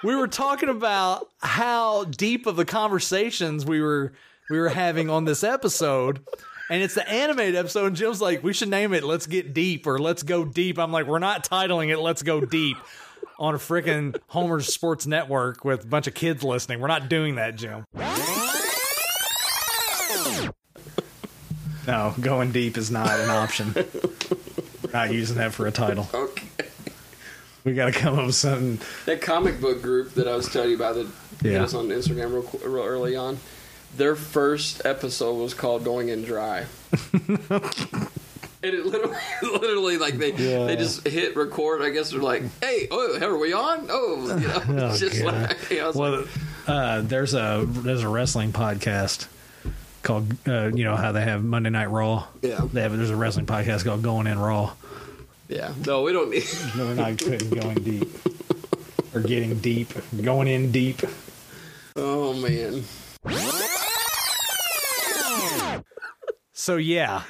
Speaker 4: we were talking about how deep of the conversations we were we were having on this episode. And it's the animated episode, and Jim's like, we should name it Let's Get Deep or Let's Go Deep. I'm like, we're not titling it Let's Go Deep [LAUGHS] on a freaking Homer Sports Network with a bunch of kids listening. We're not doing that, Jim.
Speaker 18: No, going deep is not an option. not using that for a title.
Speaker 2: Okay.
Speaker 18: We got to come up with something.
Speaker 2: That comic book group that I was telling you about that
Speaker 18: Yeah.
Speaker 2: hit us on Instagram real, qu- real early on, their first episode was called "Going in [LAUGHS] Dry." And it literally, [LAUGHS] literally, like they,
Speaker 16: Yeah.
Speaker 2: they just hit record. I guess they're like, "Hey, oh, are we on? Oh, you [LAUGHS] know,
Speaker 18: Oh,
Speaker 2: just
Speaker 18: God.
Speaker 2: like, I was
Speaker 18: well,
Speaker 2: like,
Speaker 18: uh, there's a there's a wrestling podcast called uh, you know how they have Monday Night Raw.
Speaker 2: Yeah.
Speaker 18: they have there's a wrestling podcast called Going in Raw.
Speaker 2: yeah, no, we don't need. [LAUGHS]
Speaker 18: No, we're not putting going deep or getting deep, going in deep.
Speaker 2: Oh man,
Speaker 4: So yeah,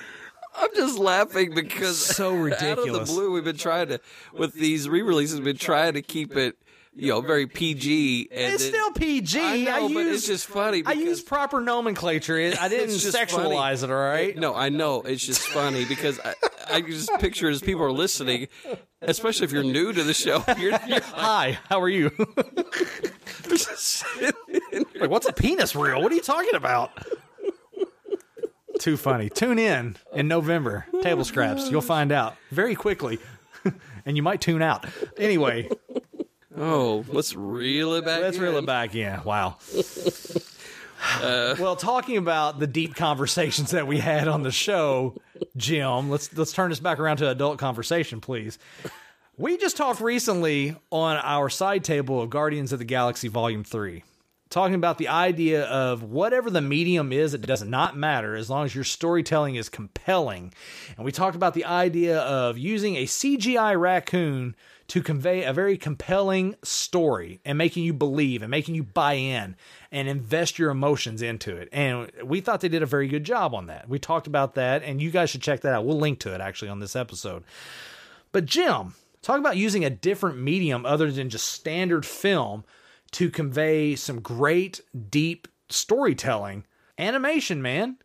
Speaker 2: I'm just laughing because [LAUGHS]
Speaker 4: So
Speaker 2: Out of
Speaker 4: ridiculous.
Speaker 2: the blue, we've been trying to with these re-releases, we've been trying to keep it, you know, very PG. And
Speaker 4: it's
Speaker 2: it-
Speaker 4: still PG.
Speaker 2: I know,
Speaker 4: use,
Speaker 2: but it's just funny.
Speaker 4: I
Speaker 2: Because,
Speaker 4: use proper nomenclature. It- I didn't
Speaker 2: [LAUGHS] It's just
Speaker 4: sexualize
Speaker 2: funny.
Speaker 4: it. All right.
Speaker 2: No, I know it's just funny because I, I can just picture as people are listening, especially if you're new to the show. [LAUGHS] You're,
Speaker 4: [LAUGHS]
Speaker 2: you're
Speaker 4: Hi, how are you? [LAUGHS]
Speaker 2: just
Speaker 4: like, what's a penis reel? What are you talking about? Too funny. Tune in in November. Table scraps. You'll find out very quickly. [LAUGHS] and you might tune out. Anyway,
Speaker 2: oh, let's reel it back.
Speaker 4: Let's reel it back. Yeah. Wow. well, talking about the deep conversations that we had on the show, Jim, let's let's turn this back around to adult conversation, please. We just talked recently on our side table of Guardians of the Galaxy Volume 3, talking about the idea of whatever the medium is, it does not matter as long as your storytelling is compelling. And we talked about the idea of using a CGI raccoon to convey a very compelling story and making you believe and making you buy in and invest your emotions into it. And we thought they did a very good job on that. We talked about that, and you guys should check that out. We'll link to it actually on this episode. But Jim, talk about using a different medium other than just standard film to convey some great, deep storytelling. Animation, man.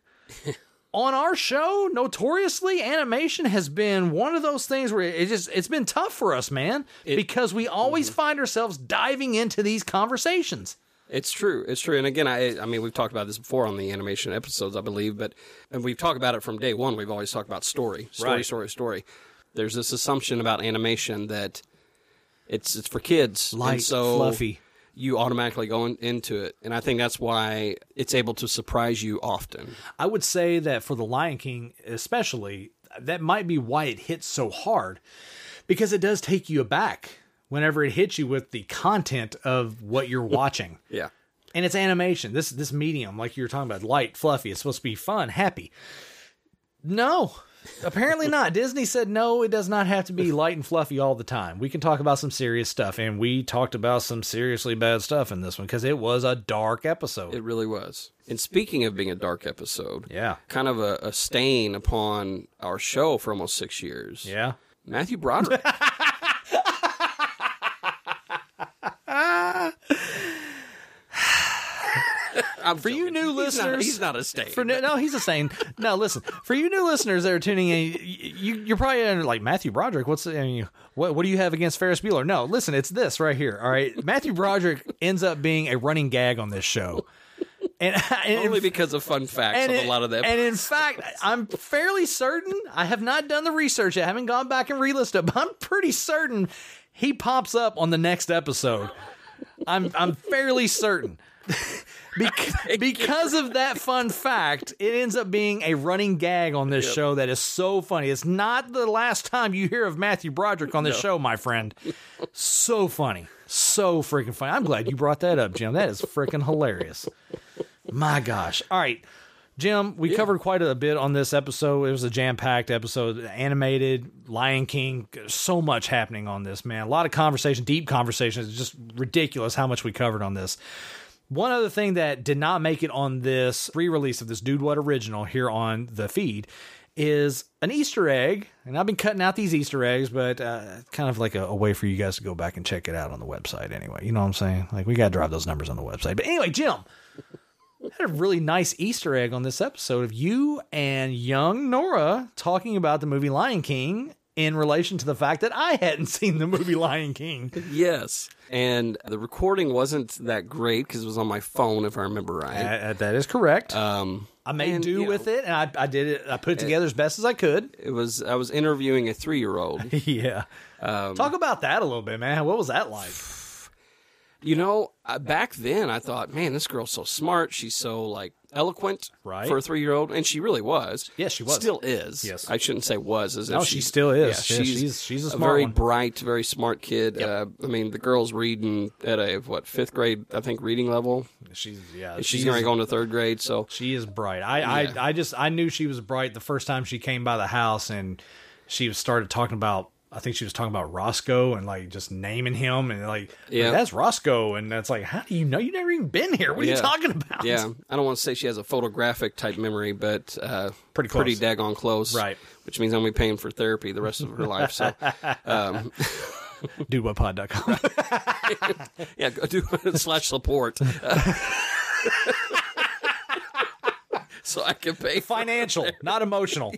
Speaker 4: On our show, notoriously, animation has been one of those things where it just it's been tough for us, man, because we always find ourselves diving into these conversations.
Speaker 2: It's true. It's true. And again, I I mean, we've talked about this before on the animation episodes, I believe, but and we've talked about it from day one. We've always talked about story, story,
Speaker 4: Right.
Speaker 2: story, story. There's this assumption about animation that it's it's for kids,
Speaker 4: Light,
Speaker 2: and so
Speaker 4: fluffy.
Speaker 2: You automatically go in, into it, and I think that's why it's able to surprise you often.
Speaker 4: I would say that for The Lion King, especially, that might be why it hits so hard because it does take you aback whenever it hits you with the content of what you're watching.
Speaker 2: Yeah.
Speaker 4: And it's animation. This this medium, like you were talking about, light, fluffy, it's supposed to be fun, happy. No. Apparently not. Disney said no, it does not have to
Speaker 2: [LAUGHS]
Speaker 4: be light and fluffy all the time. We can talk about some serious stuff and we talked about some seriously bad stuff in this one cuz it was a dark episode.
Speaker 2: It really was. And speaking of being a dark episode,
Speaker 4: yeah,
Speaker 2: kind of a, a stain upon our show for almost six years.
Speaker 4: Yeah,
Speaker 2: Matthew Broderick.
Speaker 4: [LAUGHS]
Speaker 2: [SIGHS]
Speaker 4: for you new
Speaker 2: He's
Speaker 4: listeners,
Speaker 2: not- he's not a stain.
Speaker 4: For, no, no, he's a stain. no, listen, for you new listeners that are tuning in, y- you, you're probably under, like Matthew Broderick. What's the- I mean, what? What do you have against Ferris Bueller? No, listen, it's this right here. All right, Matthew Broderick ends up being a running gag on this show. And, [LAUGHS] and
Speaker 2: Only because of fun facts
Speaker 4: and
Speaker 2: of
Speaker 4: it-
Speaker 2: a lot of them.
Speaker 4: And in fact, I'm fairly certain. I have not done the research. I haven't gone back and re-listened it, but I'm pretty certain he pops up on the next episode. I'm I'm fairly certain.
Speaker 2: [LAUGHS]
Speaker 4: Bec- because of that fun fact, it ends up being a running gag on this show that is so funny. It's not the last time you hear of Matthew Broderick on this
Speaker 2: No.
Speaker 4: show, my friend. So funny. So freaking funny. I'm glad you brought that up, Jim. That is freaking hilarious. My gosh. All right. Jim, we covered quite a bit on this episode. It was a jam packed episode, animated, Lion King, so much happening on this, man. A lot of conversation, deep conversations. It's just ridiculous how much we covered on this. One other thing that did not make it on this re release of this Dude What original here on the feed is an Easter egg. And I've been cutting out these Easter eggs, but uh, kind of like a, a way for you guys to go back and check it out on the website anyway. You know what I'm saying? Like, we got to drop those numbers on the website. But anyway, Jim had a really nice Easter egg on this episode of you and young Nora talking about the movie Lion King in relation to the fact that I hadn't [LAUGHS] seen the movie Lion King.
Speaker 2: [LAUGHS] yes. And the recording wasn't that great because it was on my phone, if I remember right.
Speaker 4: Uh, that is correct.
Speaker 2: Um,
Speaker 4: I made
Speaker 2: And,
Speaker 4: do
Speaker 2: you
Speaker 4: with it, and I, I did it. I put it together as best as I could.
Speaker 2: [LAUGHS] it was I was interviewing a three year old.
Speaker 4: yeah.
Speaker 2: Um,
Speaker 4: Talk about that a little bit, man. What was that like?
Speaker 2: You know, I, back then I thought, man, this girl's so smart. She's so like eloquent
Speaker 4: Right.
Speaker 2: for a three year old, and she really was. Yes, she
Speaker 4: was.
Speaker 2: Still is.
Speaker 4: Yes.
Speaker 2: I shouldn't say was. As
Speaker 4: No,
Speaker 2: if
Speaker 4: she still is.
Speaker 2: Yeah,
Speaker 4: Yeah,
Speaker 2: she's
Speaker 4: she's- she's a smart
Speaker 2: very
Speaker 4: one.
Speaker 2: bright, very smart kid. Uh, I mean, the girl's reading at a what fifth grade, I think, reading level.
Speaker 4: She's yeah.
Speaker 2: she's,
Speaker 4: she's-
Speaker 2: going to go into third grade. So
Speaker 4: she is bright. I, I, I just I knew she was bright the first time she came by the house and she was started talking about I think she was talking about Roscoe and like just naming him and like
Speaker 2: Yeah.
Speaker 4: that's Roscoe and that's like how do you know you never even been here? What are you talking about? [LAUGHS]
Speaker 2: Yeah, I don't want to say she has a photographic type memory, but uh,
Speaker 4: Pretty
Speaker 2: pretty
Speaker 4: close.
Speaker 2: daggone close.
Speaker 4: Right.
Speaker 2: Which means I'm gonna be paying for therapy the rest of her life.
Speaker 4: [LAUGHS]
Speaker 2: So, um,
Speaker 4: dudewhatpod.com.
Speaker 2: yeah, go do [LAUGHS] slash support. [LAUGHS] so I can pay
Speaker 4: financial,
Speaker 2: [LAUGHS]
Speaker 4: not emotional.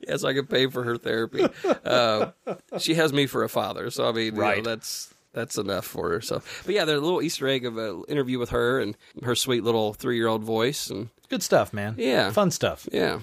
Speaker 2: Yes, I can pay for her therapy. Uh, she has me for a father, so I mean, you know,
Speaker 4: Right.
Speaker 2: that's that's enough for her. So, but yeah, there's a little Easter egg of an interview with her and her sweet little three year old voice and
Speaker 4: Good stuff, man.
Speaker 2: Yeah.
Speaker 4: Fun stuff.
Speaker 2: Yeah.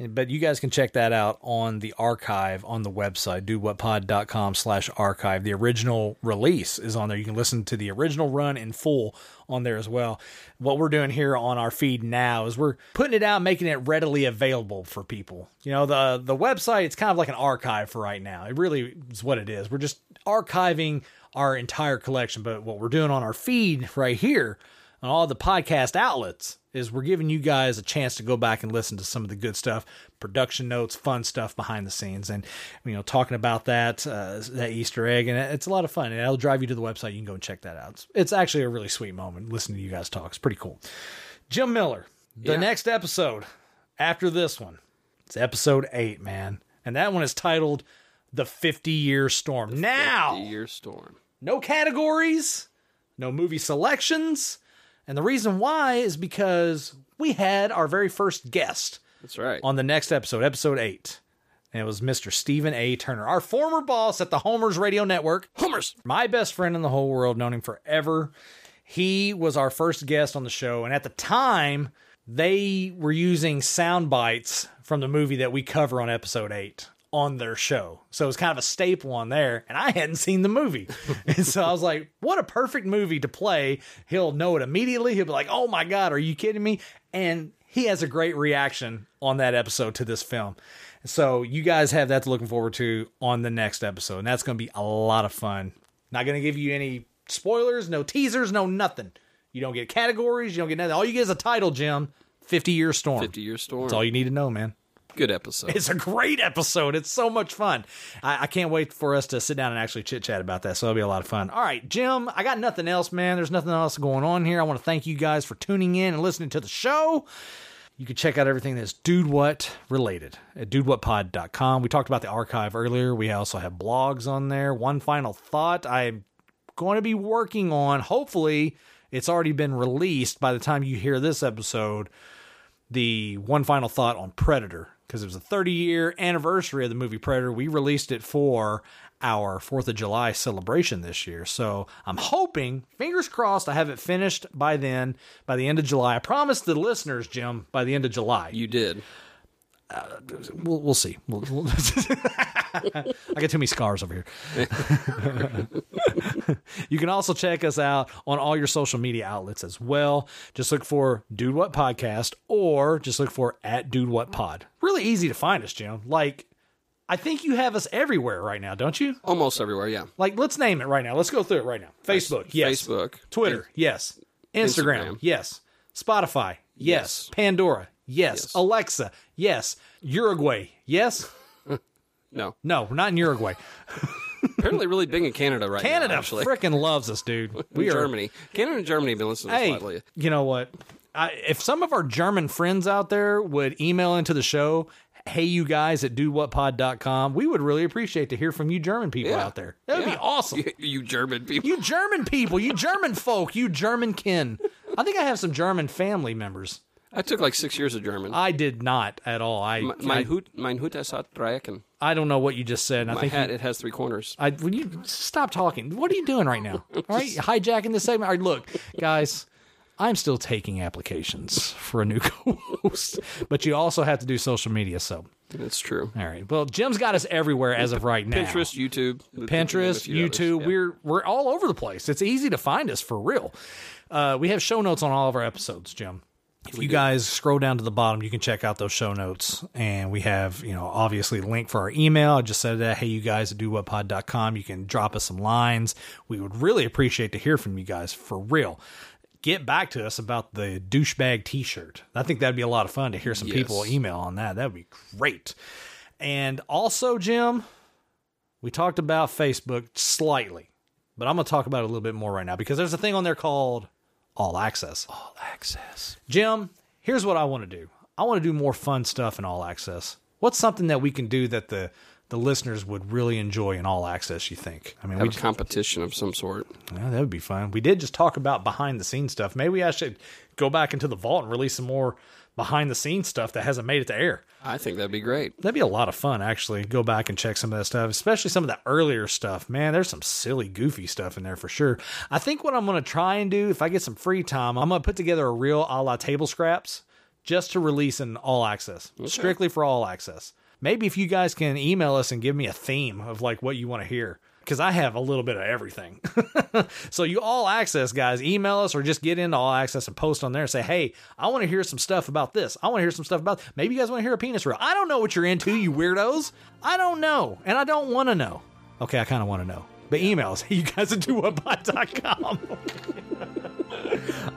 Speaker 4: But you guys can check that out on the archive on the website, dowhatpod.com slash archive. The original release is on there. You can listen to the original run in full on there as well. What we're doing here on our feed now is we're putting it out, making it readily available for people. You know, the the website, it's kind of like an archive for right now. It really is what it is. We're just archiving our entire collection. But what we're doing on our feed right here on all the podcast outlets is we're giving you guys a chance to go back and listen to some of the good stuff, production notes, fun stuff behind the scenes, and you know talking about that uh, that Easter egg, and it's a lot of fun. And it'll drive you to the website. You can go and check that out. It's, it's actually a really sweet moment listening to you guys talk. It's pretty cool. Jim Miller, the
Speaker 2: Yeah.
Speaker 4: next episode after this one, it's episode eight, man, and that one is titled "The Fifty Year Storm." now,
Speaker 2: year storm.
Speaker 4: no categories, no movie selections. And the reason why is because we had our very first guest
Speaker 2: That's right.
Speaker 4: on the next episode, episode eight. And it was Mr. Stephen A. Turner, our former boss at the Homers Radio Network. Homers! My best friend in the whole world, known him forever. He was our first guest on the show. And at the time, they were using sound bites from the movie that we cover on episode eight on their show. So it was kind of a staple on there. And I hadn't seen the movie. [LAUGHS] and so I was like, what a perfect movie to play. He'll know it immediately. He'll be like, oh my God, are you kidding me? And he has a great reaction on that episode to this film. So you guys have that to looking forward to on the next episode. And that's going to be a lot of fun. Not going to give you any spoilers, no teasers, no nothing. You don't get categories. You don't get nothing. All you get is a title, Jim. 50 Year Storm.
Speaker 2: 50 year storm.
Speaker 4: That's all you need to know, man.
Speaker 2: Good episode.
Speaker 4: It's a great episode. It's so much fun. I, I can't wait for us to sit down and actually chit chat about that. So it'll be a lot of fun. All right, Jim, I got nothing else, man. There's nothing else going on here. I want to thank you guys for tuning in and listening to the show. You can check out everything that's Dude What related at dudewhatpod.com. We talked about the archive earlier. We also have blogs on there. One final thought I'm going to be working on, hopefully, it's already been released by the time you hear this episode the one final thought on Predator because it was the 30 year anniversary of the movie Predator. We released it for our 4th of July celebration this year. So I'm hoping, fingers crossed, I have it finished by then, by the end of July. I promised the listeners, Jim, by the end of July.
Speaker 2: You did.
Speaker 4: We'll, we'll see. We'll, we'll- [LAUGHS] I got too many scars over here. [LAUGHS] you can also check us out on all your social media outlets as well. Just look for Dude What Podcast or just look for at Dude What Pod. Really easy to find us, Jim. Like, I think you have us everywhere right now, don't you?
Speaker 2: Almost everywhere, yeah.
Speaker 4: Like, let's name it right now. Let's go through it right now. Facebook, yes.
Speaker 2: Facebook.
Speaker 4: Twitter, yes. Instagram,
Speaker 2: Instagram.
Speaker 4: yes. Spotify, yes. Pandora, yes. Alexa, yes. Uruguay, yes.
Speaker 2: No.
Speaker 4: No, we're not in Uruguay.
Speaker 2: Apparently, really big in Canada right
Speaker 4: Canada
Speaker 2: now. actually.
Speaker 4: freaking loves us, dude. We are
Speaker 2: Germany. Canada and Germany have been listening
Speaker 4: Hey,
Speaker 2: slightly. [LAUGHS]
Speaker 4: you know what? I, if some of our German friends out there would email into the show, hey, you guys at dowhatpod.com, we would really appreciate to hear from you German people out there. That would be awesome.
Speaker 2: [LAUGHS] You, you German people.
Speaker 4: You German people, you German folk, you German kin. I think I have some German family members.
Speaker 2: I took like six years of German.
Speaker 4: I did not at all. I
Speaker 2: M-
Speaker 4: I,
Speaker 2: mein, Hut, mein Hut, es hat drei Ecken.
Speaker 4: I don't know what you just said. and I
Speaker 2: My
Speaker 4: think
Speaker 2: hat,
Speaker 4: you,
Speaker 2: it has three corners.
Speaker 4: I will you stop talking. What are you doing right now? All right, hijacking this segment. All right, look, guys, I'm still taking applications for a new [LAUGHS] co-host, but you also have to do social media. So,
Speaker 2: That's true.
Speaker 4: all right, well, Jim's got us everywhere as of right now.
Speaker 2: Pinterest, YouTube. the-
Speaker 4: Pinterest,
Speaker 2: the- the- the-
Speaker 4: YouTube. We're we're all over the place. It's easy to find us for real. Uh, we have show notes on all of our episodes, Jim. If you guys scroll down to the bottom, you can check out those show notes. And we have, you know, obviously a link for our email. I just said that, hey, you guys at dowhatpod.com. You can drop us some lines. We would really appreciate to hear from you guys for real. Get back to us about the douchebag t shirt. I think that'd be a lot of fun to hear some people email on that. That'd be great. And also, Jim, we talked about Facebook slightly, but I'm going to talk about it a little bit more right now because there's a thing on there called All Access. All Access. Jim, here's what I want to do. I want to do more fun stuff in All Access. What's something that we can do that the the listeners would really enjoy in All Access, you think? I mean,
Speaker 2: Have
Speaker 4: we
Speaker 2: a competition of some sort.
Speaker 4: yeah, that would be fun. We did just talk about behind the scenes stuff. Maybe I should go back into the vault and release some more behind the scenes stuff that hasn't made it to air.
Speaker 2: I think that'd be great.
Speaker 4: That'd be a lot of fun, actually. Go back and check some of that stuff, especially some of the earlier stuff. Man, there's some silly, goofy stuff in there for sure. I think what I'm going to try and do, if I get some free time, I'm going to put together a reel a la table scraps just to release in all access, strictly for all access. Maybe if you guys can email us and give me a theme of like what you want to hear, because I have a little bit of everything. [LAUGHS] so you all access guys, email us or just get into all access and post on there and say, hey, I want to hear some stuff about this. I want to hear some stuff about. Maybe you guys want to hear a penis reel. I don't know what you're into, you weirdos. I don't know, and I don't want to know. Okay, I kind of want to know. But email us, [LAUGHS] you guys at dowhatbot.com. [LAUGHS]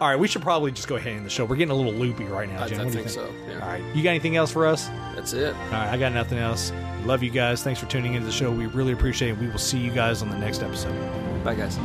Speaker 4: All right, we should probably just go ahead and end the show. We're getting a little loopy right now,
Speaker 2: I,
Speaker 4: Jim.
Speaker 2: I
Speaker 4: What do you
Speaker 2: think so. Yeah.
Speaker 4: All right, you got anything else for us?
Speaker 2: That's it.
Speaker 4: All right, I got nothing else. Love you guys. Thanks for tuning into the show. We really appreciate it. We will see you guys on the next episode.
Speaker 2: Bye, guys.